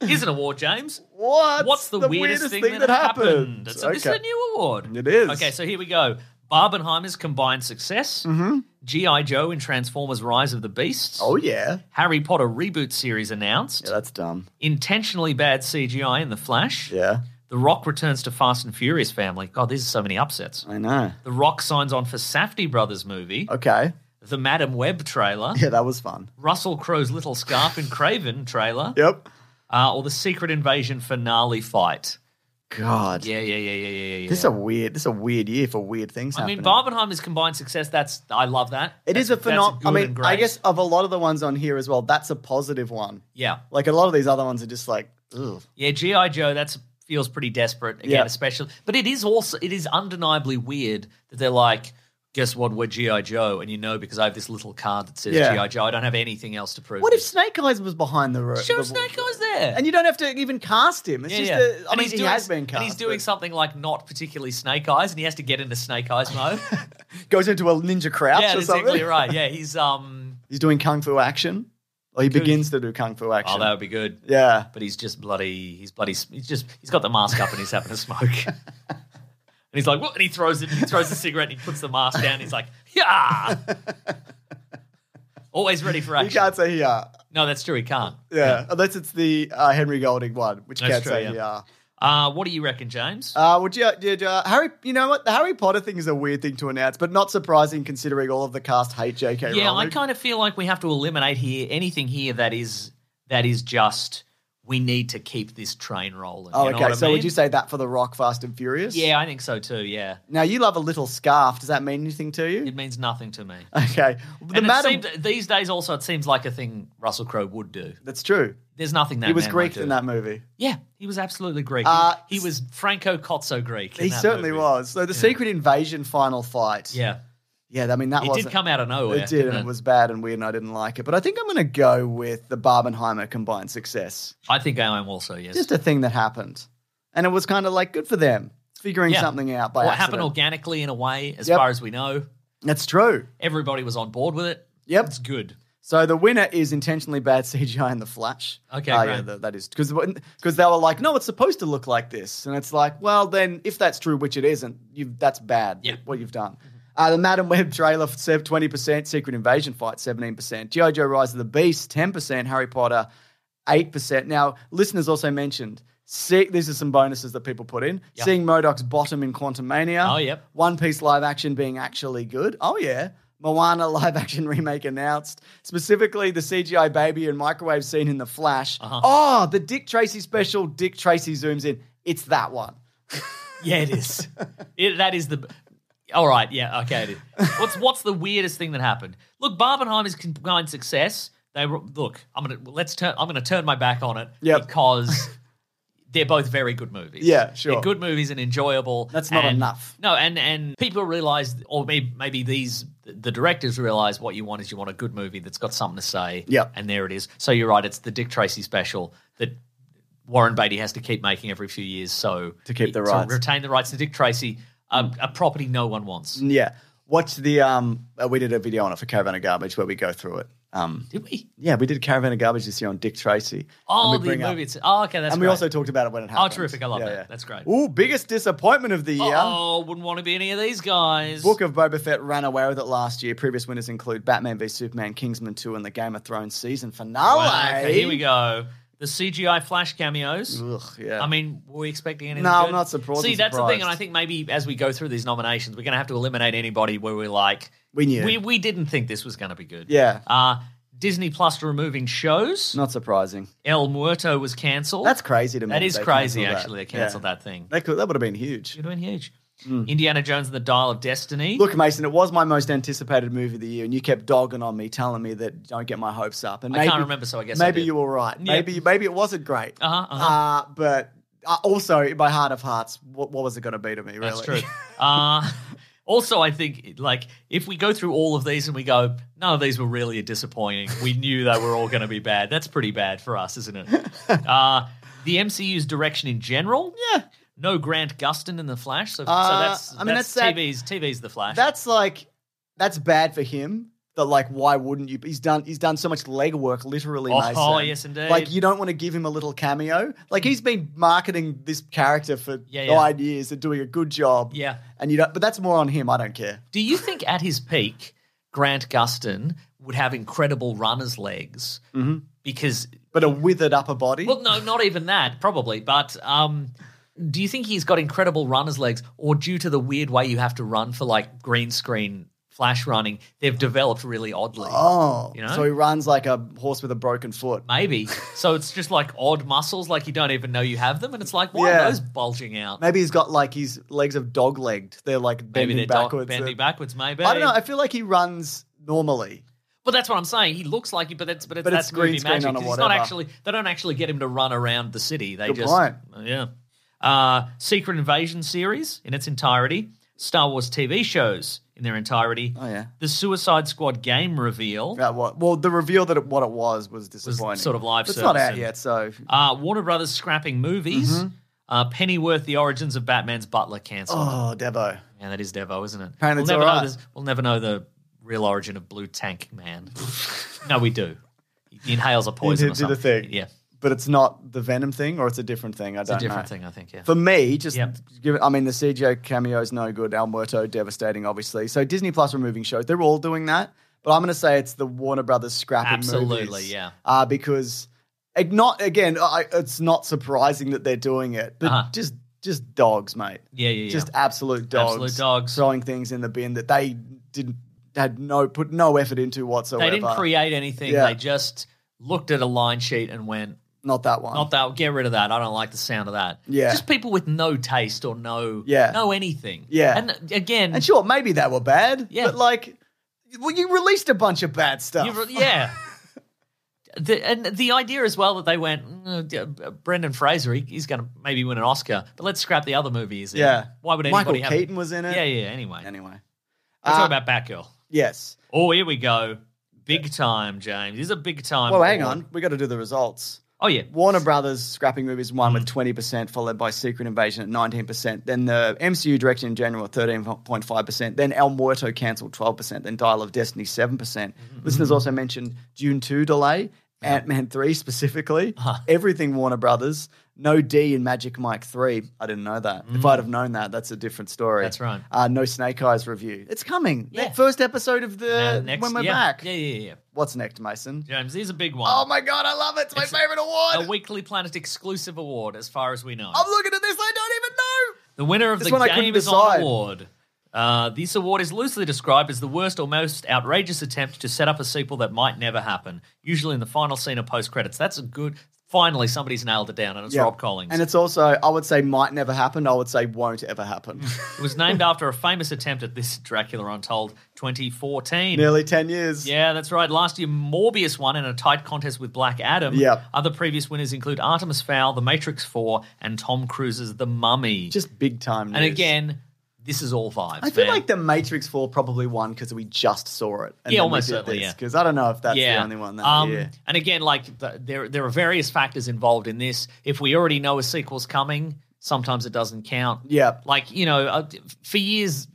Here's an award, James.
What?
What's the, weirdest, thing, that, happened? It's a, This is a new award.
It is.
Okay, so here we go. Barbenheimer's combined success, G.I. Joe in Transformers Rise of the Beasts,
Mm-hmm. Oh yeah.
Harry Potter reboot series announced,
Yeah, that's dumb.
intentionally bad CGI in The Flash,
Yeah,
The Rock returns to Fast and Furious family. God, these are so many upsets.
I know.
The Rock signs on for Safety Brothers movie,
Okay.
the Madam Web trailer,
Oh. Yeah, that was fun.
Russell Crowe's Little Scarf in Craven trailer,
Yep.
uh, or the Secret Invasion finale fight.
God.
Yeah, yeah, yeah, yeah, yeah, yeah.
This is a weird. This is a weweird year for weird things
I
happening.
mean, Barbenheimer's combined success. That's I love that.
it
That's-
is a
that's good
phenomenal. I
and
mean,
great.
I guess of a lot of the ones on here as well, that's a positive one.
Yeah,
Like a lot of these other ones are just like, ugh.
yeah. GI Joe. That's feels pretty desperate again,
Yeah.
especially. But it is also it is undeniably weird that they're like, guess what? We're GI Joe, and you know because I have this little card that says
Yeah.
GI Joe. I don't have anything else to prove.
What if
this.
Snake Eyes was behind the room?
Sure, Snake Eyes there?
And you don't have to even cast him. It's
yeah,
just.
yeah.
A, I
and
mean,
he's
he
doing,
has been cast.
and he's doing
but
something like not particularly Snake Eyes, and he has to get into Snake Eyes mode.
Goes into a ninja crouch
yeah,
or
that's
something.
exactly right. Yeah, he's um.
He's doing kung fu action, or he begins to do kung fu action.
Oh, that would be good.
yeah.
but he's just bloody. He's bloody. He's just. He's got the mask up and he's having a smoke. and he's like, what? And he throws it. He throws the cigarette and he puts the mask down. he's like, yeah. Always ready for
You
action.
can't say yeah.
No, that's true. He can't.
Yeah, unless it's the uh, Henry Golding one, which
That's
can't
true,
say
yeah.
yeah.
Uh, what do you reckon, James?
Uh, would you, did, uh, Harry? You know what? The Harry Potter thing is a weird thing to announce, but not surprising considering all of the cast hate J.K.
yeah,
Rowling.
I kind of feel like we have to eliminate here anything here that is that is just. We need to keep this train rolling.
Oh,
You know
okay.
what I
So would
mean?
you say that for the Rock, Fast and Furious?
Yeah, I think so too. Yeah,
Now you love a little scarf. Does that mean anything to you?
it means nothing to me.
Okay. The
and
madam.
it seemed, these days, also, it seems like a thing Russell Crowe would do.
that's true.
There's nothing that
He was
man
Greek
won't do.
in that movie.
Yeah, he was absolutely Greek.
Uh,
he was Franco Cozzo Greek. in
He
that
certainly
movie.
was. So the Secret Invasion final fight.
Yeah,
Yeah. I mean that
it
was
did come out of nowhere.
It did,
didn't
and it
it?
was bad and weird, and I didn't like it. But I think I'm going to go with the Barbenheimer combined success.
I think I am also. Yes.
Just a thing that happened, and it was kind of like good for them figuring
Yeah.
something out by
what
accident.
happened organically in a way, as
Yep.
far as we know,
That's true.
everybody was on board with it.
Yep.
it's good.
So the winner is intentionally bad CGI in the Flash.
Okay,
Oh,
great.
yeah, tha- that is because because they were like, no, it's supposed to look like this, and it's like, well, then if that's true, which it isn't, you that's bad.
Yeah.
what you've done. Uh, the Madam Web trailer, twenty percent. Secret Invasion fight, seventeen percent. GI Joe: Rise of the Beast, ten percent. Harry Potter, eight percent. Now, listeners also mentioned See, these are some bonuses that people put in.
Yep.
Seeing Modoc's bottom in Quantum Mania.
Oh, yep.
One Piece live action being actually good. Oh yeah. Moana live action remake announced. Specifically, the CGI baby and microwave scene in The Flash.
Uh-huh.
Oh, the Dick Tracy special. Dick Tracy zooms in. It's that one.
Yeah, it is. it, that is the. All right, yeah, okay, it is. What's what's the weirdest thing that happened? Look, Barbenheimer's is combined success. They were, look. I'm gonna let's turn. I'm gonna turn my back on it
Yep.
because they're both very good movies.
Yeah, sure.
They're good movies and enjoyable.
That's not
and-
enough.
No, and and people realize, or maybe maybe these the directors realize what you want is you want a good movie that's got something to say.
Yep.
and there it is. So you're right. It's the Dick Tracy special that Warren Beatty has to keep making every few years. So
To keep the rights. Mm.
retain the rights to Dick Tracy, a, a property no one wants.
Yeah. Watch the um. uh, We did a video on it for Caravan of Garbage where we go through it. Um.
Did we?
Yeah, we did Caravan of Garbage this year on Dick Tracy. And
Oh,
we
the
bring up-
movie. It's, oh, okay, that's
and we
great. Oh,
also talked about it when it happened.
terrific, I love that. That's great.
Ooh, biggest disappointment of the year.
Oh, wouldn't want to be any of these guys.
Book of Boba Fett ran away with it last year. Previous winners include Batman v Superman, Kingsman 2, and the Game of Thrones season finale.
Wow, okay, here we go. The CGI flash cameos.
Ugh, yeah.
I mean, were we expecting anything?
Mm. No, I'm
good?
not surprised-
See, that's the thing,
surprised.
and I think maybe as we go through these nominations, we're going to have to eliminate anybody where we're like,
We knew.
we, we didn't think this was going to be good.
Yeah.
Uh, Disney Plus removing shows.
Not surprising.
El Muerto was cancelled.
That's crazy to me.
That is
they
crazy,
cancelled that.
actually. They cancelled that thing.
That, could, that would have been huge.
You're doing huge. Indiana Jones and the Dial of Destiny.
Look, Mason, it was my most anticipated movie of the year, and you kept dogging on me, telling me that don't get my hopes up. And
I can't remember, so I guess I
maybe
did.
you were right.
Yeah.
Maybe maybe it wasn't great.
Uh-huh,
Uh, but uh, also, in my heart of hearts, what, what was it going to be to me? Really?
That's true. uh, also, I think like if we go through all of these and we go, none of these were really disappointing. We knew they were all going to be bad. That's pretty bad for us, isn't it? Uh, the MCU's direction in general. Yeah. No Grant Gustin in the Flash. So, so
Uh,
that's
I mean,
that's,
that's sad.
TV's TV's the Flash.
that's like that's bad for him. That like, why wouldn't you? He's done. He's done so much legwork, literally.
Oh,
Mason.
oh, yes, indeed.
Like, you don't want to give him a little cameo. Like, he's been marketing this character for
Yeah, yeah.
nine years and doing a good job.
Yeah.
and you don't. But that's more on him. I don't care.
Do you think at his peak, Grant Gustin would have incredible runner's legs? Mm-hmm. Because,
But a withered upper body.
well, no, not even that, probably. But um, do you think he's got incredible runner's legs, or due to the weird way you have to run for like green screen flash running, they've developed really oddly?
oh,
you know?
so he runs like a horse with a broken foot.
Maybe. so it's just like odd muscles, like you don't even know you have them. And it's like, why
Yeah.
are those bulging out?
Maybe he's got like his legs have dog legged. They're like
Maybe
bending
they're doc-
backwards.
bending backwards, maybe.
I don't know. I feel like he runs normally.
But that's what I'm saying. He looks like it, but that's but, it's,
But
that's
it's green
movie
screen
magic.
on a
'cause He's not
whatever.
actually. They don't actually get him to run around the city. They
Good
just
point.
yeah. Uh, Secret Invasion series in its entirety, Star Wars TV shows in their entirety.
Oh, yeah.
the Suicide Squad game reveal.
About what? Well, the reveal that it, what it was was disappointing.
sort of live
But It's not
service
out
and-
yet, so
Uh, Warner Brothers scrapping movies.
Mm-hmm.
Uh, Pennyworth: The Origins of Batman's Butler cancelled.
oh, Devo.
Man, that is Devo, isn't it?
Apparently it's
never know
alright.
this- we'll never know the real origin of Blue Tank Man. no, we do. He inhales a poison.
did
or
do the
something.
thing.
Yeah.
But it's not the Venom thing, or it's a different thing. I
It's
don't
a different
know.
thing, I think. Yeah.
For me, just
Yep.
give it. I mean, the CGI cameo is no good. El Muerto, devastating, obviously. So Disney Plus removing shows, they're all doing that. But I'm going to say it's the Warner Brothers scrapping
Absolutely,
movies,
yeah.
Uh, because it not again, I, it's not surprising that they're doing it, but
Uh-huh.
just just dogs, mate.
Yeah, yeah, yeah.
Just absolute dogs.
Absolute dogs.
throwing things in the bin that they didn't had no put no effort into whatsoever.
they didn't create anything.
Yeah.
They just looked at a line sheet and went,
Not that one.
"Not that. Get rid of that. I don't like the sound of that."
Yeah.
Just people with no taste or no,
Yeah.
no anything.
Yeah.
And uh, again,
And sure, maybe they were bad.
Yeah.
But like, well, you released a bunch of bad stuff.
you re- yeah. The, and the idea as well that they went, "Mm, uh, Brendan Fraser, he, he's going to maybe win an Oscar, but let's scrap the other movies.
Yeah.
Why would anybody
Michael
have
Keaton was in it.
Yeah, yeah. Anyway,
Anyway.
we're
Uh,
talking about Batgirl.
Yes.
Oh, here we go. Big time, James. This is a big time.
Well, hang
um, award.
on. We got to do the results.
Oh yeah.
Warner Brothers scrapping movies one
Mm.
with 20%, followed by Secret Invasion at 19%. Then the MCU direction in general at 13.5%. Then El Muerto cancelled 12%. Then Dial of Destiny 7%. percent
Mm-hmm.
Listeners also mentioned June 2 delay, Ant Man 3 specifically, everything Warner Brothers. No D in Magic Mike 3. I didn't know that. If I'd have known that, that's a different story.
Mm. That's right.
Uh, no Snake Eyes review. It's coming.
Yeah.
That first episode of the
Uh, next,
when we're
yeah.
back.
Yeah, yeah, yeah.
What's next, Mason?
James, these are big ones.
Oh my god, I love it. It's Oh, my
It's a-
favorite award.
A Weekly Planet exclusive award, as far as we know.
I'm looking at this. I don't even know.
The winner of
This
the
one I couldn't
Game is on
decide.
award. Uh, this award is loosely described as the worst or most outrageous attempt to set up a sequel that might never happen, usually in the final scene or post credits. That's a good. Finally, somebody's nailed it down, and it's
Yeah.
Rob Collins.
And it's also, I would say, might never happen. I would say, won't ever happen.
it was named after a famous attempt at this Dracula Untold 2014.
Nearly ten years.
Yeah, that's right. Last year, Morbius won in a tight contest with Black Adam.
Yep.
Other previous winners include Artemis Fowl, The Matrix 4, and Tom Cruise's The Mummy.
Just big time. News.
and again, this is all vibes.
I feel
man.
like the Matrix Four probably won because we just saw it. And
Yeah, almost certainly, yeah.
Because I don't know if that's the only one that
um,
year.
And again, like the, there, there are various factors involved in this. If we already know a sequel's coming, sometimes it doesn't count.
Yeah.
Like you know, uh, for years,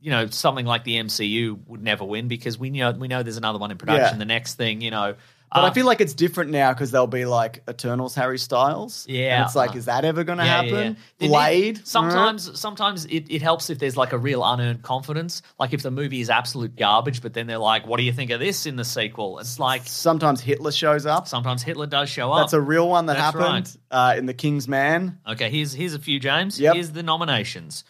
you know, something like the MCU would never win because we know we know there's another one in production.
Yeah.
The next thing, you know,
But
Uh,
I feel like it's different now because they'll be like Eternals Harry Styles.
Yeah.
And it's like, is that ever going to
yeah, yeah,
happen?
yeah.
Blade.
sometimes, sometimes it, it helps if there's like a real unearned confidence. Like if the movie is absolute garbage, but then they're like, "What do you think of this in the sequel?" It's like
Sometimes Hitler shows up.
sometimes Hitler does show up.
That's a real one that
That's
happened uh, in The King's Man.
Okay, here's here's a few, James.
Yep.
Here's the nominations.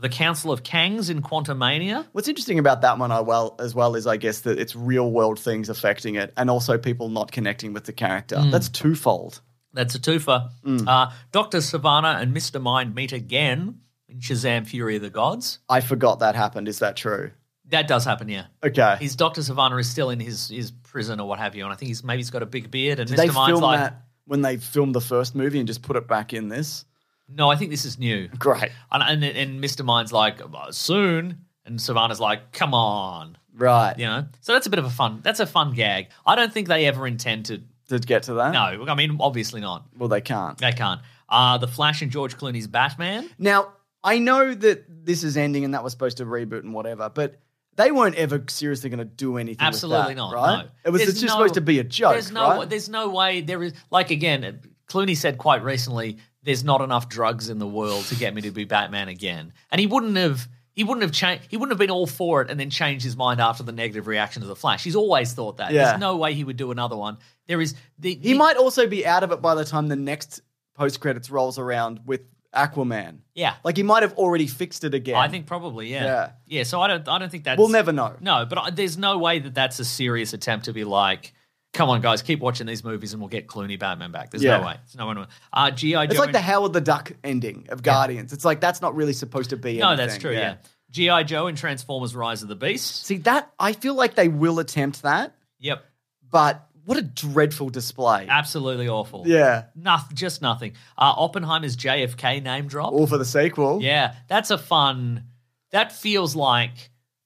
The Council of Kangs in Quantumania.
What's interesting about that one, I well as well, is I guess that it's real world things affecting it, and also people not connecting with the character.
Mm.
That's twofold.
That's a twofer.
Mm.
Uh, Dr. Savannah and Mr. Mind meet again in Shazam Fury of the Gods.
I forgot that happened. Is that true?
That does happen, yeah.
Okay.
His Dr. Savannah is still in his, his prison or what have you, and I think he's maybe he's got a big beard and
Did
Mr.
they
Mind's
film
like
that when they filmed the first movie and just put it back in this?
No, I think this is new.
Great.
And, and and Mr. Mind's like "Uh, soon and Savannah's like, come on.
Right.
You know? So that's a bit of a fun that's a fun gag. I don't think they ever intend to
Did get to that?
No, I mean obviously not.
Well, they can't.
They can't. Uh, the Flash and George Clooney's Batman.
Now, I know that this is ending and that was supposed to reboot and whatever, but they weren't ever seriously going to do anything. with
Absolutely
that,
not.
Right?
No.
It was
There's
it's just
no-
supposed to be a joke.
There's no.
right?
There's no way. There is like again. Clooney said quite recently, "There's not enough drugs in the world to get me to be Batman again," and he wouldn't have. He wouldn't have changed. He wouldn't have been all for it and then changed his mind after the negative reaction to the Flash. He's always thought that.
Yeah.
There's no way he would do another one. There is. The,
he might also be out of it by the time the next post credits rolls around with Aquaman.
Yeah.
Like he might have already fixed it again.
I think probably. Yeah.
Yeah.
Yeah. so I don't. I don't think that's.
we'll never know.
No, but I- there's no way that that's a serious attempt to be like, come on, guys, keep watching these movies and we'll get Clooney Batman back. There's
Yeah.
no way. There's no one. Uh, G.I. Joe.
It's like
and-
the Howard the Duck ending of Guardians. It's like that's not really supposed to be.
no,
anything,
that's true. Yeah. G.I. Joe and Transformers Rise of the Beast.
See that I feel like they will attempt that,
Yep.
but what a dreadful display.
Uh, Absolutely awful.
Yeah.
Nothing, just nothing. Uh, Oppenheimer's JFK name drop.
All for the sequel.
Yeah. That's a fun. That feels like.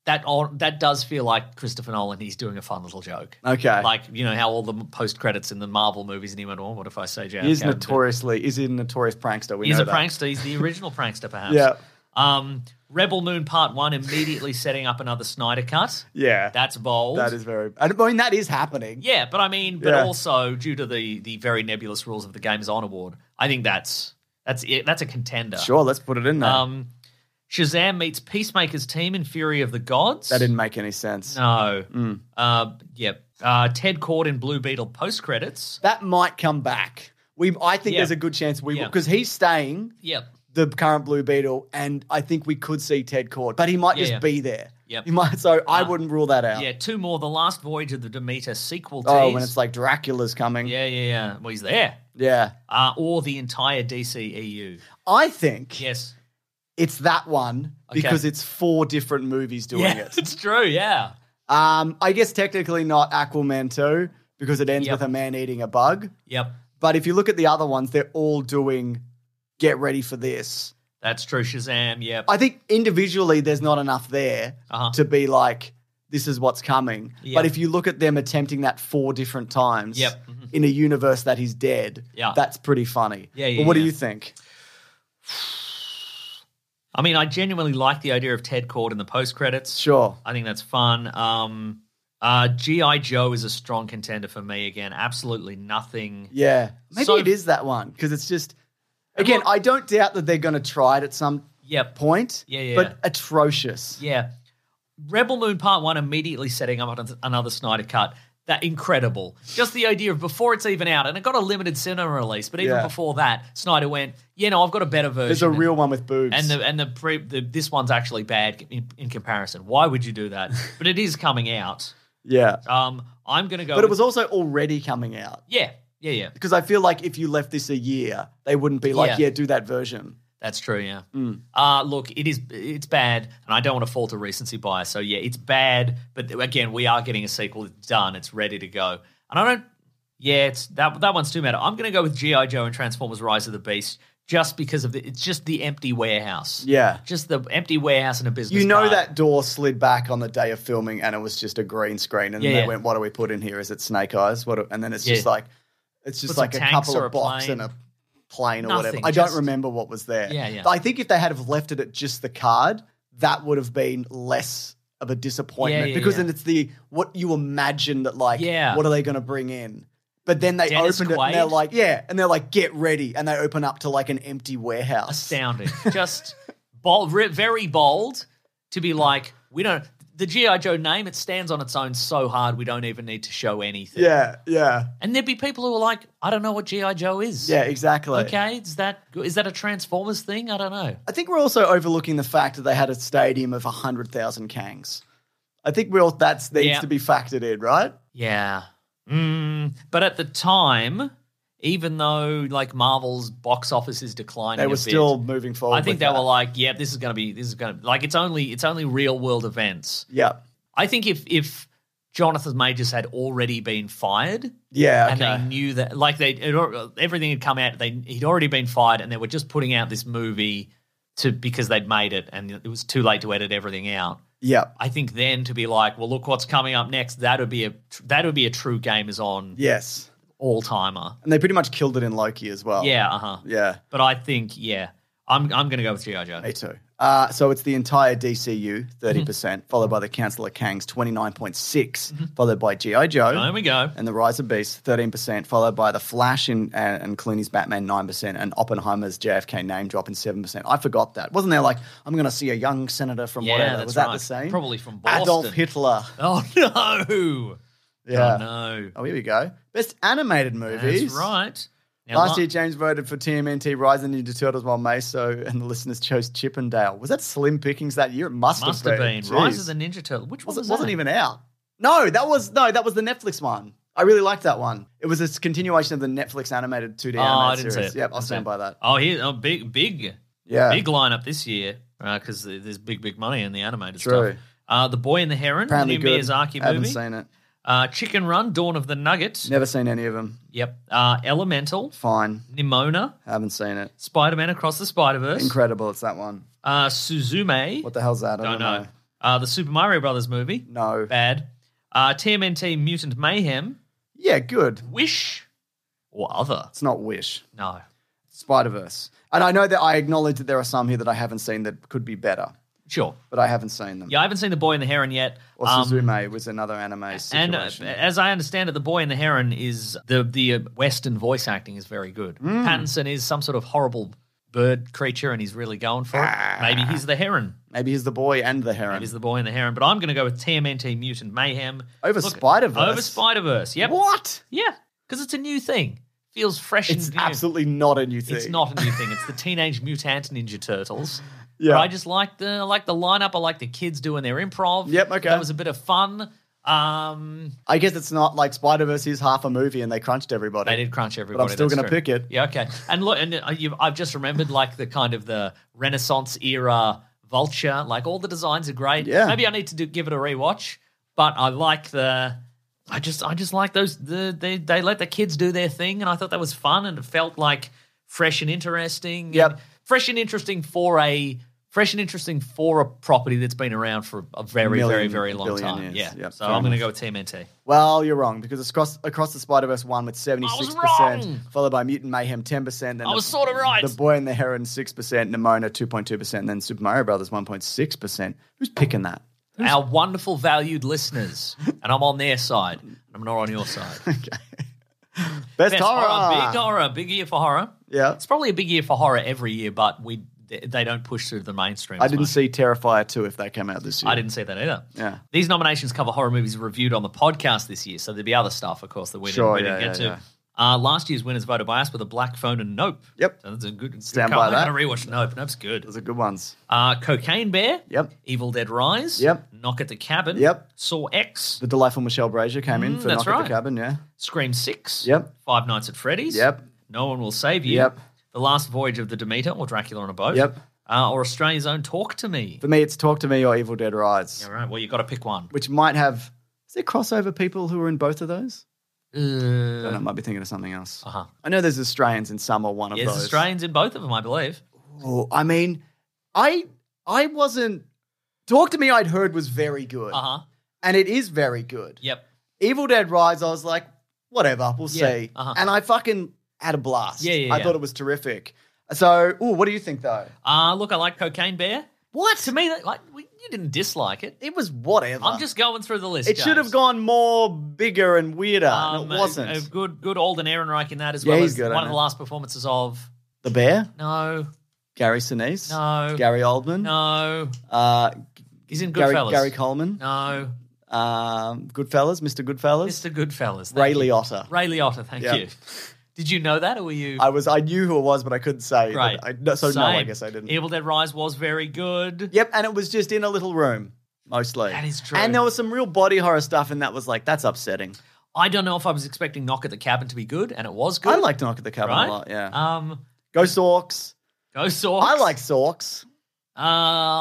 That, on, that does feel like Christopher Nolan. He's doing a fun little joke.
Okay.
Like, you know, how all the post credits in the Marvel movies, and he went, oh, what if I say JFK?
He is
would do
notoriously is he a notorious prankster. We
he's
know
a
that.
prankster. He's the original prankster, perhaps.
Yeah.
Um, Rebel Moon Part One immediately setting up another Snyder cut.
Yeah.
That's bold.
that is very. I mean, that is happening.
Yeah, but I mean, but
Yeah.
also due to the the very nebulous rules of the Games On Award, I think that's that's it. That's a contender.
Sure, let's put it in there.
Um, Shazam meets Peacemaker's team in Fury of the Gods.
that Mm. didn't make any sense.
No. Uh, yep. Uh, Ted Cord in Blue Beetle post credits.
That might come back. We, I think
Yeah.
there's a good chance we will
Yeah.
because he's staying
Yep.
the current Blue Beetle, and I think we could see Ted Cord, but he might
Yeah,
just
yeah.
be there.
Yep. Uh-huh.
He might. So I wouldn't rule that out.
Yeah, two more. The Last Voyage of the Demeter sequel.
Oh, when
tease.
it's like Dracula's coming.
yeah, yeah, yeah. Well, he's there.
Yeah.
uh, or the entire DCEU.
I think
Yes.
it's that one
Okay.
because it's four different movies doing
Yeah,
it.
it's true, yeah.
Um, I guess technically not Aquaman 2 because it ends
Yep.
with a man eating a bug.
Yep,
But if you look at the other ones, they're all doing get ready for this.
that's true. Shazam, yep.
I think individually there's not enough there
Uh-huh.
to be like this is what's coming.
Yep.
But if you look at them attempting that four different times
Yep. Mhm.
in a universe that he's dead,
Yeah.
that's pretty funny.
Yeah, yeah,
but what do
yeah.
you think?
I mean, I genuinely like the idea of Ted Cord in the post credits.
Sure.
I think that's fun. Um, uh, G.I. Joe is a strong contender for me again. Absolutely nothing.
Yeah. Maybe
So-
it is that one because it's just Again, I don't doubt that they're going to try it at some
Yep.
point.
Yeah, yeah.
But atrocious.
Yeah. Rebel Moon Part 1 immediately setting up an- another Snyder Cut. That incredible. Just the idea of before it's even out, and it got a limited cinema release, but even
Yeah.
before that, Snyder went, you know, I've got a better version.
There's a real one with boobs.
and the and the, pre, the this one's actually bad in, in comparison. Why would you do that? But it is coming out.
yeah.
Um, I'm gonna go.
But it
with-
was also already coming out.
yeah, yeah, yeah.
Because I feel like if you left this a year, they wouldn't be like,
Yeah.
yeah, do that version.
That's true. Yeah.
Hmm.
Uh, look, it is it's bad, and I don't want to fall to recency bias. So yeah, it's bad. But again, we are getting a sequel. It's done. It's ready to go. And I don't. Yeah, it's that that one's too mad. I'm gonna go with GI Joe and Transformers: Rise of the Beast, just because of the. It's just the empty warehouse.
Yeah.
Just the empty warehouse and a business.
You know
card.
that door slid back on the day of filming and it was just a green screen. And
Yeah,
they
yeah.
went, what do we put in here? Is it snake eyes? What? do-" And then it's just
Yeah.
like, it's just
Put some
like a
tanks
couple
or
of
a
blocks
plane.
and a plane or
Nothing,
whatever. I
just-
don't remember what was there.
Yeah, yeah.
I think if they had have left it at just the card, that would have been less of a disappointment
yeah,
because
yeah.
then it's the what you imagine that like,
Yeah.
what are they going to bring in? But then they
Dennis
opened it and they're
Quaid?
like, yeah, and they're like, get ready, and they open up to like an empty warehouse.
astounding. Just bold, re- very bold to be like, we don't. The GI Joe name it stands on its own so hard we don't even need to show anything.
Yeah, yeah,
and there'd be people who are like, I don't know what GI Joe is.
yeah, exactly.
Okay, is that good? is that a Transformers thing? I don't know.
I think we're also overlooking the fact that they had a stadium of 100,000 Kangs. I think we all, that's needs
Yeah.
to be factored in, right?
Yeah. Mm, but at the time, even though like Marvel's box office is declining,
They
a
were
bit,
still moving forward.
I think
with
they
that.
were like, yeah, this is gonna be this is gonna like it's only it's only real world events.
yeah,
I think if if Jonathan Majors had already been fired
yeah,
and
okay.
they knew that, like they it, al- everything had come out, they he'd already been fired, and they were just putting out this movie to because they'd made it, and it was too late to edit everything out.
yeah,
I think then to be like, well, look what's coming up next. That would be a tr- that would be a true game is on
yes.
all timer.
And they pretty much killed it in Loki as well.
Yeah, uh huh.
Yeah,
But I think yeah, I'm I'm gonna go with GI Joe.
me too. Uh, so it's the entire DCU,
Mm-hmm.
30%, percent followed by the Council of Kangs, 29.6, followed by G.I. Joe.
There we go.
and The Rise of Beast, 13%, followed by The Flash in, uh, and, and Clooney's Batman, 9%, and Oppenheimer's JFK name drop in 7%. I forgot that. Wasn't there like, I'm going to see a young senator from
Yeah,
whatever?
that's
Was that
right.
the same?
Probably from Boston.
Adolf Hitler.
Oh no!
Yeah.
Oh, no.
Oh, here we go. Best animated movies.
That's right. Now,
Last
la-
year, James voted for TMNT Rise of the Ninja Turtles, while Meso and the listeners chose Chip and Dale. Was that slim pickings that year? It must,
must have been Rise of the Ninja Turtle. Which one
was
was
it wasn't
that?
even out. No, that was no, that was the Netflix one. I really liked that one. It was a continuation of the Netflix animated 2D
Oh, I
animated
didn't see
series.
it.
Yep, I'll
Didn't see
stand
it.
by that.
Oh, here, oh, big, big,
Yeah.
big lineup this year because there's big, big money in the animated
True.
stuff. Uh, the Boy and the Heron, the
Apparently
new
good.
Miyazaki
Haven't
movie.
seen it.
Uh, Chicken Run, Dawn of the Nugget.
Never seen any of them.
Yep. Uh, Elemental,
Fine.
Nimona,
Haven't seen it.
Spider Man Across the Spider Verse,
Incredible. It's that one.
uh, Suzume.
What the hell's that? I
don't
don't,
know. Uh, the Super Mario Brothers movie.
know. No.
Bad. Uh, TMNT Mutant Mayhem,
Yeah, good.
Wish, or other.
It's not Wish.
No.
Spider Verse. And I know that I acknowledge that there are some here that I haven't seen that could be better,
Sure.
but I haven't seen them.
Yeah, I haven't seen The Boy and the Heron yet.
Or
Um,
Suzume was another anime
And uh,
situation.
as I understand it, the boy and the heron is the the uh, Western voice acting is very good.
Hmm.
Pattinson is some sort of horrible bird creature, and he's really going for it.
Ah.
Maybe he's the heron.
Maybe he's the boy and the heron.
Maybe he's the boy and the heron. But I'm going to go with TMNT Mutant Mayhem
Over
Look,
Spider-Verse?
Over Spider Verse. Yep.
What?
Yeah, because it's a new thing. Feels fresh.
It's
and new.
absolutely not a new thing.
It's not a new thing. It's the Teenage Mutant Ninja Turtles.
Yeah.
But I just like the I like the lineup. I like the kids doing their improv.
Yep, okay.
That was a bit of fun. Um,
I guess it's not like Spider Verse is half a movie and they crunched everybody.
They did crunch everybody.
But I'm still
that's
gonna
true.
pick it.
Yeah, okay. And look, and uh, you, I've just remembered like the kind of the Renaissance era vulture. Like all the designs are great.
Yeah.
Maybe I need to do, give it a rewatch. But I like the. I just I just like those. The they they let the kids do their thing, and I thought that was fun, and it felt like fresh and interesting.
Yep.
and fresh and interesting for a. Fresh and interesting for a property that's been around for a very, very,
Million,
very long
billion
time.
years.
Yeah.
Yep,
so
fair
I'm going to
enough.
go with Team NT.
Well, you're wrong because it's across, across the Spider Verse one with seventy six
wrong.
percent, followed by Mutant Mayhem ten percent. Then
I
the-
was sort of right.
The Boy and the Heron six percent, Nimona two point two percent, then Super Mario Brothers one point six percent. Who's picking that?
our wonderful valued listeners, and I'm on their side. I'm not on your side.
Best,
Best
horror.
horror, big horror, big year for horror.
Yeah.
It's probably a big year for horror every year, but we they don't push through the mainstream.
I
as
didn't
much.
see Terrifier 2 if that came out this year.
I didn't see that either.
Yeah.
These nominations cover horror movies reviewed on the podcast this year, so there'd be other stuff, of course, that we didn't,
Sure,
we didn't
yeah,
get
yeah,
to. Uh, last year's winners voted by us with a black phone and Nope.
Yep.
So that's a good, good
Stand
couple.
by that.
I'm going to rewatch Nope. Nope's good.
Those are good ones.
Uh, Cocaine Bear.
Yep.
Evil Dead Rise.
Yep.
Knock at the Cabin.
Yep.
Saw X.
The delightful Michelle Brazier came in for
Mm, that's
Knock at
right.
the Cabin, yeah.
Scream Six.
Yep.
Five Nights at Freddy's.
Yep.
No One Will Save You.
Yep.
The Last Voyage of the Demeter or Dracula on a Boat.
Yep.
Uh, or Australia's Own Talk to Me.
For me, it's Talk to Me or Evil Dead Rise,
All right. Well, you got to pick one.
which might have. Is there crossover people who are in both of those? I don't know,
Uh,
I might be thinking of something else.
uh-huh.
I know there's Australians in some or one of
Yeah, there's
those.
Australians in both of them, I believe.
Oh, I mean, I I wasn't. Talk to Me, I'd heard was very good.
Uh huh.
And it is very good.
Yep.
Evil Dead Rise, I was like, whatever, we'll
Yeah,
see.
uh-huh.
And I fucking had a blast.
Yeah, yeah,
I
yeah.
thought it was terrific. So, ooh, what do you think though?
Uh, look, I like Cocaine Bear. What? To me, that- like, we- you didn't dislike it.
It was whatever.
I'm just going through the list.
It should
James.
have gone more bigger and weirder.
Um,
and it wasn't.
A, a good, good Alden Ehrenreich in that as
Yeah,
well
he's
as
good, I
one of
know.
the last performances of.
the Bear,
No,
Gary Sinise,
no,
Gary Oldman,
no.
uh,
He's in
Gary,
Goodfellas.
Gary Coleman,
No,
um, Goodfellas, Mr. Goodfellas,
Mr. Goodfellas. thank
Ray
you.
Liotta.
Ray Liotta, thank
Yeah.
you. Did you know that, or were you?
I was, I knew who it was, but I couldn't say.
right.
I, no, so no, I
Same.
guess I didn't.
Evil Dead Rise was very good.
Yep, and it was just in a little room mostly.
That is true.
And there was some real body horror stuff, and that was like that's upsetting.
I don't know if I was expecting Knock at the Cabin to be good, and it was good.
I like to knock at the cabin
right?
a lot. Yeah,
Um,
go Sorks.
Go Saw.
I like Sorks.
Uh,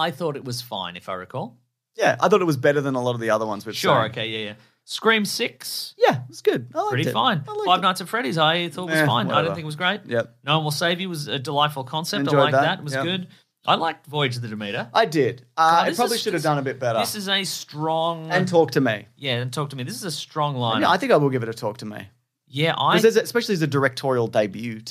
I thought it was fine, if I recall.
Yeah, I thought it was better than a lot of the other ones. We've
Sure.
seen.
Okay. Yeah. Yeah. Scream Six.
Yeah, it was good. I liked
Pretty
it.
fine.
I liked
Five
it.
Nights at Freddy's, I thought was
Eh,
fine. I
whatever.
didn't think it was great.
Yep.
No One Will Save You was a delightful concept.
Enjoyed
I liked
that,
that. It was
yeah.
good. I liked Voyage of the Demeter.
I did. Uh,
God,
it
this
probably
is-
should have done a bit better.
This is a strong.
and talk to me.
yeah, and talk to me. This is a strong line.
Yeah, I think I will give it a talk to me.
yeah,
'Cause
I
there's- especially as a directorial debut.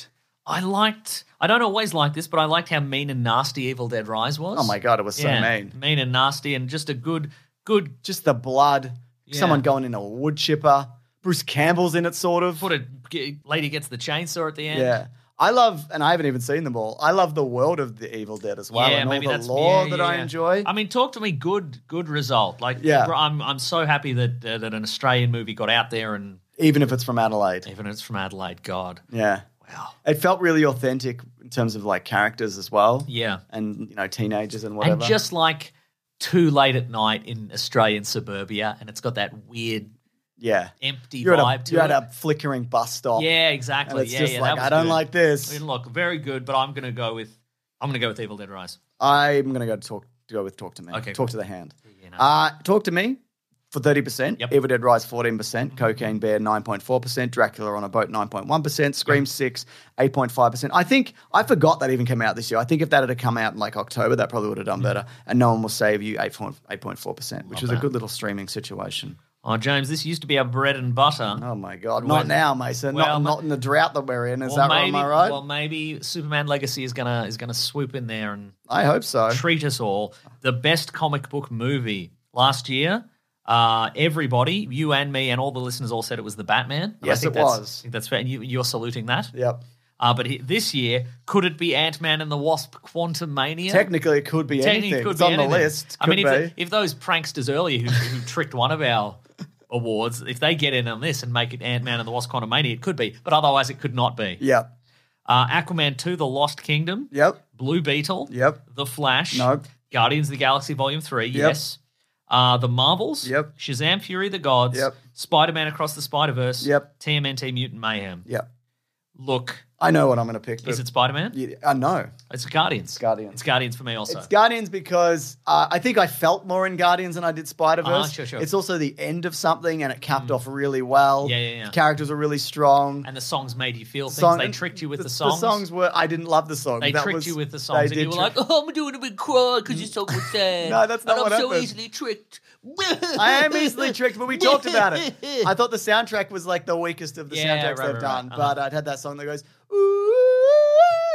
I liked. I don't always like this, but I liked how mean and nasty Evil Dead Rise was.
Oh my god, it was so mean.
mean and nasty, and just a good, good.
Just the blood.
Yeah.
Someone going in a wood chipper. Bruce Campbell's in it, sort of.
What a g- lady gets the chainsaw at the end.
Yeah. I love, and I haven't even seen them all. I love the world of the Evil Dead as well, and all the lore
yeah,
that
yeah,
I
yeah.
enjoy.
I mean, talk to me. Good, good result. Like,
Yeah.
bro, I'm, I'm so happy that uh, that an Australian movie got out there, and
even if it's from Adelaide.
even if it's from Adelaide, God,
Yeah.
wow,
It felt really authentic in terms of like characters as well,
yeah,
and you know teenagers and whatever.
and just like too late at night in Australian suburbia, and it's got that weird
yeah,
empty
you're
vibe
at a
to
you're
it.
at a flickering bus stop.
yeah,
and
exactly.
it's
Yeah,
just
yeah,
like
that was
I don't
good.
like
I
this.
mean, look, very good, but I'm gonna go with I'm gonna go with Evil Dead Rise.
I'm gonna go to talk to go with talk to me.
Okay,
talk
cool.
to the hand.
You know.
Uh, talk to me for 30%.
Yep.
Evil Dead Rise 14%, Cocaine Bear 9.4%, Dracula on a Boat 9.1%, Scream 6 8.5%. I think I forgot that even came out this year. I think if that had come out in like October, that probably would have done
Hmm.
better. And No One Will Save You 8.4%, which was a good little streaming situation.
oh, James, this used to be our bread and butter.
Oh my God.
Well-
Not now, Mason.
well,
not, not in the drought that we're in. Is
Well,
that right?
maybe,
Am I right?
Well, maybe Superman Legacy is gonna is gonna swoop in there and
I hope so.
treat us all. The best comic book movie last year. Uh, everybody, you and me, and all the listeners all said it was the Batman. And
Yes,
I think
it
that's,
was.
I think that's fair. And you, you're saluting that.
Yep.
Uh, but he, this year, could it be Ant Man and the Wasp: Quantum Mania?
Technically, it could be
Technically,
anything.
could
it's
be
on the
anything.
list.
I
Could
mean, if,
be.
the- if those pranksters earlier who, who tricked one of our awards, if they get in on this and make it Ant Man and the Wasp: Quantumania, it could be. But otherwise, it could not be.
yep.
Uh, Aquaman Two: The Lost Kingdom.
Yep.
Blue Beetle.
Yep.
The Flash.
No.
Guardians of the Galaxy Volume Three. Yes. Uh, the Marvels.
Yep.
Shazam: Fury of the Gods.
Yep.
Spider Man Across the Spider Verse.
Yep.
TMNT: Mutant Mayhem.
Yep.
Look,
I know what I'm going to pick. But
is it Spider Man?
Yeah, I know.
It's Guardians. It's
Guardians.
It's Guardians for me also.
It's Guardians because uh, I think I felt more in Guardians than I did Spider Verse.
Ah, sure, sure. Mm.
It's also the end of something, and it capped off really well.
Yeah, yeah, yeah.
The characters are really strong.
and the songs made you feel things.
Song-
they tricked you with the,
The
songs.
songs were. I didn't love the songs.
they
That
tricked
was-
you with the
they
songs, and
did
you were
trick-
like, "Oh, I'm doing a big cry because your song was sad."
No, that's not
and
what
I'm
happened.
so easily tricked.
I am easily tricked, but we talked about it. I thought the soundtrack was like the weakest of the
Yeah,
soundtracks
right,
they've
right,
done,
right.
but I'd had that song that goes,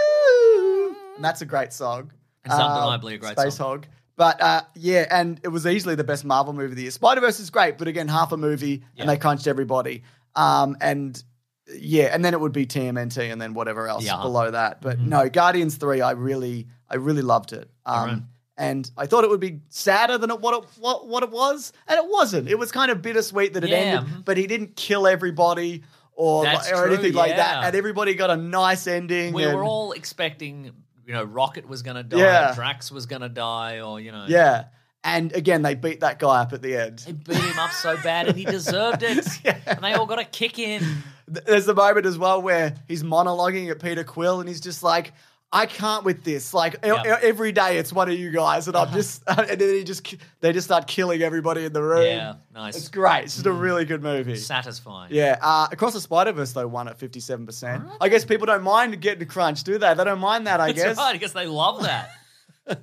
ooh, and that's a great song. Um,
It's undeniably a great
Space
song.
Hog. But uh, yeah, and it was easily the best Marvel movie of the year. Spider Verse is great, but again, half a movie, and
Yeah.
they crunched everybody. Um, and Yeah, and then it would be TMNT and then whatever else
Yeah.
below that. But
Mm-hmm.
no, Guardians 3 I really I really loved it. Um and I thought it would be sadder than it, what it what what it was, and it wasn't. It was kind of bittersweet that it
Yeah.
ended, but he didn't kill everybody or
That's
or
true,
anything like that.
yeah.
And everybody got a nice ending.
We
and,
were all expecting, you know, Rocket was going to die,
Yeah.
Drax was going to die, or, you know.
Yeah. And again, they beat that guy up at the end.
They beat him up so bad and he deserved it. And they all got a kick in.
There's the moment as well where he's monologuing at Peter Quill and he's just like, I can't with this. Like e-
Yeah. Uh-huh.
e- every day, it's one of you guys, and I'm just, and then he just, ki- they just start killing everybody in the room.
Yeah, nice. Mm.
It's great. It's just a really good movie.
Satisfying.
Yeah, uh, across the Spider Verse though won at fifty seven percent. I guess people don't mind getting crunched, do they? They don't mind that. I
That's
guess.
right. I guess they love that.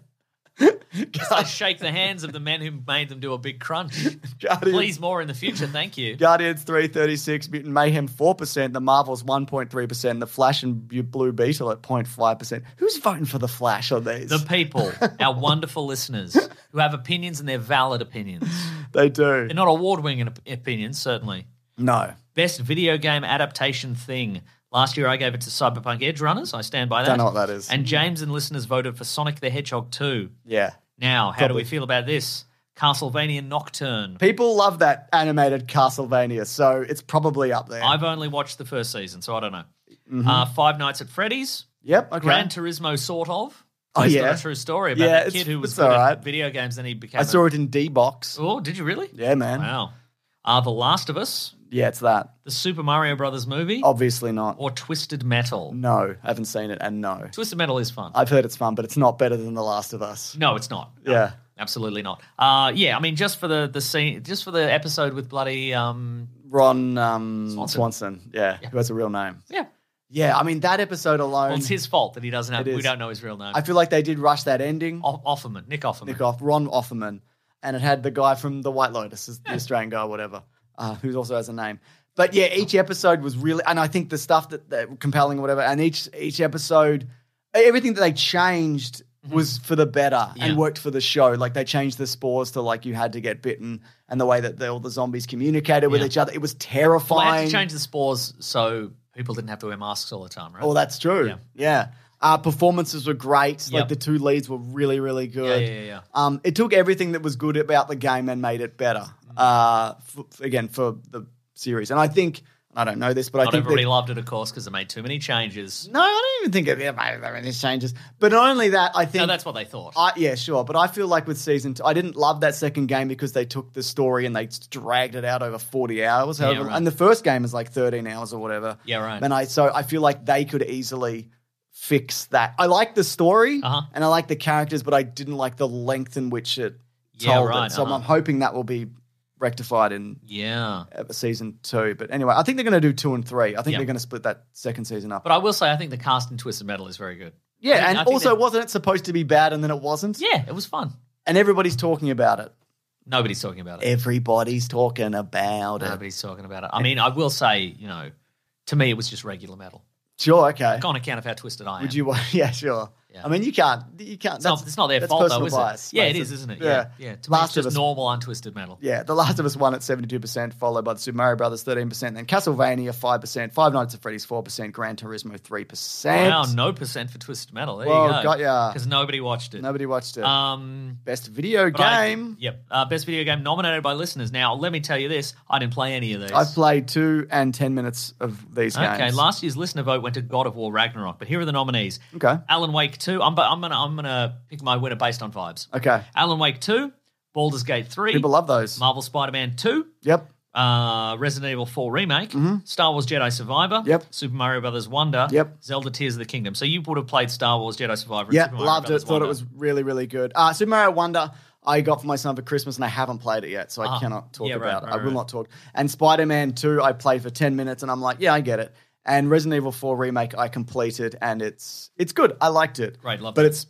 Guess they shake the hands of the men who made them do a big crunch.
Guardians,
Please, more in the future. Thank you.
Guardians three thirty six, Mutant Mayhem four percent, The Marvels one point three percent, The Flash and Bu- Blue Beetle at 05 percent. Who's voting for the Flash on these?
The people, our wonderful listeners, who have opinions and they're valid opinions.
they do.
They're not award-winning op- opinions, certainly.
No,
Best video game adaptation thing. Last year I gave it to Cyberpunk Edge Runners. I stand by that.
Don't know what that is.
And James and listeners voted for Sonic the Hedgehog 2.
yeah.
Now, how do we feel about this? Castlevania Nocturne.
People love that animated Castlevania, so it's probably up there.
I've only watched the first season, so I don't know. Uh, Five Nights at Freddy's.
yep, Mm-hmm. okay.
Gran Turismo, sort of.
Oh,
Based on
yeah.
a true story about
Yeah,
a
it's-
kid who was
it's
good at
alright.
video games and he became
I saw
a...
it in D box.
Oh, did you really?
Yeah, man.
Wow. Uh, the Last of Us,
Yeah, it's that.
the Super Mario Brothers movie,
Obviously not.
or Twisted Metal?
No, haven't seen it, and no.
Twisted Metal is fun.
I've heard it's fun, but it's not better than The Last of Us.
no, it's not. No,
Yeah.
Absolutely not. Uh, yeah, I mean, just for the, the scene, just for the episode with bloody, um,
Ron um,
Swanson.
Swanson, yeah, who has a real name.
yeah,
Yeah, I mean that episode alone.
well, it's his fault that he doesn't have,
It
we
is.
don't know his real name.
I feel like they did rush that ending.
O- Offerman, Nick Offerman.
Nick off Ron Offerman, and it had the guy from The White Lotus, is the Australian guy, or whatever, uh, who also has a name. But yeah, each episode was really, and I think the stuff that, that compelling or whatever, and each each episode, everything that they changed was for the better
Mm-hmm. Yeah.
and worked for the show. Like they changed the spores to like you had to get bitten, and the way that the, all the zombies communicated with
Yeah.
each other, it was
Well,
terrifying.
I had to change the spores so people didn't have to wear masks all the time, right?
Oh, that's true.
Yeah.
Yeah. Uh, performances were great.
Yep.
Like the two leads were really, really
yeah,
good.
yeah, yeah, yeah.
Um, it took everything that was good about the game and made it better.
Mm.
Uh, f- f- again, for the series, and I think I don't know this, but I
Not
think
everybody
that,
loved it, of course, because it made too many changes.
no, I don't even think it. Yeah, I mean, this changes, but not only that, I think
No, that's what they thought.
I, yeah, sure, but I feel like with season two, I didn't love that second game because they took the story and they dragged it out over forty hours,
Yeah,
however,
right.
and the first game is like thirteen hours or whatever.
Yeah, right.
And I so I feel like they could easily fix that. I like the story
Uh-huh.
and I like the characters, but I didn't like the length in which it
Yeah,
told
right,
it. So I'm-
uh-huh.
I'm hoping that will be rectified in
yeah.
uh, season two. But anyway, I think they're going to do two and three. I think
Yeah.
they're going to split that second season up.
But I will say, I think the cast in Twisted Metal is very good. I think-
yeah,
I
and
think
also
they-
wasn't it supposed to be bad and then it wasn't?
Yeah, it was fun.
And everybody's talking about it.
Nobody's talking about it.
Everybody's talking about it.
Nobody's talking about it. I mean, I will say, you know, to me, it was just regular metal.
Sure, okay.
Like on account of how twisted I am.
Would you? wa- Yeah, sure.
Yeah.
I mean, you can't. You can't.
It's not,
that's-
it's not their
that's
fault, though,
personal
is
bias,
it? Yeah, it
basically.
is, isn't it? Yeah, yeah. To me, it's
Last of
just
Us-
normal untwisted metal.
Yeah, The Last of Us won at 72%, followed by The Super Mario Brothers 13%, then Castlevania 5%, Five Nights at Freddy's 4%, Gran Turismo 3%.
Wow, no percent for twisted metal. There
Well,
you go.
got ya.
Because nobody watched it.
Nobody watched it.
Um,
Best video
But I-
game.
yep. Uh, best video game nominated by listeners. Now, let me tell you this I didn't play any of these.
I've played two and 10 minutes of these games.
Okay, last year's listener vote went to God of War Ragnarok, but here are the nominees.
Okay.
Alan Wake 2. I'm, I'm gonna I'm gonna pick my winner based on vibes.
Okay.
Alan Wake 2, Baldur's Gate 3,
People love those.
Marvel Spider-Man 2,
Yep.
uh, Resident Evil 4 remake, Star Wars Jedi Survivor,
Mm-hmm. Yep.
Super Mario Brothers Wonder,
Yep.
Zelda Tears of the Kingdom. So you would have played Star Wars Jedi Survivor. and
Yeah,
Super Mario
loved it.
Brothers
Thought
Wonder.
it was really, really good. Uh, Super Mario Wonder, I got for my son for Christmas, and I haven't played it yet, so I
Ah,
cannot talk
yeah, right,
about it.
right,
I will
right.
not talk. And Spider Man Two, I played for ten minutes, and I'm like, yeah, I get it. And Resident Evil Four remake, I completed, and it's it's good. I liked it.
Great, loved
But
it.
it's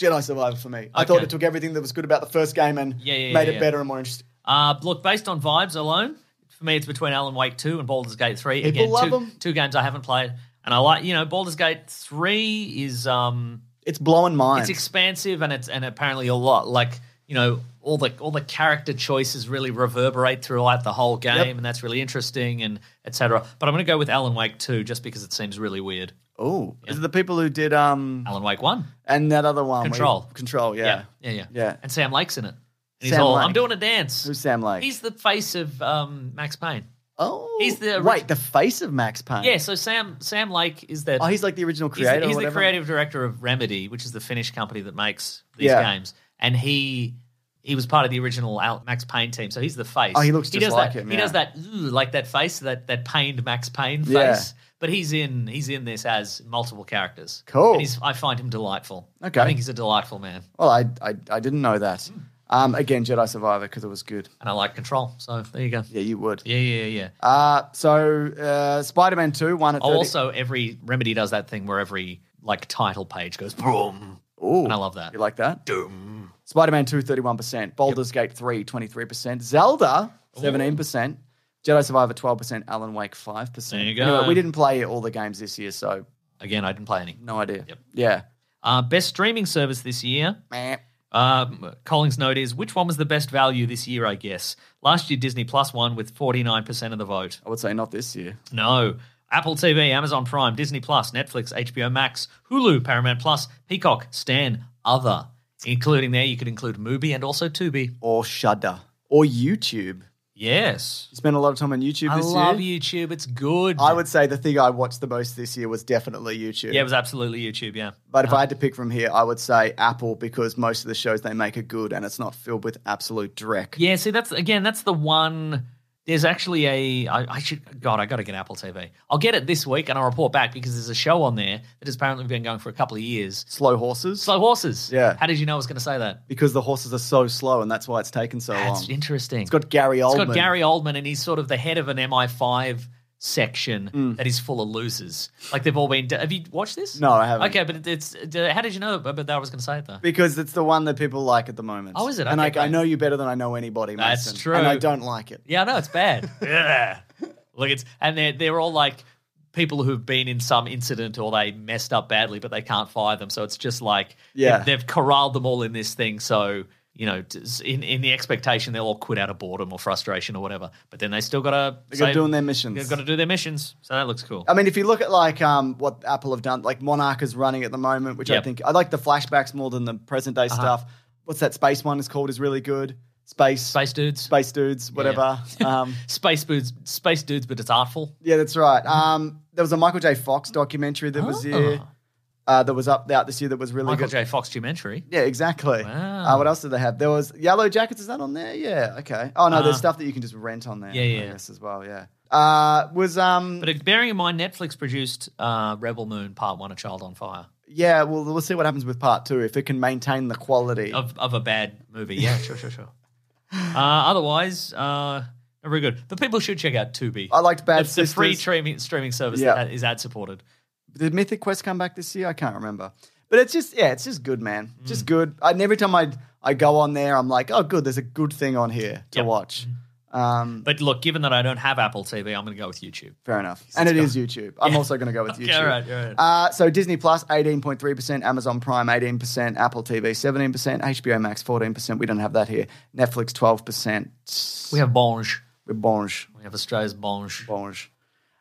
Jedi Survivor for me. I thought
Okay.
it took everything that was good about the first game and
Yeah, yeah, yeah,
made
yeah.
it better and more interesting.
Uh, look, based on vibes alone, for me, it's between Alan Wake 2 and Baldur's Gate 3.
People
Again,
love
two,
'em.
two games I haven't played. And I like, you know, Baldur's Gate 3 is um
It's blowing minds.
it's expansive and it's and apparently a lot like you know all the all the character choices really reverberate throughout the whole game,
Yep.
and that's really interesting and etc. But I'm going to go with Alan Wake two just because it seems really weird.
Oh, is it the people who did um
Alan Wake one,
and that other one? where you-
Control.
Control. Yeah.
yeah. yeah, yeah,
Yeah.
and Sam Lake's in it. And he's
Sam
all,
Lake.
I'm doing a dance.
Who's Sam Lake?
He's the face of um, Max Payne.
oh,
he's the orig-
wait the face of Max Payne.
Yeah, so Sam Sam Lake is that.
Oh, he's like the original
He's the-
creator. or
He's, the
whatever.
creative director of Remedy, which is the Finnish company that makes these
Yeah.
games, and he he was part of the original Al- Max Payne team, so he's the face.
Oh, he looks just
does
like
that,
him,
He
yeah.
does that "Ooh," like that face, that that pained Max Payne face.
Yeah.
But he's in he's in this as multiple characters.
Cool.
And he's, I find him delightful.
Okay.
I think he's a delightful man,
Well, I, I I didn't know that. Um, again, Jedi Survivor because it was good.
and I like Control. So there you go.
Yeah, you would.
Yeah, yeah, yeah.
Uh, so uh, Spider-Man Two one at
Oh,
30
also, every Remedy does that thing where every like title page goes boom,
Ooh,
and I love that.
You like that? Spider-Man 2, 31%. Baldur's Gate 3, 23%. Zelda, 17%. Jedi Survivor, 12%. Alan Wake, 5%.
There you go.
Anyway, we didn't play all the games this year, so
Again, I didn't play any.
no idea. Yeah.
Uh, best streaming service this year.
Meh.
Um, Colling's note is which one was the best value this year? I guess last year Disney Plus won with forty nine percent of the vote.
I would say not this year.
No, Apple TV, Amazon Prime, Disney Plus, Netflix, HBO Max, Hulu, Paramount Plus, Peacock, Stan, other. Including there, you could include Mubi and also Tubi.
Or Shudder. Or YouTube.
Yes,
You spent a lot of time on YouTube
I
this
love
year.
YouTube. It's good.
I would say the thing I watched the most this year was definitely YouTube.
Yeah, uh-huh. it was absolutely YouTube. Yeah.
But if I had to pick from here, I would say Apple because most of the shows they make are good and it's not filled with absolute dreck.
Yeah, see, that's again, that's the one. There's actually a. I, I should. God, I got to get Apple TV. I'll get it this week and I'll report back because there's a show on there that has apparently been going for a couple of years.
Slow horses.
Slow horses.
Yeah.
How did you know I was going to say that?
because the horses are so slow, and that's why it's taken so
That's
long.
interesting.
It's got Gary Oldman.
It's got Gary Oldman, and he's sort of the head of an MI5 section that is full of losers. Like they've all been. Have you watched this?
Hmm. No, I haven't.
Okay, but it's. How did you know? But but I was going to say it though.
because it's the one that people like at the moment.
Oh, is it?
And
Okay,
I, I
great.
know you better than I know anybody.
That's
Mason,
true.
And I don't like it.
Yeah, I know it's bad. yeah. Look, it's and they're they're all like people who've been in some incident or they messed up badly, but they can't fire them. So it's just like
Yeah.
they've, they've corralled them all in this thing. So you know, t- in in the expectation they'll all quit out of boredom or frustration or whatever. But then they still gotta
They got
save-
doing their missions.
They've got to do their missions. So that looks cool.
I mean, if you look at like um, what Apple have done, like Monarch is running at the moment, which I
Yep. Uh-huh.
think I like the flashbacks more than the present day stuff. What's that space one is called is really good. Space,
Space dudes,
space dudes, whatever. um,
space dudes, space dudes, but it's artful.
Yeah, that's right. Um, there was a Michael J. Fox documentary that was here, uh, that was up out this year that was really
Oh. Michael
good.
J. Fox documentary.
Yeah, exactly.
Wow.
Uh, what else did they have? There was Yellow Jackets. Is that on there? Yeah. Okay. Oh no, there's
Uh,
stuff that you can just rent on there.
yeah, yeah.
I guess as well. Yeah. Uh, was um.
But it- bearing in mind, Netflix produced uh, Rebel Moon Part One: A Child on Fire.
yeah. Well, we'll see what happens with part two if it can maintain the quality.
of, of a bad movie. Yeah, sure, sure, sure. Uh, otherwise, uh, not very good. But people should check out Tubi.
I liked Bad
It's the free
Sisters.
streaming streaming service
Yeah.
that is ad supported.
Did Mythic Quest come back this year? I can't remember. But it's just yeah, it's just good, man.
Mm.
Just good. And every time I I go on there, I'm like, oh, good. There's a good thing on here to
Yep.
watch. Um,
But look, given that I don't have Apple TV, I'm going to go with YouTube.
Fair enough. And it is YouTube. I'm also going to go with YouTube.
Okay, all right, all right.
Uh, so Disney Plus, 18.3%, Amazon Prime, 18%, Apple TV, 17%, HBO Max, 14%. We don't have that here. Netflix, 12%.
We have Bonge.
We're bonge.
We have Australia's Bonge.
Bonge.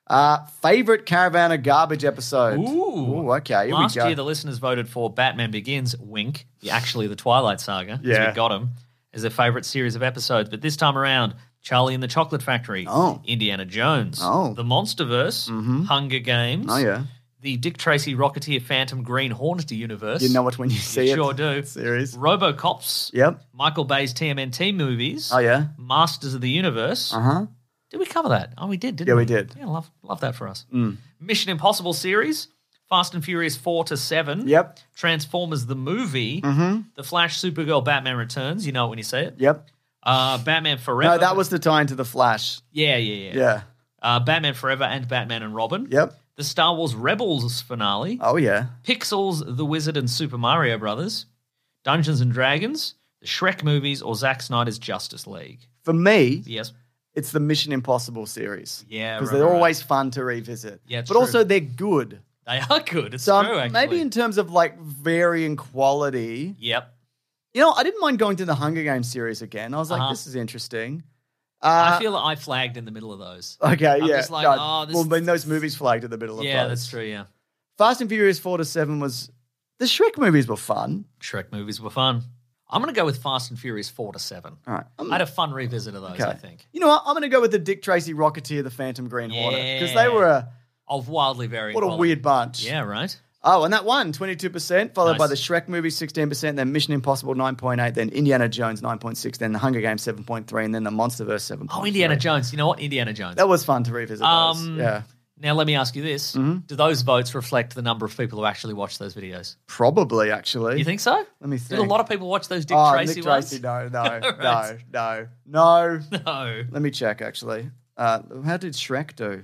Uh, favorite Caravan of Garbage episode?
Ooh.
okay. Here
Last
we go.
year, the listeners voted for Batman Begins, wink, the- actually the Twilight Saga, as
Yeah.
we got him, as their favorite series of episodes. But this time around, Charlie and the Chocolate Factory,
Oh.
Indiana Jones,
Oh. Mm-hmm.
The Monsterverse, Hunger Games,
oh, yeah.
the Dick Tracy Rocketeer Phantom Green Hornet universe.
You know it when you see it.
sure do.
Series.
Robocops.
Yep.
Michael Bay's TMNT movies.
Oh, yeah.
Masters of the Universe.
Uh huh.
Did we cover that? Oh, we did, didn't
Yeah,
we?
we did. Mm.
Yeah, love, love that for us. Mission Impossible series. Fast and Furious 4 to 7.
Yep. Mm-hmm.
Transformers the movie. The Flash Supergirl Batman Returns. You know it when you see it.
Yep.
Uh, Batman Forever.
No, that was the tie into The Flash.
Yeah, yeah, yeah.
Yeah.
Uh, Batman Forever and Batman and Robin.
Yep.
The Star Wars Rebels finale.
Oh, yeah.
Pixels, The Wizard, and Super Mario Brothers, Dungeons and Dragons, the Shrek movies, or Zack Snyder's Justice League.
For me,
Yes,
it's the Mission Impossible series.
Yeah,
because
right,
they're
right.
always fun to revisit.
Yeah, it's
but
true.
also they're good.
they are good. It's
So um,
true, actually.
maybe in terms of like varying quality,
Yep.
You know, I didn't mind going to the Hunger Games series again. I was like,
Uh-huh.
this is interesting.
I
Uh,
feel I flagged in the middle of those.
okay,
I'm
yeah.
just like,
no,
oh, this-
well, when those movies flagged at the middle of
Yeah,
those.
that's true. Yeah,
Fast and Furious four to seven was the Shrek movies were fun.
Shrek movies were fun. I'm gonna go with Fast and Furious four to seven.
All right, I'm-
I had a fun revisit of those. I
Okay.
think
You know what? I'm going to go with the Dick Tracy Rocketeer, the Phantom Green Hornet, because they
Yeah.
were a,
of wildly varying.
what a
quality.
weird bunch.
Yeah, right.
Oh, and that one, 22%, followed
Nice.
by the Shrek movie, 16%, then Mission Impossible, 9.8, then Indiana Jones, 9.6, then The Hunger Games, 7.3, and then The Monsterverse, 7.3.
Oh, Indiana Jones. You know what? Indiana Jones.
That was fun to revisit those.
Um,
yeah. Mm-hmm.
Now let me ask you this: Do those votes reflect the number of people who actually watch those videos?
Probably, actually.
You think so?
Let me
Did
think.
a lot of people watch those Dick
oh,
Tracy
Nick
ones?
Tracy, no, no, no,
Right.
no, no.
No,
Let me check, actually. Uh, how did Shrek do?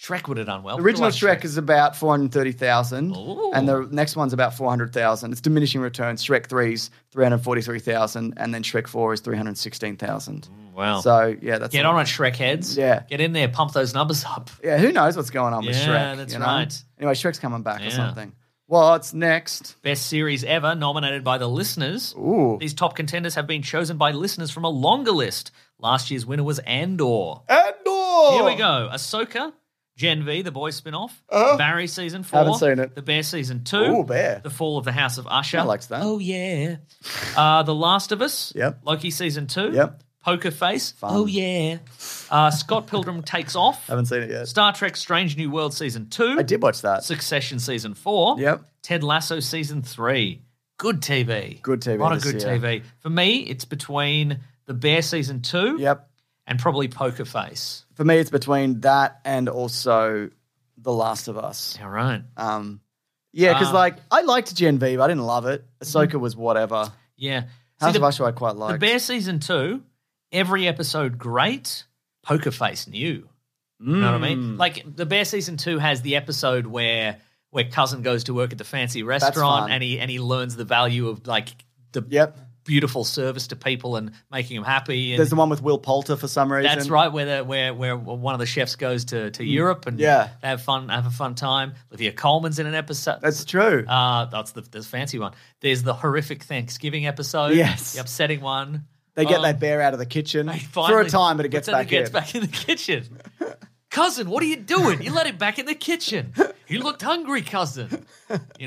Shrek would have done well.
The original
People like
Shrek is about 430,000
Ooh.
and the next one's about 400,000. It's diminishing returns. Shrek 3's 343,000 and then Shrek 4 is 316,000.
Wow.
So, yeah, that's
Get
a-
on it, Shrek heads.
Yeah.
Get in there, pump those numbers up.
Yeah, who knows what's going on with
Yeah,
Shrek?
that's
you know?
right.
Anyway, Shrek's coming back or
Yeah.
something. What's next?
Best series ever, nominated by the listeners.
Ooh.
These top contenders have been chosen by listeners from a longer list. Last year's winner was Andor.
Andor!
Here we go. Ahsoka, Gen V, the boys spin-off. Barry season four.
Uh-huh. Haven't seen it.
The Bear season two.
Ooh, Bear.
The Fall of the House of Usher.
I liked that.
Oh yeah. Uh, the Last of Us.
Yep.
Loki season two.
Yep.
Poker Face. Oh yeah. Uh, Scott Pilgrim takes off.
Haven't seen it yet.
Star Trek: Strange New World season two.
I did watch that.
Succession season four.
Yep.
Ted Lasso season three. Good TV.
Good TV
What a
this
good
year.
TV. For me, it's between The Bear season two
Yep.
and probably Poker Face.
For me, it's between that and also The Last of Us.
All right.
Um, yeah, because
Um,
like I liked Gen V, but I didn't love it. Ahsoka was whatever.
Yeah.
House of
See, Mm-hmm. the,
Usher I quite
the
liked.
Bear season two, every episode great. Poker Face new. You know what I
Mm.
mean? Like the Bear season two has the episode where where cousin goes to work at the fancy restaurant
fun.
and he and he learns the value of like the
Yep.
beautiful service to people and making them happy. And
There's the one with Will Poulter for some reason. Mm.
That's right. Where the, where where one of the chefs goes to, to Europe and
Yeah.
they have fun, have a fun time. Olivia Coleman's in an episode.
That's true.
uh, that's the, the fancy one. There's the horrific Thanksgiving episode.
Yes.
the upsetting one.
they get
um,
that bear out of the kitchen
They
for
finally-
a time, but it gets
then
back
it gets
in.
back in the kitchen. cousin, what are you doing? You let it back in the kitchen. He looked hungry, cousin. You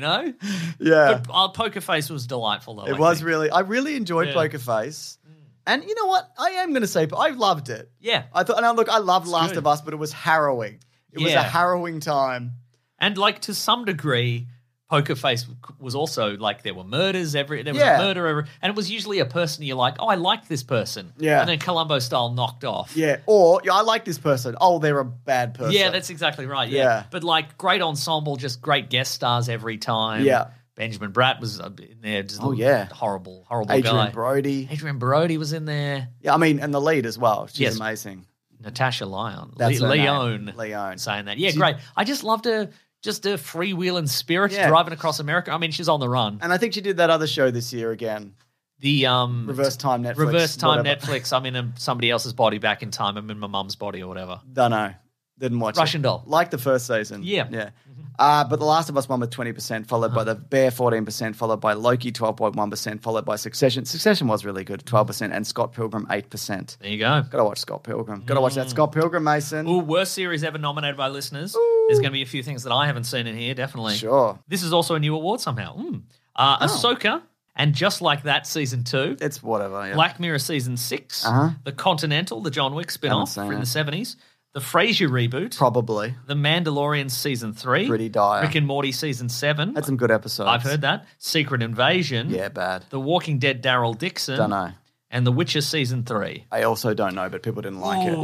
know.
Yeah.
But our poker face was delightful though.
It
I
was
think.
really. I really enjoyed
Yeah. Mm.
Poker Face, and you know what? I am going to say I loved it.
Yeah.
I thought. And I, look, I loved Last
good.
of Us, but it was harrowing. It was a
Yeah.
harrowing time.
And like to some degree, Poker Face was also like there were murders every there was
Yeah.
a murder every, and it was usually a person you're like, oh, I like this person,
Yeah.
and then Columbo style knocked off,
Yeah. Or yeah, I like this person. Oh, they're a bad person.
yeah, that's exactly right, yeah.
Yeah.
But like great ensemble, just great guest stars every time,
Yeah.
Benjamin Bratt was uh, in there, just
Oh,
a
yeah.
horrible, horrible
Adrian
guy.
Brody.
Adrian Brody was in there.
Yeah, I mean, and the lead as well. She's
Yes.
amazing.
Natasha Lyon,
That's her
Leon,
name. Leone.
saying that, yeah, great. I just loved her, just her freewheeling spirit
Yeah.
driving across America. I mean, she's on the run.
And I think she did that other show this year again.
The um,
Reverse time Netflix.
reverse time
whatever.
Netflix. I'm in a, somebody else's body back in time. I'm in my mum's body or whatever.
Dunno. Didn't watch
Russian
it.
Doll.
Like the first season.
Yeah. Mm-hmm. Uh-huh.
Yeah. Uh, but The Last of Us won with 20%, followed by The Bear 14%, followed by Loki 12.1%, followed by Succession. Succession was really good, 12%, and Scott Pilgrim 8%.
There you go.
Gotta watch Scott Pilgrim. Gotta watch that Scott Pilgrim, Mason.
Mm. Ooh, worst series ever nominated by listeners. There's going to be a few things that I haven't seen in here, definitely.
Sure. Oh.
This is also a new award somehow. Mm. Uh, Ahsoka, and just like that, season two.
It's whatever. Yeah.
Black Mirror season 6
Uh-huh.
The Continental, the John Wick spin off
seen
from
it.
the 70s. The Frasier reboot.
Probably.
the Mandalorian season three.
Pretty dire.
Rick and Morty season seven.
Had some good episodes.
I've heard that. Secret Invasion.
Yeah, bad.
The Walking Dead Daryl Dixon.
Dunno.
and The Witcher season three.
I also don't know, but people didn't like it.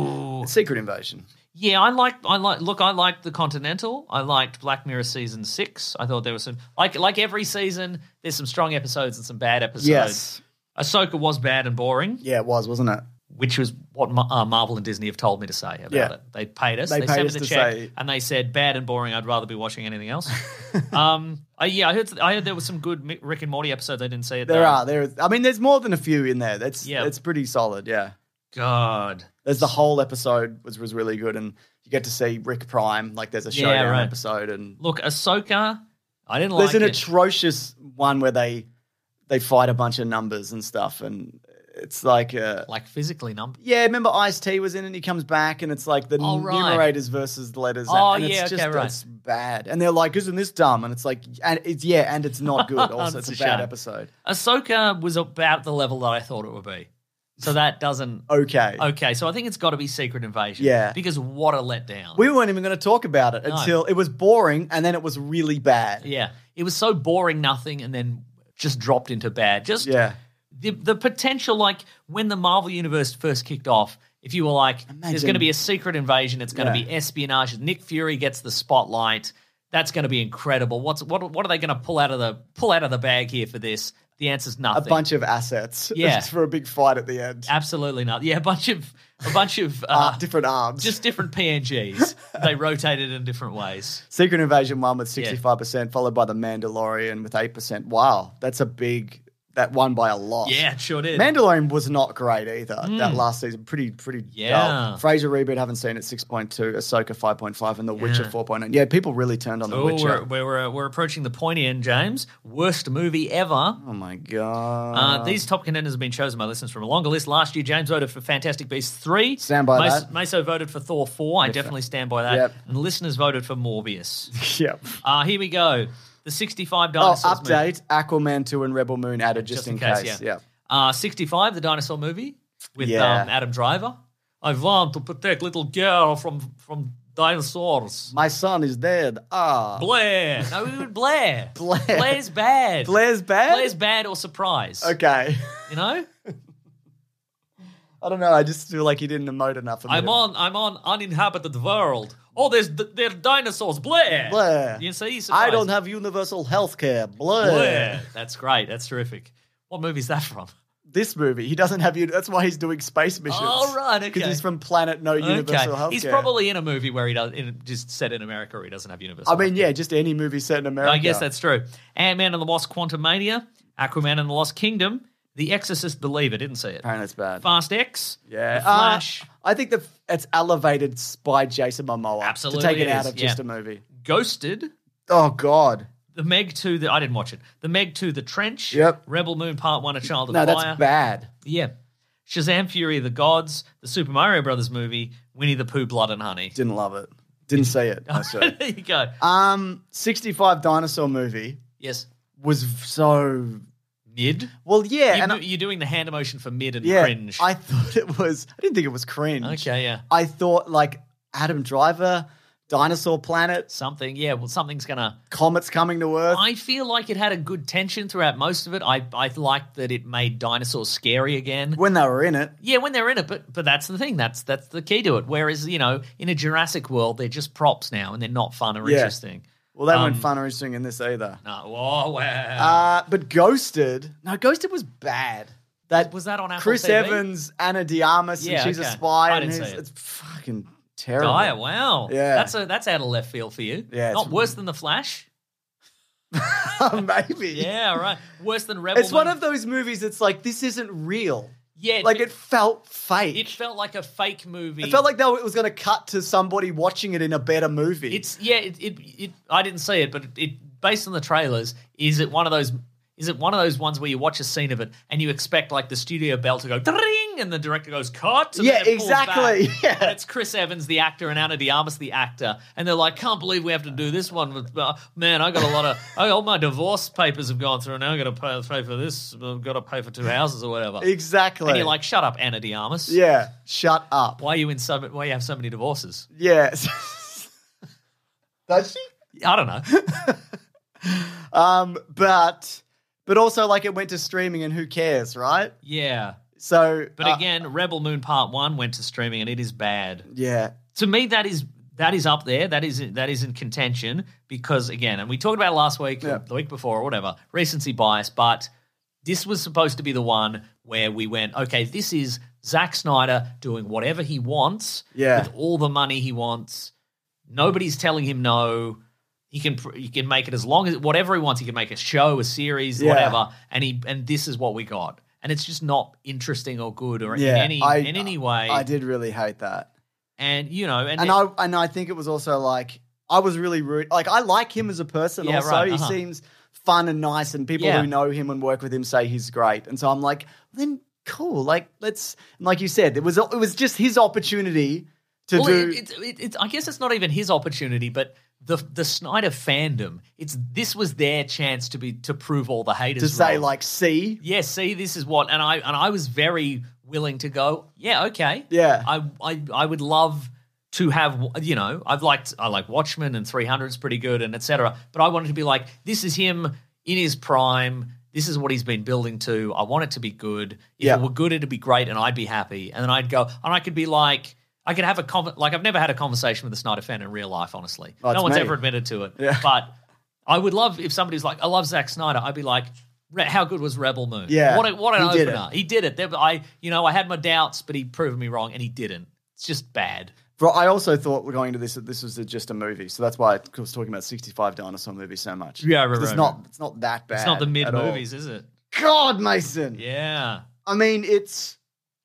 It's Secret Invasion.
Yeah, I like I like look, I liked The Continental. I liked Black Mirror season six. I thought there was some like like every season, there's some strong episodes and some bad episodes.
Yes.
Ahsoka was bad and boring,
Yeah, it was, wasn't it?
which was what Ma- uh, Marvel and Disney have told me to say about
Yeah.
it. They paid us,
They
they,
paid
sent
us
me the
to
check,
say-
and they said bad and boring. I'd rather be watching anything else. um, I, yeah, I heard I heard there was some good Mi- Rick and Morty episodes. I didn't see it.
There
though.
are. There. Is, I mean, there's more than a few in there. That's
Yeah.
It's pretty solid. Yeah.
God.
There's the whole episode was was really good, and you get to see Rick Prime. Like there's a showdown
right.
episode, and
Look, Ahsoka, I didn't
there's an
like it.
atrocious one where they they fight a bunch of numbers and stuff, and it's like uh,
like physically numbered.
yeah, remember Ice T was in it and he comes back and it's like the
Oh, right.
numerators versus the letters. and-
Oh,
and,
yeah,
it's
okay, right.
it's bad. And they're like, isn't this dumb? And it's like, and it's yeah, and it's not good. Also,
It's
it's,
a
a bad
shame.
episode.
Ahsoka was about the level that I thought it would be. So that doesn't.
Okay.
Okay, so I think it's got to be Secret Invasion.
Yeah.
Because what a letdown.
We weren't even going to talk about it
No.
until it was boring, and then it was really bad.
yeah. It was so boring, nothing, and then just dropped into bad. Just
Yeah.
the, the potential, like when the Marvel Universe first kicked off, if you were like, there's
Imagine.
going to be a secret invasion, it's going to
Yeah.
be espionage, Nick Fury gets the spotlight, that's going to be incredible. What's what? What are they going to pull out of the pull out of the bag here for this? The answer's
A
nothing.
bunch of assets.
Yeah.
Just for a big fight at the end.
absolutely not. Yeah, a bunch of a bunch of
Ah,
uh,
different arms.
just different PNGs. they rotated in different ways.
Secret Invasion one with sixty five percent, followed by the Mandalorian with eight percent. Wow, that's a big. That won by a lot.
Yeah, it sure did.
Mandalorian was not great either. That last season, pretty pretty
Hmm. Yeah.
dull. Fraser reboot, haven't seen it. Six point two, Ahsoka five point five, and The Witcher four point nine. Yeah, people really turned on The
Oh,
Witcher.
we're, we're, we're, we're approaching the pointy end, James. Worst movie ever.
Oh my god!
Uh, these top contenders have been chosen by listeners from a longer list. Last year, James voted for Fantastic Beasts 3.
Stand by
Mas-
that.
Meso voted for Thor 4. I definitely stand by that.
Yep.
And listeners voted for Morbius.
yep.
uh, here we go. The 65
Oh,
Dinosaurs movie.
update: Aquaman two and Rebel Moon added just, in, case. Yeah.
Uh, 65, the dinosaur movie with
Yeah.
um, Adam Driver. I want to protect little girl from, from dinosaurs.
My son is dead. Ah,
Blair. No, we would Blair.
Blair.
Blair's bad.
Blair's bad.
Blair's bad or surprise.
okay.
You know?
I don't know. I just feel like he didn't emote enough.
I'm on. I'm on uninhabited world. Oh, there's d- there are dinosaurs. Blair.
Blair.
You see, he's
I
surprised.
don't have universal health care. Blur.
Blair. That's great. That's terrific. What movie is that from?
This movie, he doesn't have you. That's why he's doing space missions.
Oh, right, okay.
Because he's from planet no
okay,
universal health care.
he's probably in a movie where he does in, just set in America where he doesn't have universal.
I mean,
healthcare.
yeah, just any movie set in America.
I guess that's true. Ant Man and the Lost Quantumania, Aquaman and the Lost Kingdom, The Exorcist. Believer didn't see it.
Apparently, that's bad.
Fast X.
Yeah.
The Flash.
Uh, I think that it's elevated by Jason Momoa.
Absolutely
To take it
it
out
is,
of just
yeah.
a movie.
Ghosted.
Oh, God.
The Meg Two. The I didn't watch it. The Meg Two. The Trench.
Yep.
Rebel Moon Part One. A Child of
No,
Fire.
that's bad.
Yeah. Shazam Fury of the Gods, the Super Mario Brothers movie, Winnie the Pooh Blood and Honey.
Didn't love it. Didn't see it. I saw it.
there you go.
Um, 65 Dinosaur movie
Yes.
was so.
Mid.
Well, yeah.
You,
and I-
are doing the hand emotion for mid and
yeah,
cringe.
I thought it was. I didn't think it was cringe.
okay, yeah.
I thought like Adam Driver, Dinosaur Planet,
Something, yeah, well, something's going to.
comets coming to Earth.
I feel like it had a good tension throughout most of it. I, I liked that it made dinosaurs scary again.
when they were in it,
Yeah, when they're in it, but but that's the thing. That's that's the key to it. Whereas you know, in a Jurassic World, they're just props now, and they're not fun or
Yeah.
interesting.
well, they
Um,
weren't fun or interesting in this either.
No, oh wow.
Uh, but Ghosted, no, Ghosted was bad. That
Was that on Apple
Chris
TV?
Evans, Anna Diarmas,
Yeah,
and she's a
okay.
spy,
I
and
didn't
he's-
see it.
it's fucking terrible.
Dyer, wow.
Yeah.
That's a that's out of left field for you.
Yeah, it's-
Not worse than The Flash.
Maybe.
Yeah, all right. Worse than Rebel.
It's one
Moon.
of those movies that's like this isn't real.
Yeah,
Like
it,
it felt fake.
it felt like a fake movie.
It felt like though it was going to cut to somebody watching it in a better movie.
it's yeah, it, it, it I didn't see it, but it, it based on the trailers, is it one of those is it one of those ones where you watch a scene of it and you expect like the studio bell to go ding and the director goes cut? And
Yeah,
then it pulls back.
exactly. Yeah.
And it's Chris Evans, the actor, and Anna Diarmas, the actor, and they're like, "Can't believe we have to do this one." With, uh, man, I got a lot of I, all my divorce papers have gone through, and now I got to pay, pay for this. I've got to pay for two houses or whatever.
exactly.
And you're like, "Shut up, Anna Diarmas.
yeah, shut up.
Why are you in so? Why you have so many divorces?
Yes. Does she?
I don't know.
Um, but but also like it went to streaming and who cares, right?
Yeah.
So
But
uh,
again, Rebel Moon Part One went to streaming, and it is bad.
yeah.
To me, that is that is up there. That is that is in contention because again, and we talked about it last week,
Yeah.
the week before, or whatever, recency bias. But this was supposed to be the one where we went, okay, this is Zack Snyder doing whatever he wants
Yeah.
with all the money he wants. Nobody's telling him no. He can pr- he can make it as long as whatever he wants. He can make a show, a series,
Yeah.
whatever. And he and this is what we got. And it's just not interesting or good or
Yeah,
in any
I-
in any way.
I did really hate that.
And you know, and,
And I and I think it was also like I was really rude. Like I like him as a person
Yeah,
also.
right,
He
uh-huh.
seems fun and nice, and people
Yeah.
who know him and work with him say he's great. And so I'm like, then cool. Like let's and like you said, it was it was just his opportunity to
Well,
do.
it, it's it, it's I guess it's not even his opportunity, but the the Snyder fandom. It's this was their chance to be to prove all the haters
to say
wrong.
like, see,
yeah, see, this is what, and I and I was very willing to go. Yeah, okay.
Yeah.
I I, I would love to have you know I've liked I like Watchmen and 300's pretty good and etc. But I wanted to be like this is him in his prime. This is what he's been building to. I want it to be good. If
Yeah.
it were good, it'd be great, and I'd be happy. And then I'd go and I could be like. I could have a con- like I've never had a conversation with a Snyder fan in real life, honestly.
Oh, it's
no one's
me.
ever admitted to it.
Yeah.
But I would love if somebody's like, "I love Zack Snyder." I'd be like, "Re- "How good was Rebel Moon?"
Yeah,
What, a, what an
he did
opener. He did it. There- I, you know, I had my doubts, but he proved me wrong, and he didn't. It's just bad.
Bro, I also thought we're going to this that this was a, just a movie, so that's why I was talking about sixty five dinosaur movies so much.
Yeah, right,
'Cause It's
right,
not it's not that bad.
It's not the mid
at all.
movies, is it?
God, Mason.
Yeah.
I mean, it's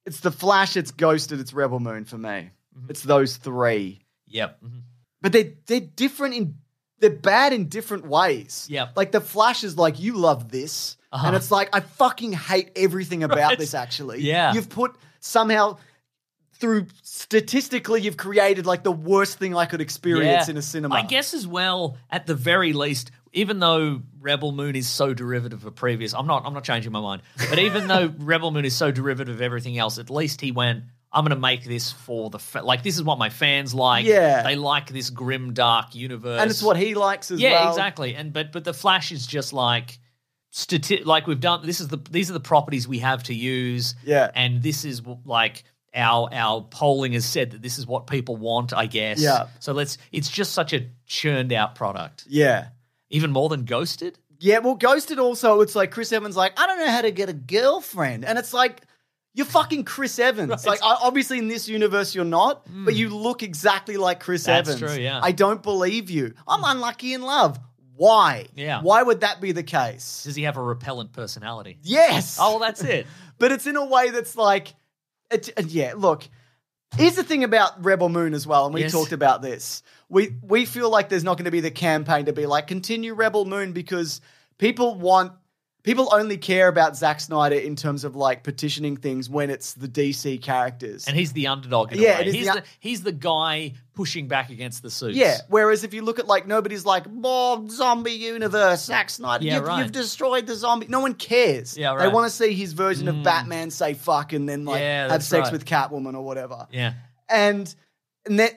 it's the Flash, it's Ghosted, it's Rebel Moon for me.
Mm-hmm.
It's those three,
Yep. Mhm.
but they they're different in they're bad in different ways.
Yep.
like the Flash is like you love this,
Uh-huh.
and it's like I fucking hate everything about
Right.
this. Actually,
Yeah.
you've put somehow. Through statistically, you've created like the worst thing I could experience
Yeah.
in a cinema.
I guess as well, at the very least, even though Rebel Moon is so derivative of previous, I'm not I'm not changing my mind. But even though Rebel Moon is so derivative of everything else, at least he went. I'm going to make this for the fa- like. This is what my fans like.
Yeah.
they like this grim, dark universe,
and it's what he likes as
yeah,
well.
exactly. And but but the Flash is just like stati- like we've done. This is the these are the properties we have to use.
Yeah.
and this is w- like our our polling has said that this is what people want. I guess.
Yeah.
So let's. It's just such a churned out product,
Yeah.
even more than Ghosted.
Yeah, well, Ghosted also, it's like Chris Evans, like, I don't know how to get a girlfriend. And it's like, you're fucking Chris Evans.
Right. Hmm.
Like, I- obviously, in this universe, you're not, but you look exactly like Chris
That's
Evans.
true, yeah.
I don't believe you. I'm unlucky in love. Why?
Yeah.
Why would that be the case?
Does he have a repellent personality?
Yes.
Oh, well, that's it.
but it's in a way that's like, it, uh, yeah. Look, here's the thing about Rebel Moon as well, and we
Yes.
talked about this. We we feel like there's not going to be the campaign to be like continue Rebel Moon because people want people only care about Zack Snyder in terms of like petitioning things when it's the DC characters.
And he's the underdog. In
Yeah,
a
it
way.
is
he's
the-
the, he's the guy pushing back against the suits.
yeah. Whereas if you look at like nobody's like, oh, zombie universe, Zack Snyder,
Yeah,
you've,
right.
you've destroyed the zombie. No one cares.
Yeah,
They
right. Mm.
want to see his version of Batman say fuck and then like
Yeah,
have
that's
sex
right.
with Catwoman or whatever.
yeah.
and and then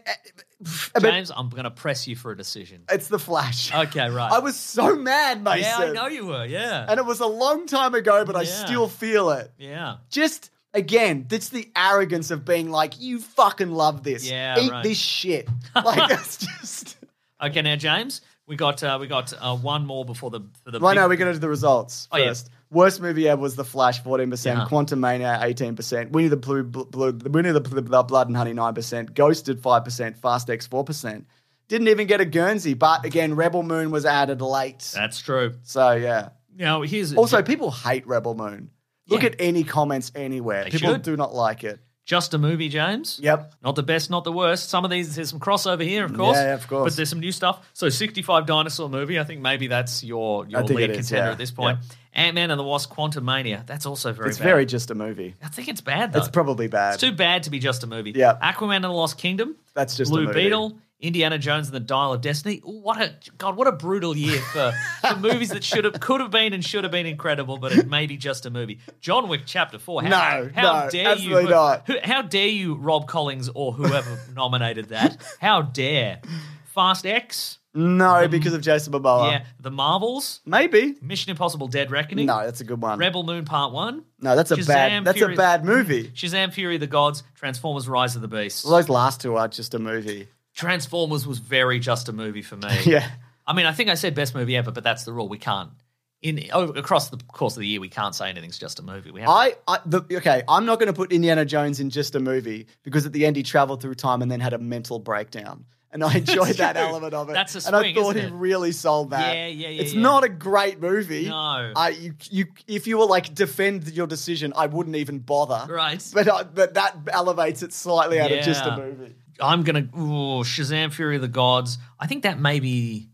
but
James, I'm going to press you for a decision.
it's the Flash.
Okay, right.
I was so mad, Mason.
yeah, I know you were. Yeah,
And it was a long time ago, but I
Yeah.
still feel it.
yeah.
Just again, that's the arrogance of being like, you fucking love this.
Yeah,
Eat
right.
this shit. Like that's just.
Okay, now James, we got uh, we got uh, one more before the for the.
Right
big-
now, we're gonna do the results
Oh, yeah.
first. Worst movie ever was The Flash, fourteen percent.
Yeah.
Quantum Mania, eighteen percent. Winnie the Blue, Blue, Blue Winnie the, Blue, the Blood and Honey, nine percent. Ghosted, five percent. Fast X, four percent. Didn't even get a Guernsey, but again, Rebel Moon was added late.
That's true.
So yeah.
Now here's
Also, people hate Rebel Moon. Look
Yeah.
at any comments anywhere.
They
people
should.
do not like it.
just a movie, James.
Yep.
Not the best, not the worst. Some of these, there's some crossover here, of course.
Yeah, yeah, of course.
But there's some new stuff. So, 65 Dinosaur movie. I think maybe that's your, your
I think
lead
it is,
contender
yeah.
at this point. Ant Man and the Wasp Quantumania. That's also very
it's
bad.
very just a movie.
I think it's bad, though.
It's probably bad.
It's too bad to be just a movie.
Yeah.
Aquaman and the Lost Kingdom.
That's just a
Blue
movie.
Beetle, Indiana Jones and the Dial of Destiny. Ooh, what a God! What a brutal year for, for movies that should have, could have been, and should have been incredible, but it may be just a movie. John Wick Chapter Four. How,
No,
how
no,
dare
absolutely
you?
not.
who- how dare you, Rob Collins or whoever nominated that? How dare? Fast X.
no, because of Jason Momoa.
Mm-hmm. Yeah, The Marvels,
Maybe.
Mission Impossible: Dead Reckoning.
No, that's a good one.
Rebel Moon Part One.
no, that's a
Shazam,
bad. That's
Fury-
a bad movie.
Shazam: Fury of the Gods, Transformers: Rise of the Beasts.
Well, those last two are just a movie.
Transformers was very just a movie for me.
Yeah.
I mean, I think I said best movie ever, but that's the rule. We can't in over, across the course of the year we can't say anything's just a movie. We have
I, I the, okay. I'm not going to put Indiana Jones in just a movie because at the end he traveled through time and then had a mental breakdown, and I enjoyed that
true.
element of it.
That's a
and I
swing,
thought
isn't
he
it?
really sold that.
Yeah, yeah, yeah,
It's
yeah.
not a great movie.
No.
I you you if you were like defend your decision, I wouldn't even bother.
Right.
But I, but that elevates it slightly out of just a
Yeah.
movie.
I'm gonna ooh, Shazam: Fury of the Gods. I think that maybe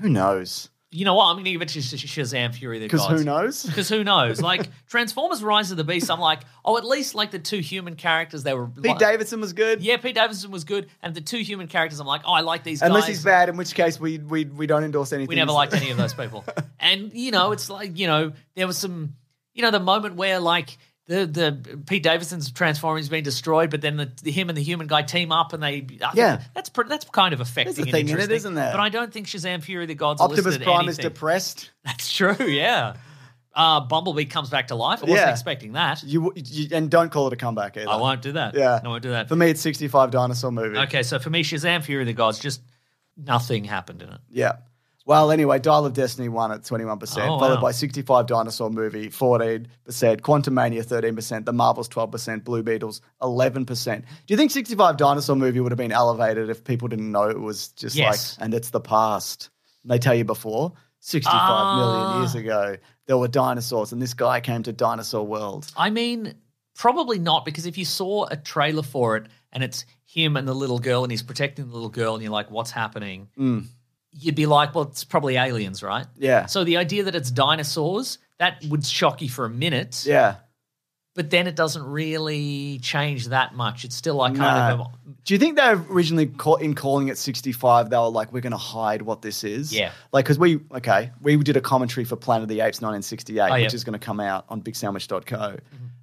Who knows?
You know what? I'm going to give it to Sh- Sh- Shazam Fury of the
Because
Gods.
who knows?
Because who knows? Like Transformers: Rise of the Beast. I'm like, oh, at least like the two human characters they were.
Pete
like,
Davidson was good.
Yeah, Pete Davidson was good, and the two human characters. I'm like, oh, I like these.
Unless
guys.
he's bad, in which case we we, we don't endorse anything.
We never liked any of those people. And you know, it's like you know, there was some, you know, the moment where like the the Pete Davidson's transformers being destroyed, but then the, the him and the human guy team up and they I think
Yeah.
that's pretty, that's kind of affecting.
There's a
and
thing in it,
interesting.
isn't there?
But I don't think Shazam: Fury of the Gods
Optimus
elicited
Prime is
anything.
depressed.
That's true. Yeah, uh, Bumblebee comes back to life. I wasn't
Yeah.
expecting that.
You, you and don't call it a comeback either.
I won't do that.
Yeah.
I won't do that.
For me, it's 65 dinosaur movie.
okay, so for me, Shazam: Fury of the Gods, just nothing happened in it.
Yeah. Well, anyway, Dial of Destiny won at 21%,
Oh,
followed
wow.
by 65 Dinosaur Movie, 14%, Quantum Mania, 13%, The Marvels, 12%, Blue Beetles, 11%. Do you think 65 Dinosaur Movie would have been elevated if people didn't know it was just
Yes.
like, and it's the past? And they tell you before, sixty-five million
Ah.
years ago, there were dinosaurs, and this guy came to Dinosaur World.
I mean, probably not, because if you saw a trailer for it and it's him and the little girl and he's protecting the little girl and you're like, what's happening? You'd be like, well, it's probably aliens, right?
Mm, Yeah.
So the idea that it's dinosaurs, that would shock you for a minute.
Yeah.
But then it doesn't really change that much. It's still like kind
No.
of.
Do you think they originally call, in calling it 65? They were like, we're going to hide what this is.
Yeah.
Like, because we, okay, we did a commentary for Planet of the Apes 1968,
Oh, yeah.
which is going to come out on bigsandwich.co.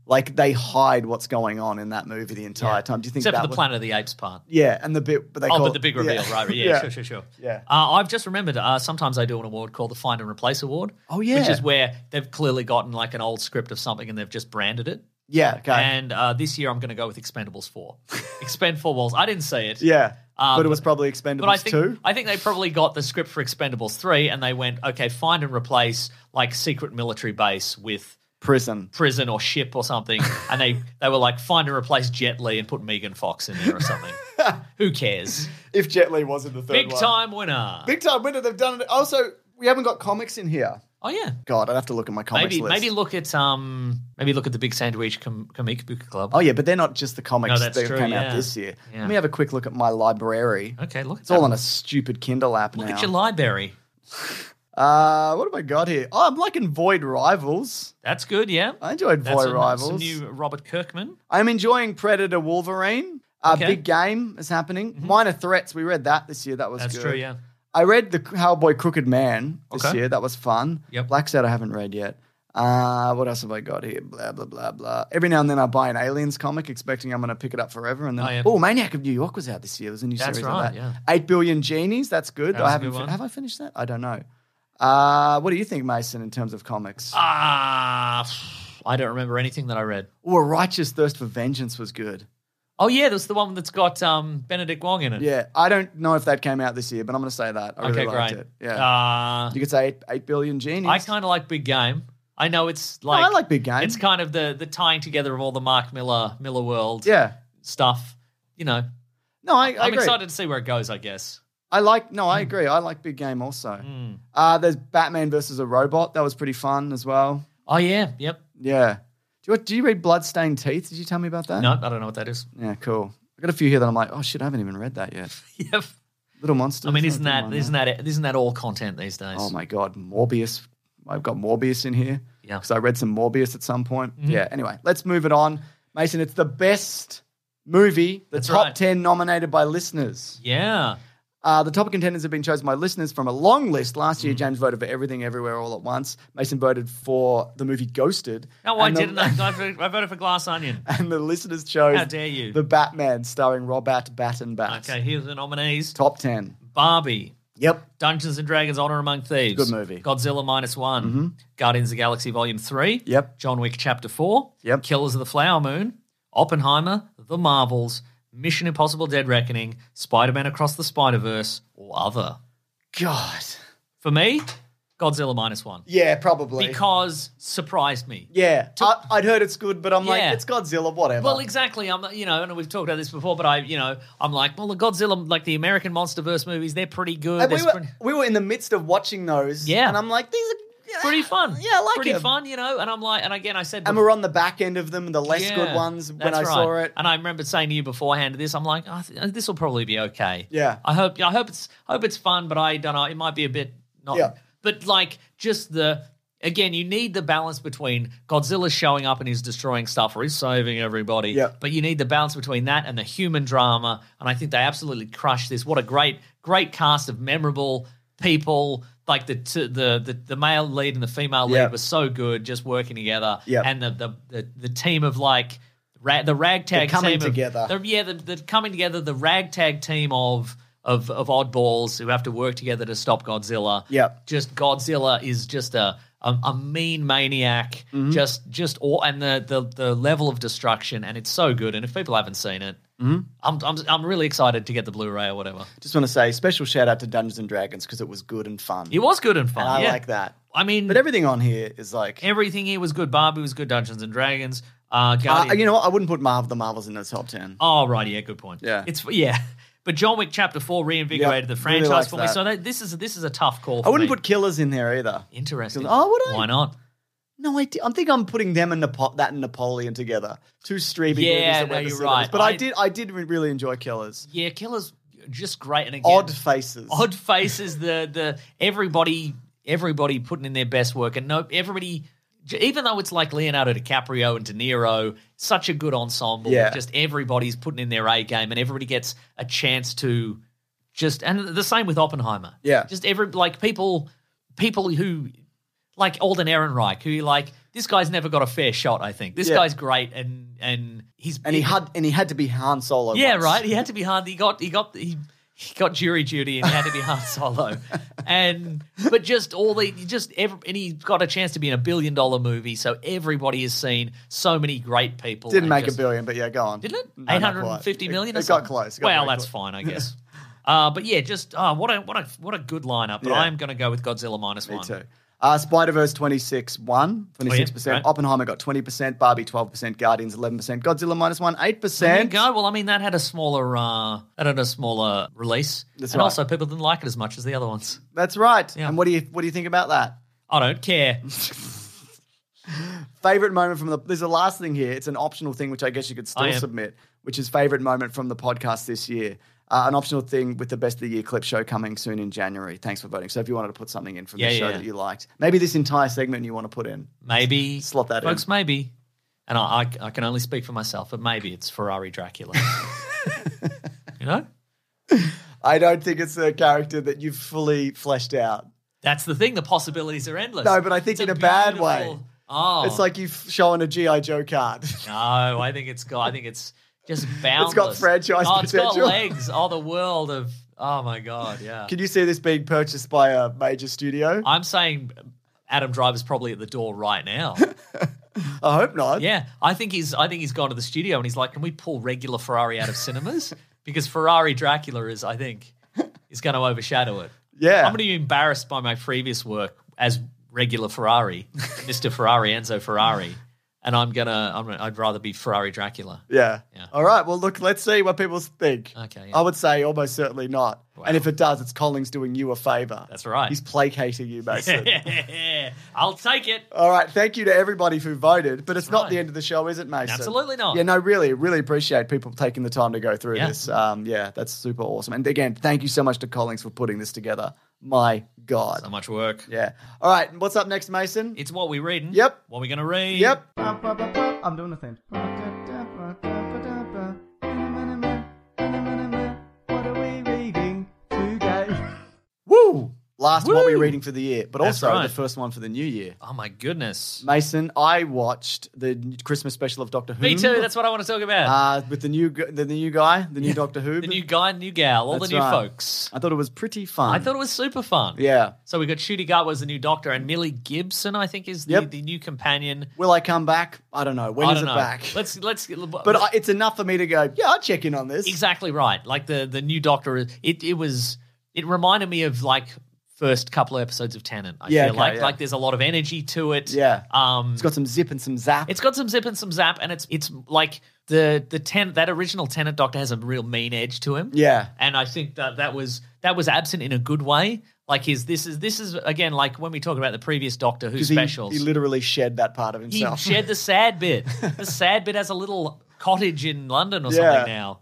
Like, they hide what's going on in that movie the entire time. Do you think
Except
that
for the
was-
Planet of the Apes part.
Yeah. And the bit, but they
Oh,
call
but the big reveal, right? right, Yeah, sure, sure, sure.
Yeah.
Uh, I've just remembered. Uh, sometimes I do an award called the Find and Replace Award.
Oh, yeah.
which is where they've clearly gotten like an old script of something and they've just branded it.
Yeah. Okay.
And uh, this year I'm going to go with Expendables four. Expend four walls. I didn't say it.
yeah.
Um,
but it was probably Expendables
But I think
2.
I think they probably got the script for Expendables three, and they went, okay, find and replace like secret military base with
Prison.
prison or ship or something, and they they were like, find and replace Jet Li and put Megan Fox in there or something. Who cares?
If Jet Li was in the third
Big
one.
time winner.
Big time winner. They've done it. Also, we haven't got comics in here.
oh yeah.
God, I'd have to look at my comics
Maybe
list.
maybe look at um maybe look at the Big Sandwich Com- Comic Book Club.
Oh yeah, but they're not just the comics
No,
that
that's true,
came out
yeah.
this year.
Yeah.
Let me have a quick look at my library.
okay, look. At
It's all
that.
on a stupid Kindle app
Look
now.
at your library.
uh, what have I got here? Oh, I'm liking Void Rivals.
That's good. Yeah.
I enjoyed
That's
Void
a-
Rivals.
Some new Robert Kirkman.
I'm enjoying Predator Wolverine. Uh,
Okay. Mm-hmm.
Big game is happening. Minor threats. We read that this year. That was
That's
good.
true. Yeah.
I read the Hellboy Crooked Man this
Okay.
year. That was fun.
Yep.
Black's Out I haven't read yet. Uh, what else have I got here? Blah blah blah blah. Every now and then I buy an Aliens comic, expecting I'm going to pick it up forever, and then
Oh,
oh,
yeah.
Maniac of New York was out this year. There's a new
That's
series
right,
of that.
yeah.
Eight Billion Genies. That's good.
That
I
was a
haven't.
good
fin-
one.
have I finished that? I don't know. Uh, what do you think, Mason, in terms of comics?
Ah, I don't remember anything that I read.
Ooh, a Righteous Thirst for Vengeance was good.
Oh yeah, there's the one that's got um, Benedict Wong in it.
Yeah, I don't know if that came out this year, but I'm going to say that. I really
okay,
liked
great.
it. Yeah,
Uh,
you could say Eight, eight Billion Genies.
I kind of like Big Game. I know it's like
I like Big Game.
It's kind of the the tying together of all the Mark Miller Miller World
yeah.
stuff. You know,
No, I, I
I'm
agree.
excited to see where it goes. I guess.
I like no, I agree. I like big game also.
Hmm.
Uh, there's Batman versus a robot. That was pretty fun as well.
Oh yeah, yep.
Yeah. Do you, do you read Bloodstained Teeth? Did you tell me about that?
No, I don't know what that is.
Yeah, cool. I got a few here that I'm like, oh shit, I haven't even read that yet.
yep.
Little Monsters.
I mean,
I
isn't
didn't
that
mind
isn't that isn't that all content these days?
Oh my god, Morbius. I've got Morbius in here
Yeah. Mm-hmm.
because I read some Morbius at some point. Yeah. Anyway, let's move it on, Mason. It's the best movie, the
That's
top
right.
ten nominated by listeners.
Yeah.
Uh, the top contenders have been chosen by listeners from a long list. Last
Mm.
year, James voted for Everything Everywhere All at Once. Mason voted for the movie Ghosted.
No, I
And the-
didn't. I, I voted- I voted for Glass Onion.
And the listeners chose
How dare you.
The Batman, starring Robat Batten Bat.
Okay, here's the nominees:
Top 10.
Barbie,
Yep.
Dungeons and Dragons: Honor Among Thieves.
Good movie. Mm-hmm.
Godzilla minus one. Guardians of the Galaxy Volume Three.
Yep.
John Wick Chapter Four.
Yep.
Killers of the Flower Moon. Oppenheimer. The Marvels. Mission Impossible: Dead Reckoning. Spider Man Across the Spider Verse, or other.
God.
For me, Godzilla minus one
Yeah, probably.
because surprised me.
yeah. I, I'd heard it's good, but I'm
Yeah.
like, it's Godzilla, whatever.
Well, exactly. I'm, you know, and we've talked about this before, but I, you know, I'm like, well, the Godzilla, like the American MonsterVerse movies, they're pretty good.
And
They're
we, were,
pretty,
we were in the midst of watching those.
Yeah.
And I'm like, these are.
pretty fun.
Yeah, I like
pretty
it.
fun, you know. And I'm like, and again, I said,
And
before-
we're on the back end of them, the less
Yeah,
good ones when
that's
I
right.
saw it.
And I remember saying to you beforehand, this, I'm like, I th- this will probably be okay.
Yeah.
I hope, I hope it's, I hope it's fun, but I don't know, it might be a bit not.
Yeah.
But like just the again, you need the balance between Godzilla showing up and he's destroying stuff or he's saving everybody.
Yeah.
But you need the balance between that and the human drama. And I think they absolutely crushed this. What a great, great cast of memorable people. Like the t- the, the the male lead and the female lead
Yeah.
were so good, just working together.
Yeah.
And the, the the the team of like ra- the ragtag
The coming
team of-
together.
the- yeah, the, the coming together, the ragtag team of of of oddballs who have to work together to stop Godzilla.
Yep.
just Godzilla is just a a, a mean maniac.
Mm-hmm.
Just just all and the, the the level of destruction and it's so good. And if people haven't seen it,
Mm-hmm.
I'm, I'm I'm really excited to get the Blu-ray or whatever.
Just want to say special shout out to Dungeons and Dragons because it was good and fun.
It was good and fun.
And I
yeah.
like that.
I mean,
But everything on here is like,
everything here was good. Barbie was good. Dungeons and Dragons. Uh,
uh,
Guardian,
you know, what? I wouldn't put Marvel the Marvels in the top ten.
Oh, right, yeah, good point.
Yeah.
it's yeah, but John Wick Chapter Four reinvigorated
Yeah,
the
really
franchise
liked
for me.
that.
So that, this is this is a tough call. For
I wouldn't
me.
put Killers in there either.
interesting.
Oh, would I?
Why not?
No, I, di- I think I'm putting them and Napo- that and Napoleon together. Two streaming
Yeah,
movies. that went
no,
to
you're
cinemas.
right.
But I,
I-
did I did re- really enjoy Killers.
Yeah, Killer's just great, and again,
Odd faces.
odd faces. The the everybody everybody putting in their best work, and no everybody. j- Even though it's like Leonardo DiCaprio and De Niro, such a good ensemble.
Yeah.
Just everybody's putting in their A game, and everybody gets a chance to just. And the same with Oppenheimer.
Yeah.
just every like people people who like Alden Ehrenreich, who you're like this guy's never got a fair shot. I think this
Yeah.
guy's great, and and he's
And he had and he had to be Han Solo.
yeah,
once.
right. He had to be hard. He got he got he, he got jury duty and he had to be hard solo. And but just all the just every, and he got a chance to be in a billion dollar movie, so everybody has seen so many great people.
Didn't
and
make
just-
a billion, but yeah, go on.
Didn't it?
No,
Eight
not
hundred
quite.
and fifty million.
It,
or
it got
something?
close. It got
well,
very
that's
close.
fine, I guess. uh, but yeah, just uh, what a what a what a good lineup. But
Yeah.
I am going to go with Godzilla minus
Me
one. Oh,
too. Uh, Spider Verse 26 1, 26%.
right.
Oppenheimer got 20%, Barbie 12%, Guardians 11%, Godzilla minus 1, 8%.
There you go. Well, I mean that had a smaller uh, that had a smaller release,
That's
and
right.
also people didn't like it as much as the other ones.
That's right.
Yeah.
And what do you what do you think about that?
I don't care.
Favorite moment from the there's a last thing here. It's an optional thing which I guess you could
I
still
am-
submit, which is favorite moment from the podcast this year. Uh, an optional thing with the best of the year clip show coming soon in January. Thanks for voting. So if you wanted to put something in from
Yeah,
the show
yeah.
that you liked, maybe this entire segment you want to put in.
Maybe
Slot that in.
folks, Maybe, and I, I, I can only speak for myself, but maybe it's Ferrari Dracula. you know,
I don't think it's a character that you've fully fleshed out.
that's the thing. The possibilities are endless.
No, but I think
It's
in a bad way.
beautiful- Oh,
It's like you've shown a GI Joe card.
no. I think it's got. I think it's just boundless.
franchise
Oh, it's
potential.
got legs. Oh, the world of. Oh my god. Yeah.
Can you see this being purchased by a major studio?
I'm saying Adam Driver's probably at the door right now.
I hope not.
Yeah, I think he's. I think he's gone to the studio and he's like, "Can we pull regular Ferrari out of cinemas? Because Ferrari Dracula is, I think, is going to overshadow it.
Yeah.
I'm going to be embarrassed by my previous work as regular Ferrari, Mister Ferrari, Enzo Ferrari, and I'm gonna. I'm, I'd rather be Ferrari Dracula.
Yeah.
Yeah.
All right. Well, look, let's see what people think.
Okay, yeah.
I would say almost certainly not. And if it does, it's Collins doing you a favor.
That's right.
He's placating you, Mason.
I'll take it.
All right. Thank you to everybody who voted, but it's not
right.
the end of the show, is it, Mason?
Absolutely not.
Yeah, no, really, really appreciate people taking the time to go through
Yeah.
this. Um, yeah, that's super awesome. And again, thank you so much to Collins for putting this together. My God.
So much work.
Yeah. All right. What's up next, Mason?
It's what we're reading.
Yep.
What we're going to read.
Yep.
I'm doing the same. What are we reading today?
Woo! Last what we're
Woo!
reading for the year, but
That's
also
right.
the first one for the new year.
Oh my goodness.
Mason, I watched the Christmas special of Doctor Who.
Me too. That's what I want to talk about.
uh, with the new gu- the, the new guy, the new Doctor Who.
the new guy, new gal, all
That's
the new
right.
folks.
I thought it was pretty fun.
I thought it was super fun.
Yeah.
So we got Shooty Gatwa as the new doctor, and Millie Gibson, I think, is the,
Yep.
the new companion.
Will I come back? I don't know. When
I
is
don't
it
know.
back?
Let's let's.
but I, it's enough for me to go. Yeah, I'll check in on this.
exactly right. Like the the new doctor, is- it it was it reminded me of like first couple of episodes of Tennant. I
Yeah,
feel
okay,
like
yeah.
like there's a lot of energy to it.
Yeah.
Um,
It's got some zip and some zap.
It's got some zip and some zap, and it's it's like the the ten that original tenant doctor has a real mean edge to him.
Yeah.
and I think that that was that was absent in a good way. Like his this is this is again like when we talk about the previous Doctor Who
'Cause he,
specials.
he literally shed that part of
He
himself.
shared the sad bit. The sad bit has a little cottage in London or
Yeah. Mm.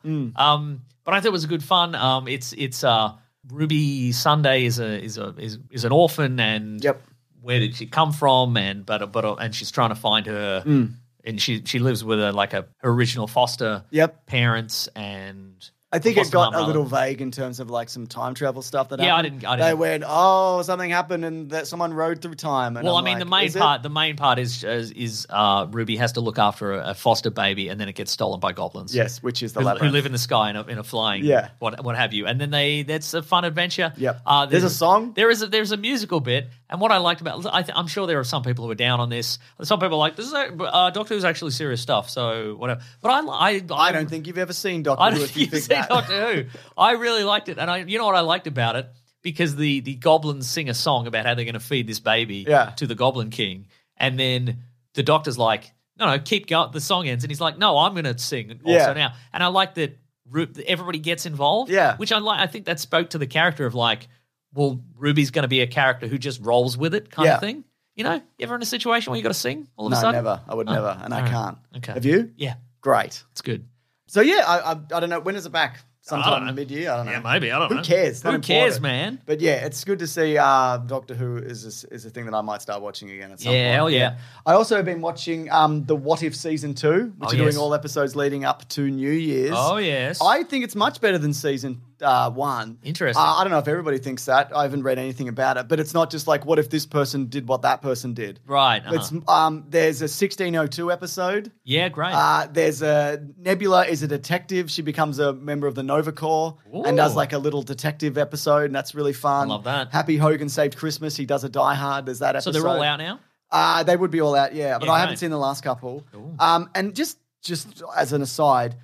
something now. Um, but I thought it was good fun. Um, it's it's uh, Ruby Sunday is a is a is, is an orphan and
Yep.
where did she come from and but but and she's trying to find her
Mm.
and she she lives with a like a her original foster
Yep.
parents and
I think it
foster
got
mum,
a little
rather.
vague in terms of like some time travel stuff that
Yeah, I
happened.
didn't- I didn't-
They went, oh, something happened and that someone rode through time. And
Well,
I'm
I mean, the
like,
main
is it?
part the main part is is, is uh, Ruby has to look after a, a foster baby and then it gets stolen by goblins.
Yes, which is the
who,
labyrinth.
who live in the sky in a, in a flying,
Yeah.
what what have you, and then they that's a fun adventure. Uh,
Yep. There's a song?
There is a, there's a musical bit, and what I liked about I th- I'm sure there are some people who are down on this. Some people are like this is a, uh, Doctor Who's actually serious stuff, so whatever. But I I
I don't think you've ever seen Doctor
I
Who
don't
if you
think you
think
see
that.
Doctor Who. I really liked it, and I you know what I liked about it because the the goblins sing a song about how they're going to feed this baby
Yeah.
to the Goblin King, and then the Doctor's like, no, no, keep going. The song ends, and he's like, no, I'm going to sing also
Yeah.
now, and I like that Ru- that everybody gets involved,
Yeah.
which I like. I think that spoke to the character of like, well, Ruby's going to be a character who just rolls with it kind
Yeah.
of thing. You know, you ever in a situation where you got to sing all of a
no,
sudden?
never. I would
Oh,
never. And I
alright.
can't.
Okay.
Have you?
Yeah,
Great.
it's good.
So, yeah, I, I, I don't know. When is it back? Sometime
know.
mid year? I don't know.
Yeah, maybe I don't
Who
know.
cares? It's
Who
not
cares,
important.
man?
But yeah, it's good to see uh, Doctor Who is a, is a thing that I might start watching again at some
Yeah,
point.
hell yeah.
I also have been watching um, the What If season two, which
Oh,
are doing
yes.
all episodes leading up to New Year's.
Oh yes.
I think it's much better than season uh, one.
Interesting.
Uh, I don't know if everybody thinks that. I haven't read anything about it, but it's not just like what if this person did what that person did.
right. uh-huh.
It's um, there's a 1602 episode.
yeah, great.
Uh, there's a Nebula is a detective. She becomes a member of the Nova Corps and does
Ooh.
like a little detective episode, and that's really fun.
Love that.
Happy Hogan saved Christmas. He does a Die Hard. There's that
so
episode.
they're all out now.
Uh, they would be all out, yeah. But
Yeah,
I haven't
right.
seen the last couple.
Cool.
Um, and just just as an aside,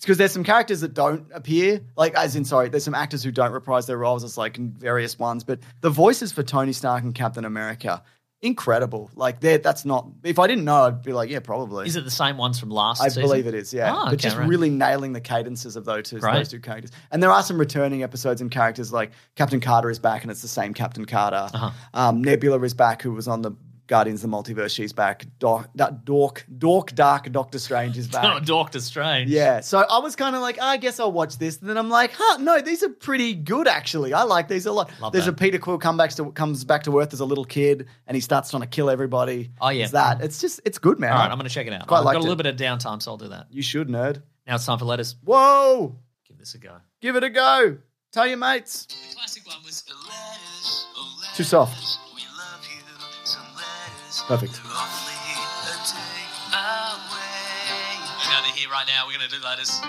because there's some characters that don't appear, like as in sorry, there's some actors who don't reprise their roles. It's like in various ones, but the voices for Tony Stark and Captain America, incredible. Like they're- that's not. If I didn't know, I'd be like, yeah, probably.
Is it the same ones from last?
I
season?
believe it is, yeah.
Ah, okay,
but just
right.
really nailing the cadences of those two,
Great.
those two characters. And there are some returning episodes and characters like Captain Carter is back, and it's the same Captain Carter.
Uh-huh.
Um, Nebula is back, who was on the Guardians of the Multiverse. She's back. Dork, da- Dork, Dork, Dark Doctor Strange is
Oh,
back.
Doctor Strange.
Yeah, so I was kind of like, "Ah, I guess I'll watch this, and then I'm like, huh, no, these are pretty good actually. I like these a lot.
Love
There's
that.
a Peter Quill comebacks to, comes back to Earth as a little kid, and he starts trying to kill everybody.
Oh, yeah.
it's that. It's just, it's good, man.
All right, I'm going to check it out.
Quite
I've got
liked
a little
it.
bit of downtime, so I'll do that.
You should, nerd.
Now it's time for letters.
Whoa!
Give this a go.
Give it a go. Tell your mates.
The classic one was letters, oh, letters.
Too soft.
We love you, some letters.
Perfect.
They're only a day away. And out of here right now, we're going to do letters.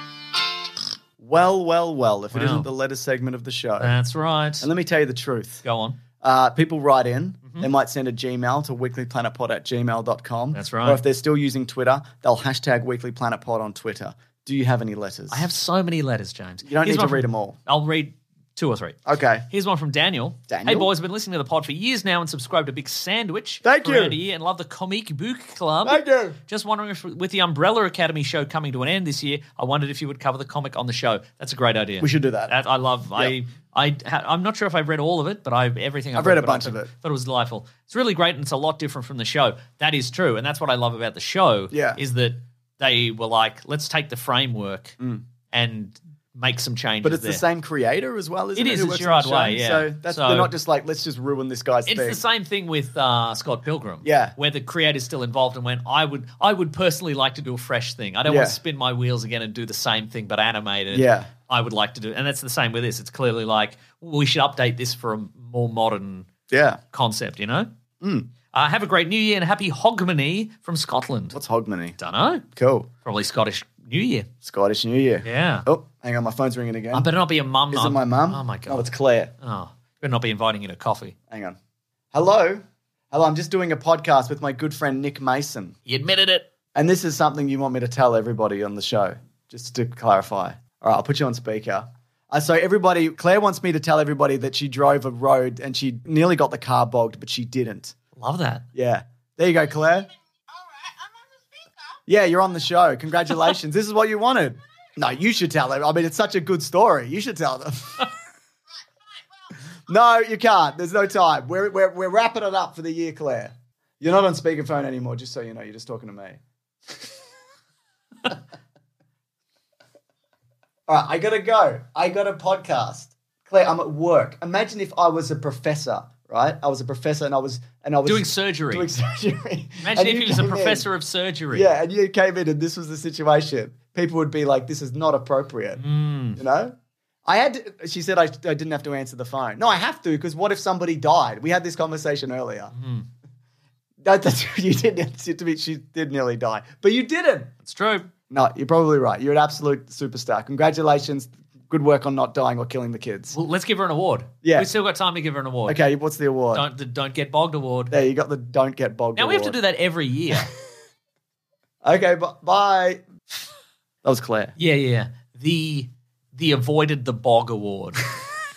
Well, well, well. If it
Wow.
isn't the letter segment of the show.
That's right.
and let me tell you the truth.
go on.
Uh, people write in.
Mm-hmm.
They might send a Gmail to weeklyplanetpod at gmail.com.
That's right.
Or if they're still using Twitter, they'll hashtag weeklyplanetpod on Twitter. Do you have any letters?
I have so many letters, James.
You don't
Here's
need
one
to read
from-
them all.
I'll read two or three.
Okay.
Here's one from Daniel.
Daniel?
Hey boys, been listening to the pod for years now and subscribed to Big Sandwich.
Thank
for
you.
around a year and love the Comic Book Club.
Thank you.
Just wondering if, with the Umbrella Academy show coming to an end this year, I wondered if you would cover the comic on the show. That's a great idea.
We should do that.
I
Yep.
love. I I ha- I'm not sure if I've read all of it, but I've everything. I've,
I've read a
but I
bunch of
thought-
it.
Thought it was delightful. It's really great, and it's a lot different from the show. That is true, and that's what I love about the show.
Yeah.
is that they were like, let's take the framework and make some changes.
Mm. But it's
there.
the same creator as well, isn't it?
It is,
who
it's
works
Gerard
on the show?
Way, yeah.
So, that's,
So-
they're not just like, let's just ruin this guy's
It's
thing.
the same thing with uh, Scott Pilgrim.
Yeah.
where the creator's still involved and went, I would, I would personally like to do a fresh thing. I don't want
Yeah.
to spin my wheels again and do the same thing but animated.
Yeah.
I would like to do, and that's the same with this. It's clearly like we should update this for a more modern
Yeah.
concept. You know.
Hmm.
Uh, have a great New Year and happy Hogmanay from Scotland.
What's Hogmanay?
Don't know.
Cool.
Probably Scottish New Year.
Scottish New Year.
Yeah.
Oh, hang on. My phone's ringing again.
I better not be a mum.
Is it
I'm-
my mum?
Oh my god.
No, it's Claire.
oh, better not be inviting you to coffee.
Hang on. Hello. Hello. I'm just doing a podcast with my good friend Nick Mason.
He admitted it.
And this is something you want me to tell everybody on the show, just to clarify. All right, I'll put you on speaker. Uh, so, everybody, Claire wants me to tell everybody that she drove a road and she nearly got the car bogged, but she didn't.
Love that.
Yeah. There you go, Claire. Yeah, you're on the show. Congratulations. this is what you wanted. No, you should tell them. I mean, it's such a good story. You should tell them. no, you can't. There's no time. We're, we're, we're wrapping it up for the year, Claire. You're not on speakerphone anymore, just so you know. You're just talking to me. All right, I gotta go. I got a podcast. Claire, I'm at work. Imagine if I was a professor, right? I was a professor and I was and I was
Doing surgery.
Doing surgery.
Imagine
And
if
you
he was a
came in.
professor of surgery.
Yeah, and you came in and this was the situation. People would be like, this is not appropriate.
Mm.
You know? I had, to, she said I, I didn't have to answer the phone. No, I have to because what if somebody died? We had this conversation earlier.
Mm-hmm.
That, that's, you didn't, she, to me, she did nearly die, but you didn't.
It's true.
No, you're probably right. You're an absolute superstar. Congratulations. Good work on not dying or killing the kids.
Well, let's give her an award.
Yeah.
We've still got time to give her an award.
Okay, what's the award?
Don't, the don't get bogged award.
There, you got the don't get bogged.
now we have to
award.
do that every year.
Okay, bu- bye. That was Claire.
yeah, yeah, yeah. The the avoided the bog award.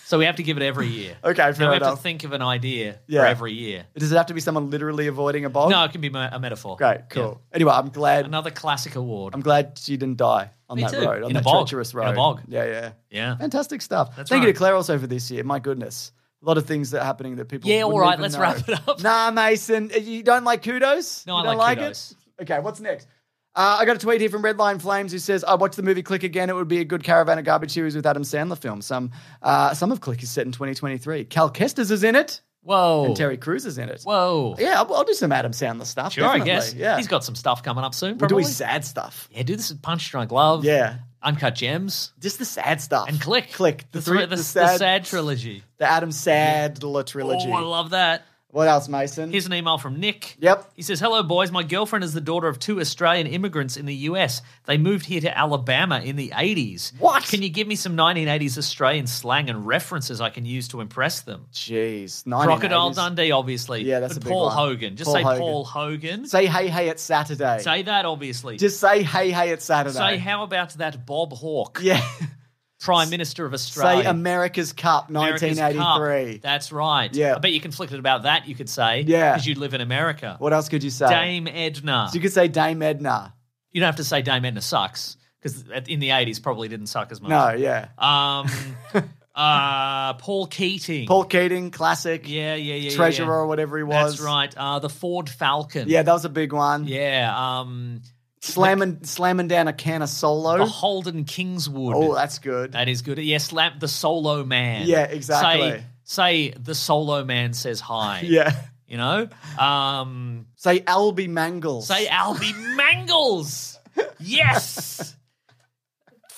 so we have to give it every year.
Okay,
Now
fair
we have
enough.
to think of an idea
Yeah.
for every year.
Does it have to be someone literally avoiding a bog?
No, it can be me- a metaphor.
Great, cool. Anyway, I'm
Yeah.
glad.
Another classic award.
I'm glad she didn't die on
Me
that
too.
road, on
In a
that
bog.
treacherous
In
road.
a bog.
Yeah, yeah.
yeah.
Fantastic stuff.
That's
Thank you
right.
to Claire also for this year. My goodness. A lot of things that are happening that people.
Yeah, all
wouldn't
right,
even
let's
know.
wrap it up.
Nah, Mason, uh, you don't like kudos.
No,
you
I
don't
like
like
kudos.
it. Okay, what's next? Uh, I got a tweet here from Redline Flames who says, "I watched the movie Click again. It would be a good caravan of garbage series with Adam Sandler film. Some uh, some of Click is set in 2023. Cal Kestis is in it,
Whoa.
and Terry Crews is in it.
Whoa.
yeah, I'll, I'll do some Adam Sandler stuff.
Sure,
definitely.
I guess.
Yeah,
He's got some stuff coming up soon,
we'll do
probably.
his sad stuff.
yeah, do this with Punch Drunk Love.
Yeah,
Uncut Gems.
just the sad stuff.
And Click.
click the,
The,
three,
thre- the,
the,
the
sad,
sad, trilogy.
the Adam Sandler trilogy.
Oh, I love that.
what else, Mason?
Here's an email from Nick.
Yep.
He says, Hello, boys. My girlfriend is the daughter of two Australian immigrants in the US. They moved here to Alabama in the 80s.
What?
Can you give me some 1980s Australian slang and references I can use to impress them?
Jeez,
Crocodile
1980s.
Dundee, obviously.
Yeah, that's a
But
big
Paul
one.
Hogan. Just
Paul
say
Hogan.
Paul Hogan.
Say hey hey it's Saturday.
Say that, obviously.
Just say hey hey it's Saturday.
say, How about that Bob Hawke,
yeah.
Prime Minister of Australia?
say America's Cup
America's Cup.
1983.
That's right.
Yeah.
I bet you're conflicted about that, you could say.
Yeah.
Because you live in America.
What else could you say?
Dame Edna.
So you could say Dame Edna.
you don't have to say Dame Edna sucks because in the eighties probably didn't suck as much.
No, yeah.
Um. uh. Paul Keating.
Paul Keating, classic.
Yeah, yeah, yeah. yeah,
treasurer
yeah.
or whatever he was.
That's right. Uh, the Ford Falcon.
Yeah, that was a big one.
Yeah. Um.
Slamming slamming down a can of
The
solo.
Holden Kingswood.
Oh, that's good.
that is good. Yeah. Slap the Solo Man.
Yeah, exactly.
Say, say the Solo Man says hi.
yeah.
You know. Um.
Say Albie Mangles.
Say Albie Mangles. Yes.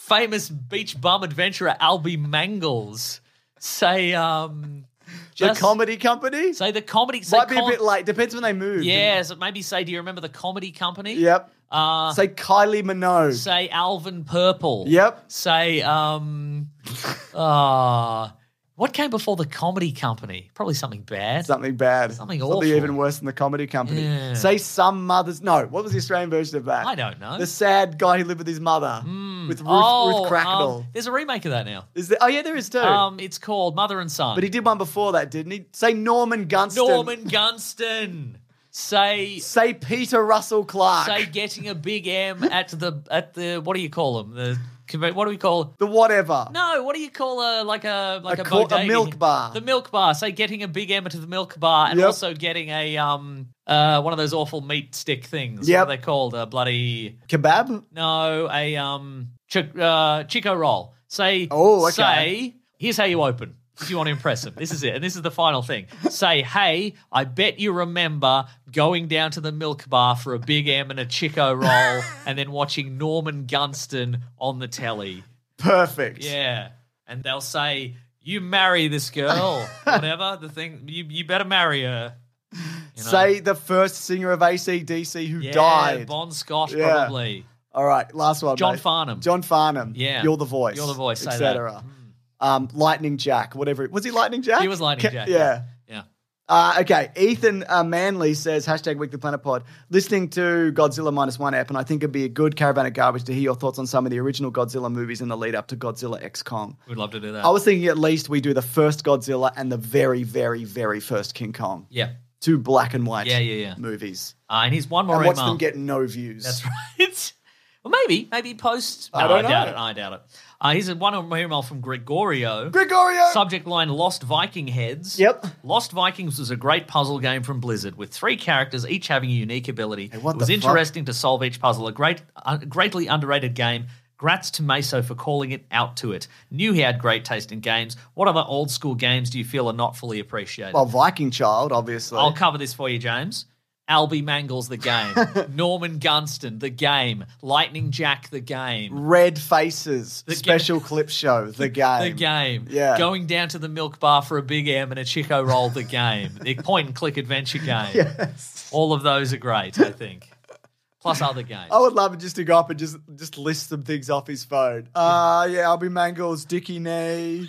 Famous beach bum adventurer Albie Mangles. Say um
the
just
comedy company.
say the comedy say
Might be a
com-
bit late. Depends when they move.
Yeah, so maybe say do you remember the comedy company?
Yep.
Uh
say Kylie Minogue.
say Alvin Purple.
Yep.
Say um uh what came before the comedy company? Probably something bad.
Something bad.
Something awful.
even worse than the comedy company.
Yeah.
Say some mothers. No, what was the Australian version of that?
I don't know.
The sad guy who lived with his mother with Ruth,
oh,
Ruth
um,
Cracknell.
there's a remake of that now.
Is there, oh yeah, there is too.
Um, it's called Mother and Son.
but he did one before that, didn't he? Say Norman Gunston.
Norman Gunston. Say
Say Peter Russell Clark.
say getting a big M at the at the what do you call them? The conve- what do we call?
the whatever.
No, what do you call a like a like
A
a,
cor- a
bodega?
milk bar.
The milk bar. Say getting a big M at the milk bar, and
Yep.
also getting a um uh one of those awful meat stick things.
Yep.
What are they called? A bloody
Kebab.
no, a um chick, uh, chico roll. Say
Oh, okay.
say here's how you open. If you want to impress them, this is it, and this is the final thing. Say, hey, I bet you remember going down to the milk bar for a big M and a chico roll, and then watching Norman Gunston on the telly.
Perfect.
Yeah, and they'll say, you marry this girl, whatever the thing. You you better marry her. You know?
Say the first singer of ACDC who
yeah,
died.
Bon Scott
Yeah.
probably.
All right, last one.
John
mate.
Farnham.
John Farnham.
Yeah.
You're the voice.
You're the voice, say that. Hmm.
Etc. Um, Lightning Jack, whatever. it- Was he Lightning Jack?
He was
Ca-
Lightning Jack.
Yeah.
yeah.
Uh, okay, Ethan uh, Manley says hashtag Weekly Planet Pod. Listening to Godzilla minus one app, and I think it'd be a good caravan of garbage to hear your thoughts on some of the original Godzilla movies in the lead up to Godzilla X Kong.
We'd love to do that.
I was thinking at least we do the first Godzilla and the very, very, very first King Kong.
yeah.
Two black and white
Yeah, yeah, yeah.
movies.
Uh, and he's one more
and watch
email.
them get no views.
That's right. well, maybe, maybe post. No,
I
I,
don't
doubt
know.
it. I doubt it. Uh, here's a one more email from Gregorio.
Gregorio!
Subject line Lost Viking Heads.
Yep.
Lost Vikings was a great puzzle game from Blizzard with three characters each having a unique ability.
what
it was
the fuck?
interesting to solve each puzzle. A great, uh, greatly underrated game. Grats to Meso for calling it out to it. Knew he had great taste in games. What other old school games do you feel are not fully appreciated?
Well, Viking Child, obviously.
I'll cover this for you, James. Albie Mangles, the game. Norman Gunston, the game. Lightning Jack, the game.
Red Faces,
The
special clip show, The Game.
The game.
Yeah.
Going down to the milk bar for a big M and a Chico roll, the game. the point and click adventure game.
Yes.
All of those are great, I think. Plus other games.
I would love it just to go up and just just list some things off his phone. Uh yeah, Albie Mangles, Dickie Knee,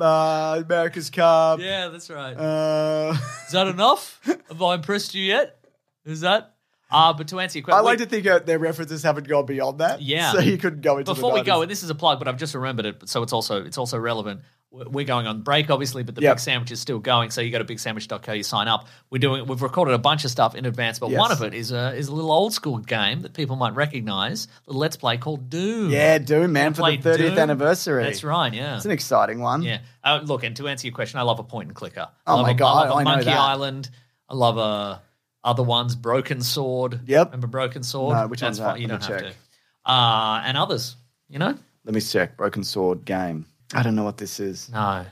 uh, America's Cup.
yeah, that's right.
Uh,
Is that enough? Have I impressed you yet? Is that? Uh, but to answer your question,
I like to think uh, their references haven't gone beyond that.
Yeah.
So you couldn't go into
before we
the
go,
90s.
and this is a plug, but I've just remembered it, so it's also it's also relevant. We're we're going on break, obviously, but the
Yep.
big sandwich is still going. So you go to bigsandwich.co, you sign up. We're doing we've recorded a bunch of stuff in advance, but
Yes.
one of it is a is a little old school game that people might recognize, the Let's Play called Doom.
Yeah, Doom, man,
We
for
played
the 30th
Doom.
anniversary.
That's right. Yeah.
It's an exciting one.
Yeah. Uh, look, and to answer your question, I love a point and clicker. I
Oh
love
my
a-
God,
I love a
I know
Monkey
that.
Island. I love uh, other ones, Broken Sword.
Yep.
Remember Broken Sword?
No, which one's that?
fine, You
Let
don't
me
have
check.
to. Uh, and others, you know?
Let me check. Broken Sword game. I don't know what this is.
No.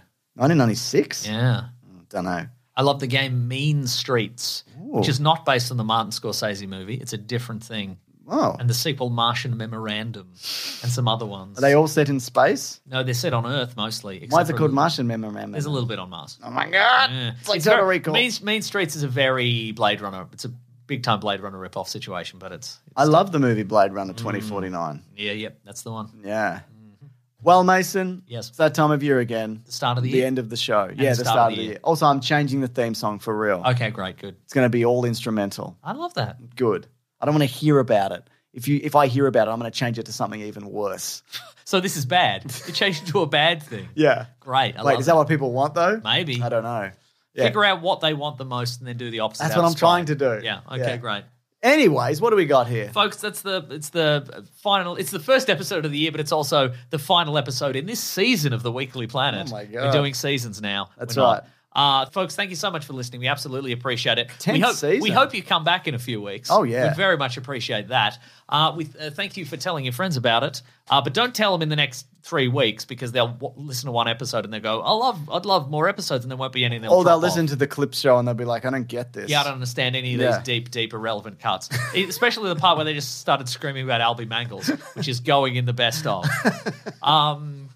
1996?
Yeah.
Don't know.
I love the game Mean Streets, which is not based on the Martin Scorsese movie. It's a different thing.
Oh.
And the sequel Martian Memorandum and some other ones.
Are they all set in space?
no, they're set on Earth mostly. except
Why is it
for a
called
little-
Martian Memorandum?
There's a little bit on Mars.
Oh my god!
Yeah.
It's like
It's
Total
very-
Recall.
Mean, mean Streets is a very Blade Runner. It's a big time Blade Runner rip off situation, but it's, it's
I love the movie Blade
Mm.
Runner 2049.
yeah, yep, that's the one.
Yeah. Well, Mason.
Mm-hmm. Yes.
It's that time of year again.
The start of the
The
year.
end of the show. yeah, the start, of the year. Also, I'm changing the theme song for real.
Okay, great, good.
It's going to be all instrumental.
I love that.
Good. I don't want to hear about it. If you, if I hear about it, I'm going to change it to something even worse.
So this is bad. You changed it to a bad thing.
Yeah.
Great. I
Wait,
love
is that what people want though?
Maybe.
I don't know. Yeah.
Figure out what they want the most and then do the opposite.
That's
out
what
of
I'm trying to
spite.
do.
Yeah. Okay,
Yeah.
great.
Anyways, what do we got here?
Folks, that's the it's the final it's the first episode of the year, but it's also the final episode in this season of the Weekly Planet.
Oh my
We're
God.
doing seasons now.
That's
We're
right.
not- Uh, folks, thank you so much for listening. We absolutely appreciate it. we
Tenth
hope we
season.
hope you come back in a few weeks.
Oh, yeah.
we very much appreciate that. Uh, we uh, thank you for telling your friends about it, uh, but don't tell them in the next three weeks because they'll w- listen to one episode and they'll go, "I love, I'd love more episodes," and there won't be any. and
Or they'll
drop off.
listen to the clip show and they'll be like, I don't get this.
Yeah, I don't understand any of
Yeah.
these deep, deep, irrelevant cuts, E, especially the part where they just started screaming about Albie Mangles, which is going in the best of. um,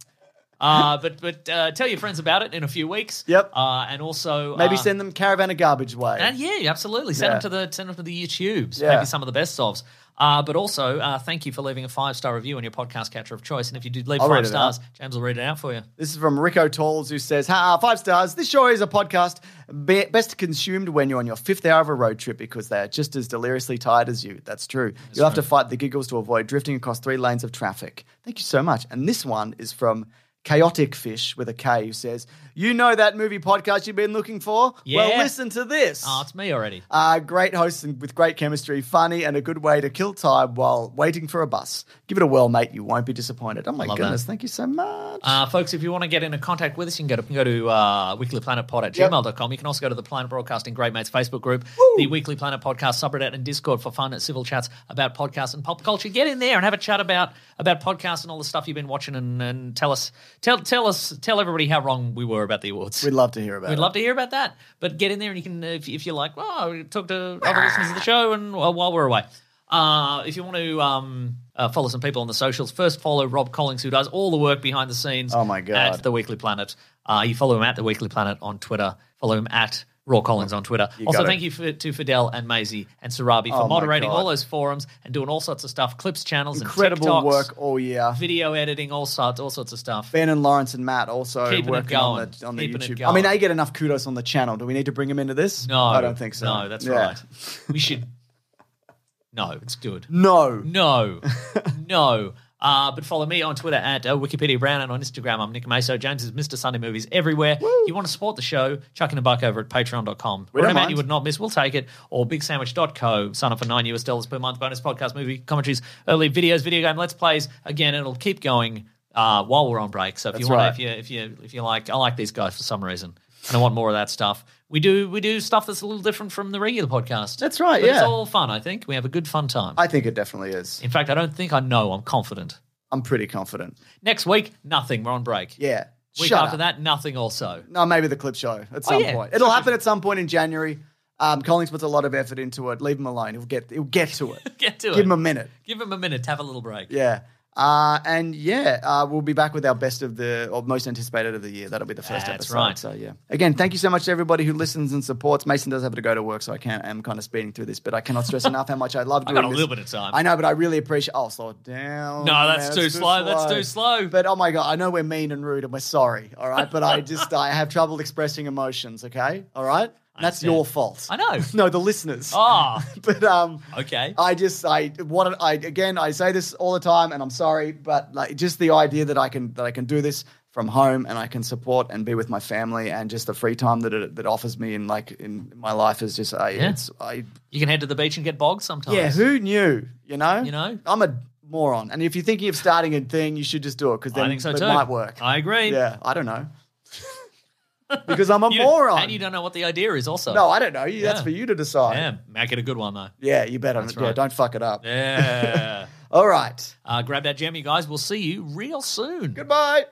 uh, but but uh, tell your friends about it in a few weeks.
Yep.
Uh, and also
Maybe
uh,
send them Caravan of Garbage Way.
And yeah, absolutely. Send
Yeah.
them to the send them to the YouTubes.
Yeah.
Maybe some of the best ofs. Uh, but also, uh, thank you for leaving a five star review on your podcast catcher of choice. And if you do leave
I'll read
five
it
stars, James will read it out for you.
This is from Rico Tolls, who says, "Ha, five stars. This show is a podcast be- best consumed when you're on your fifth hour of a road trip because they are just as deliriously tired as you. That's true. You'll have to fight the giggles to avoid drifting across three lanes of traffic. Thank you so much. And this one is from." Chaotic Fish with a K who says, You know that movie podcast you've been looking for?
Yeah.
Well, listen to this.
Oh, it's me already.
Uh, great hosts and with great chemistry, funny, and a good way to kill time while waiting for a bus. Give it a whirl, mate. You won't be disappointed. Oh, my
Love
goodness.
that.
Thank you so much.
Uh, folks, if you want to get into contact with us, you can go to, you can go to uh, weeklyplanetpod at gmail.com. You can also go to the Planet Broadcasting Great Mates Facebook group, the Weekly Planet Podcast subreddit and Discord for fun at civil chats about podcasts and pop culture. Get in there and have a chat about about podcasts and all the stuff you've been watching and, and tell us tell tell us tell everybody how wrong we were about the awards.
We'd love to hear about
We'd
it.
love to hear about that. But get in there and you can, if, if you're like, oh, talk to other listeners of the show and well, while we're away. Uh, if you want to um, uh, follow some people on the socials, first follow Rob Collings, who does all the work behind the scenes.
Oh, my God.
At The Weekly Planet. Uh, you follow him at The Weekly Planet on Twitter. Follow him at Raw Collins on Twitter. also,
got it.
thank you for, to Fidel and Maisie and Sarabi for
Oh, my
moderating
God.
all those forums and doing all sorts of stuff, clips, channels,
Incredible
and TikToks,
work all year.
video editing, all sorts, all sorts of stuff.
Ben and Lawrence and Matt also
Keeping it
working on
going.
the, on the
Keeping it
YouTube. I
going.
mean, they get enough kudos on the channel. Do we need to bring them into this?
No,
I don't think so.
No, that's
Yeah.
right. We should. No, it's good.
No.
No, no. Uh, but follow me on Twitter at uh, Wikipedia Brown and on Instagram I'm Nick Maso. James is Mr. Sunday Movies everywhere. You want to support the show, chuck in a buck over at patreon.com.
We don't
Whatever amount
mind.
you would not miss, we'll take it. Or bigsandwich.co. Sign up for nine US dollars per month. Bonus podcast, movie commentaries, early videos, video game let's plays. Again, it'll keep going uh, while we're on break. So if you
That's
want,
right.
if you if you if you like, I like these guys for some reason, and I want more of that stuff. We do we do stuff that's a little different from the regular podcast.
That's right,
But It's
yeah.
all fun. I think we have a good fun time.
I think it definitely is.
In fact, I don't think I know. I'm confident.
I'm pretty confident.
Next week, nothing. We're on break.
Yeah.
Week
Shut
after
up.
that, nothing also.
No, maybe the clip show at some
yeah.
point. It'll happen at some point in January. Um, Collins puts a lot of effort into it. Leave him alone. He'll get he'll get to it.
Get to
Give
it.
him a minute.
Give him a minute to have a little break.
Yeah. Uh, and yeah, uh, we'll be back with our best of the or most anticipated of the year. That'll be the first
That's
episode.
right.
So yeah. Again, thank you so much to everybody who listens and supports. Mason does have to go to work, so I can't. I'm kind of speeding through this, but I cannot stress enough how much I love
I
doing
got a
this.
little bit of time.
I know, but I really appreciate. Oh, slow it down.
No, that's too slow, that's too slow.
But oh my god, I know we're mean and rude, and we're sorry. All right, but I just I have trouble expressing emotions. Okay, all right, that's
understand.
your fault.
I know.
no, the listeners.
Ah,
But um,
okay.
I just I what I again I say this all the time, and I'm sorry, but like just the idea that I can that I can do this from home and I can support and be with my family and just the free time that it that offers me in like in my life is just I
Yeah.
it's I
you can head to the beach and get bogged sometimes.
yeah who knew you know
You know?
I'm a moron, and if you're thinking of starting a thing, you should just do it because
I
then
think so
it
too.
might work.
I agree.
yeah, I don't know because I'm a
You-
moron.
And you don't know what the idea is, also.
no, I don't know. You That's
Yeah.
for you to decide.
Yeah, make it a good one, though.
Yeah, you better. Yeah,
right.
don't fuck it up.
Yeah.
All right.
uh, grab that gem, you guys. We'll see you real soon.
Goodbye.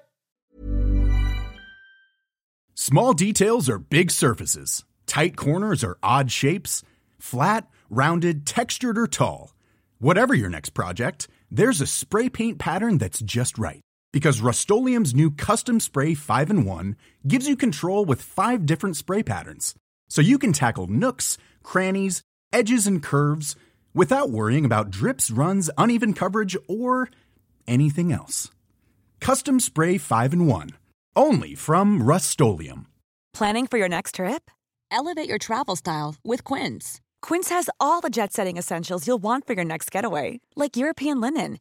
Small details are big surfaces. Tight corners are odd shapes. Flat, rounded, textured, or tall. Whatever your next project, there's a spray paint pattern that's just right. Because Rust new Custom Spray 5 in 1 gives you control with five different spray patterns. So you can tackle nooks, crannies, edges, and curves without worrying about drips, runs, uneven coverage, or anything else. Custom Spray 5 in 1. Only from Rust
Planning for your next trip? Elevate your travel style with Quince. Quince has all the jet setting essentials you'll want for your next getaway, like European linen,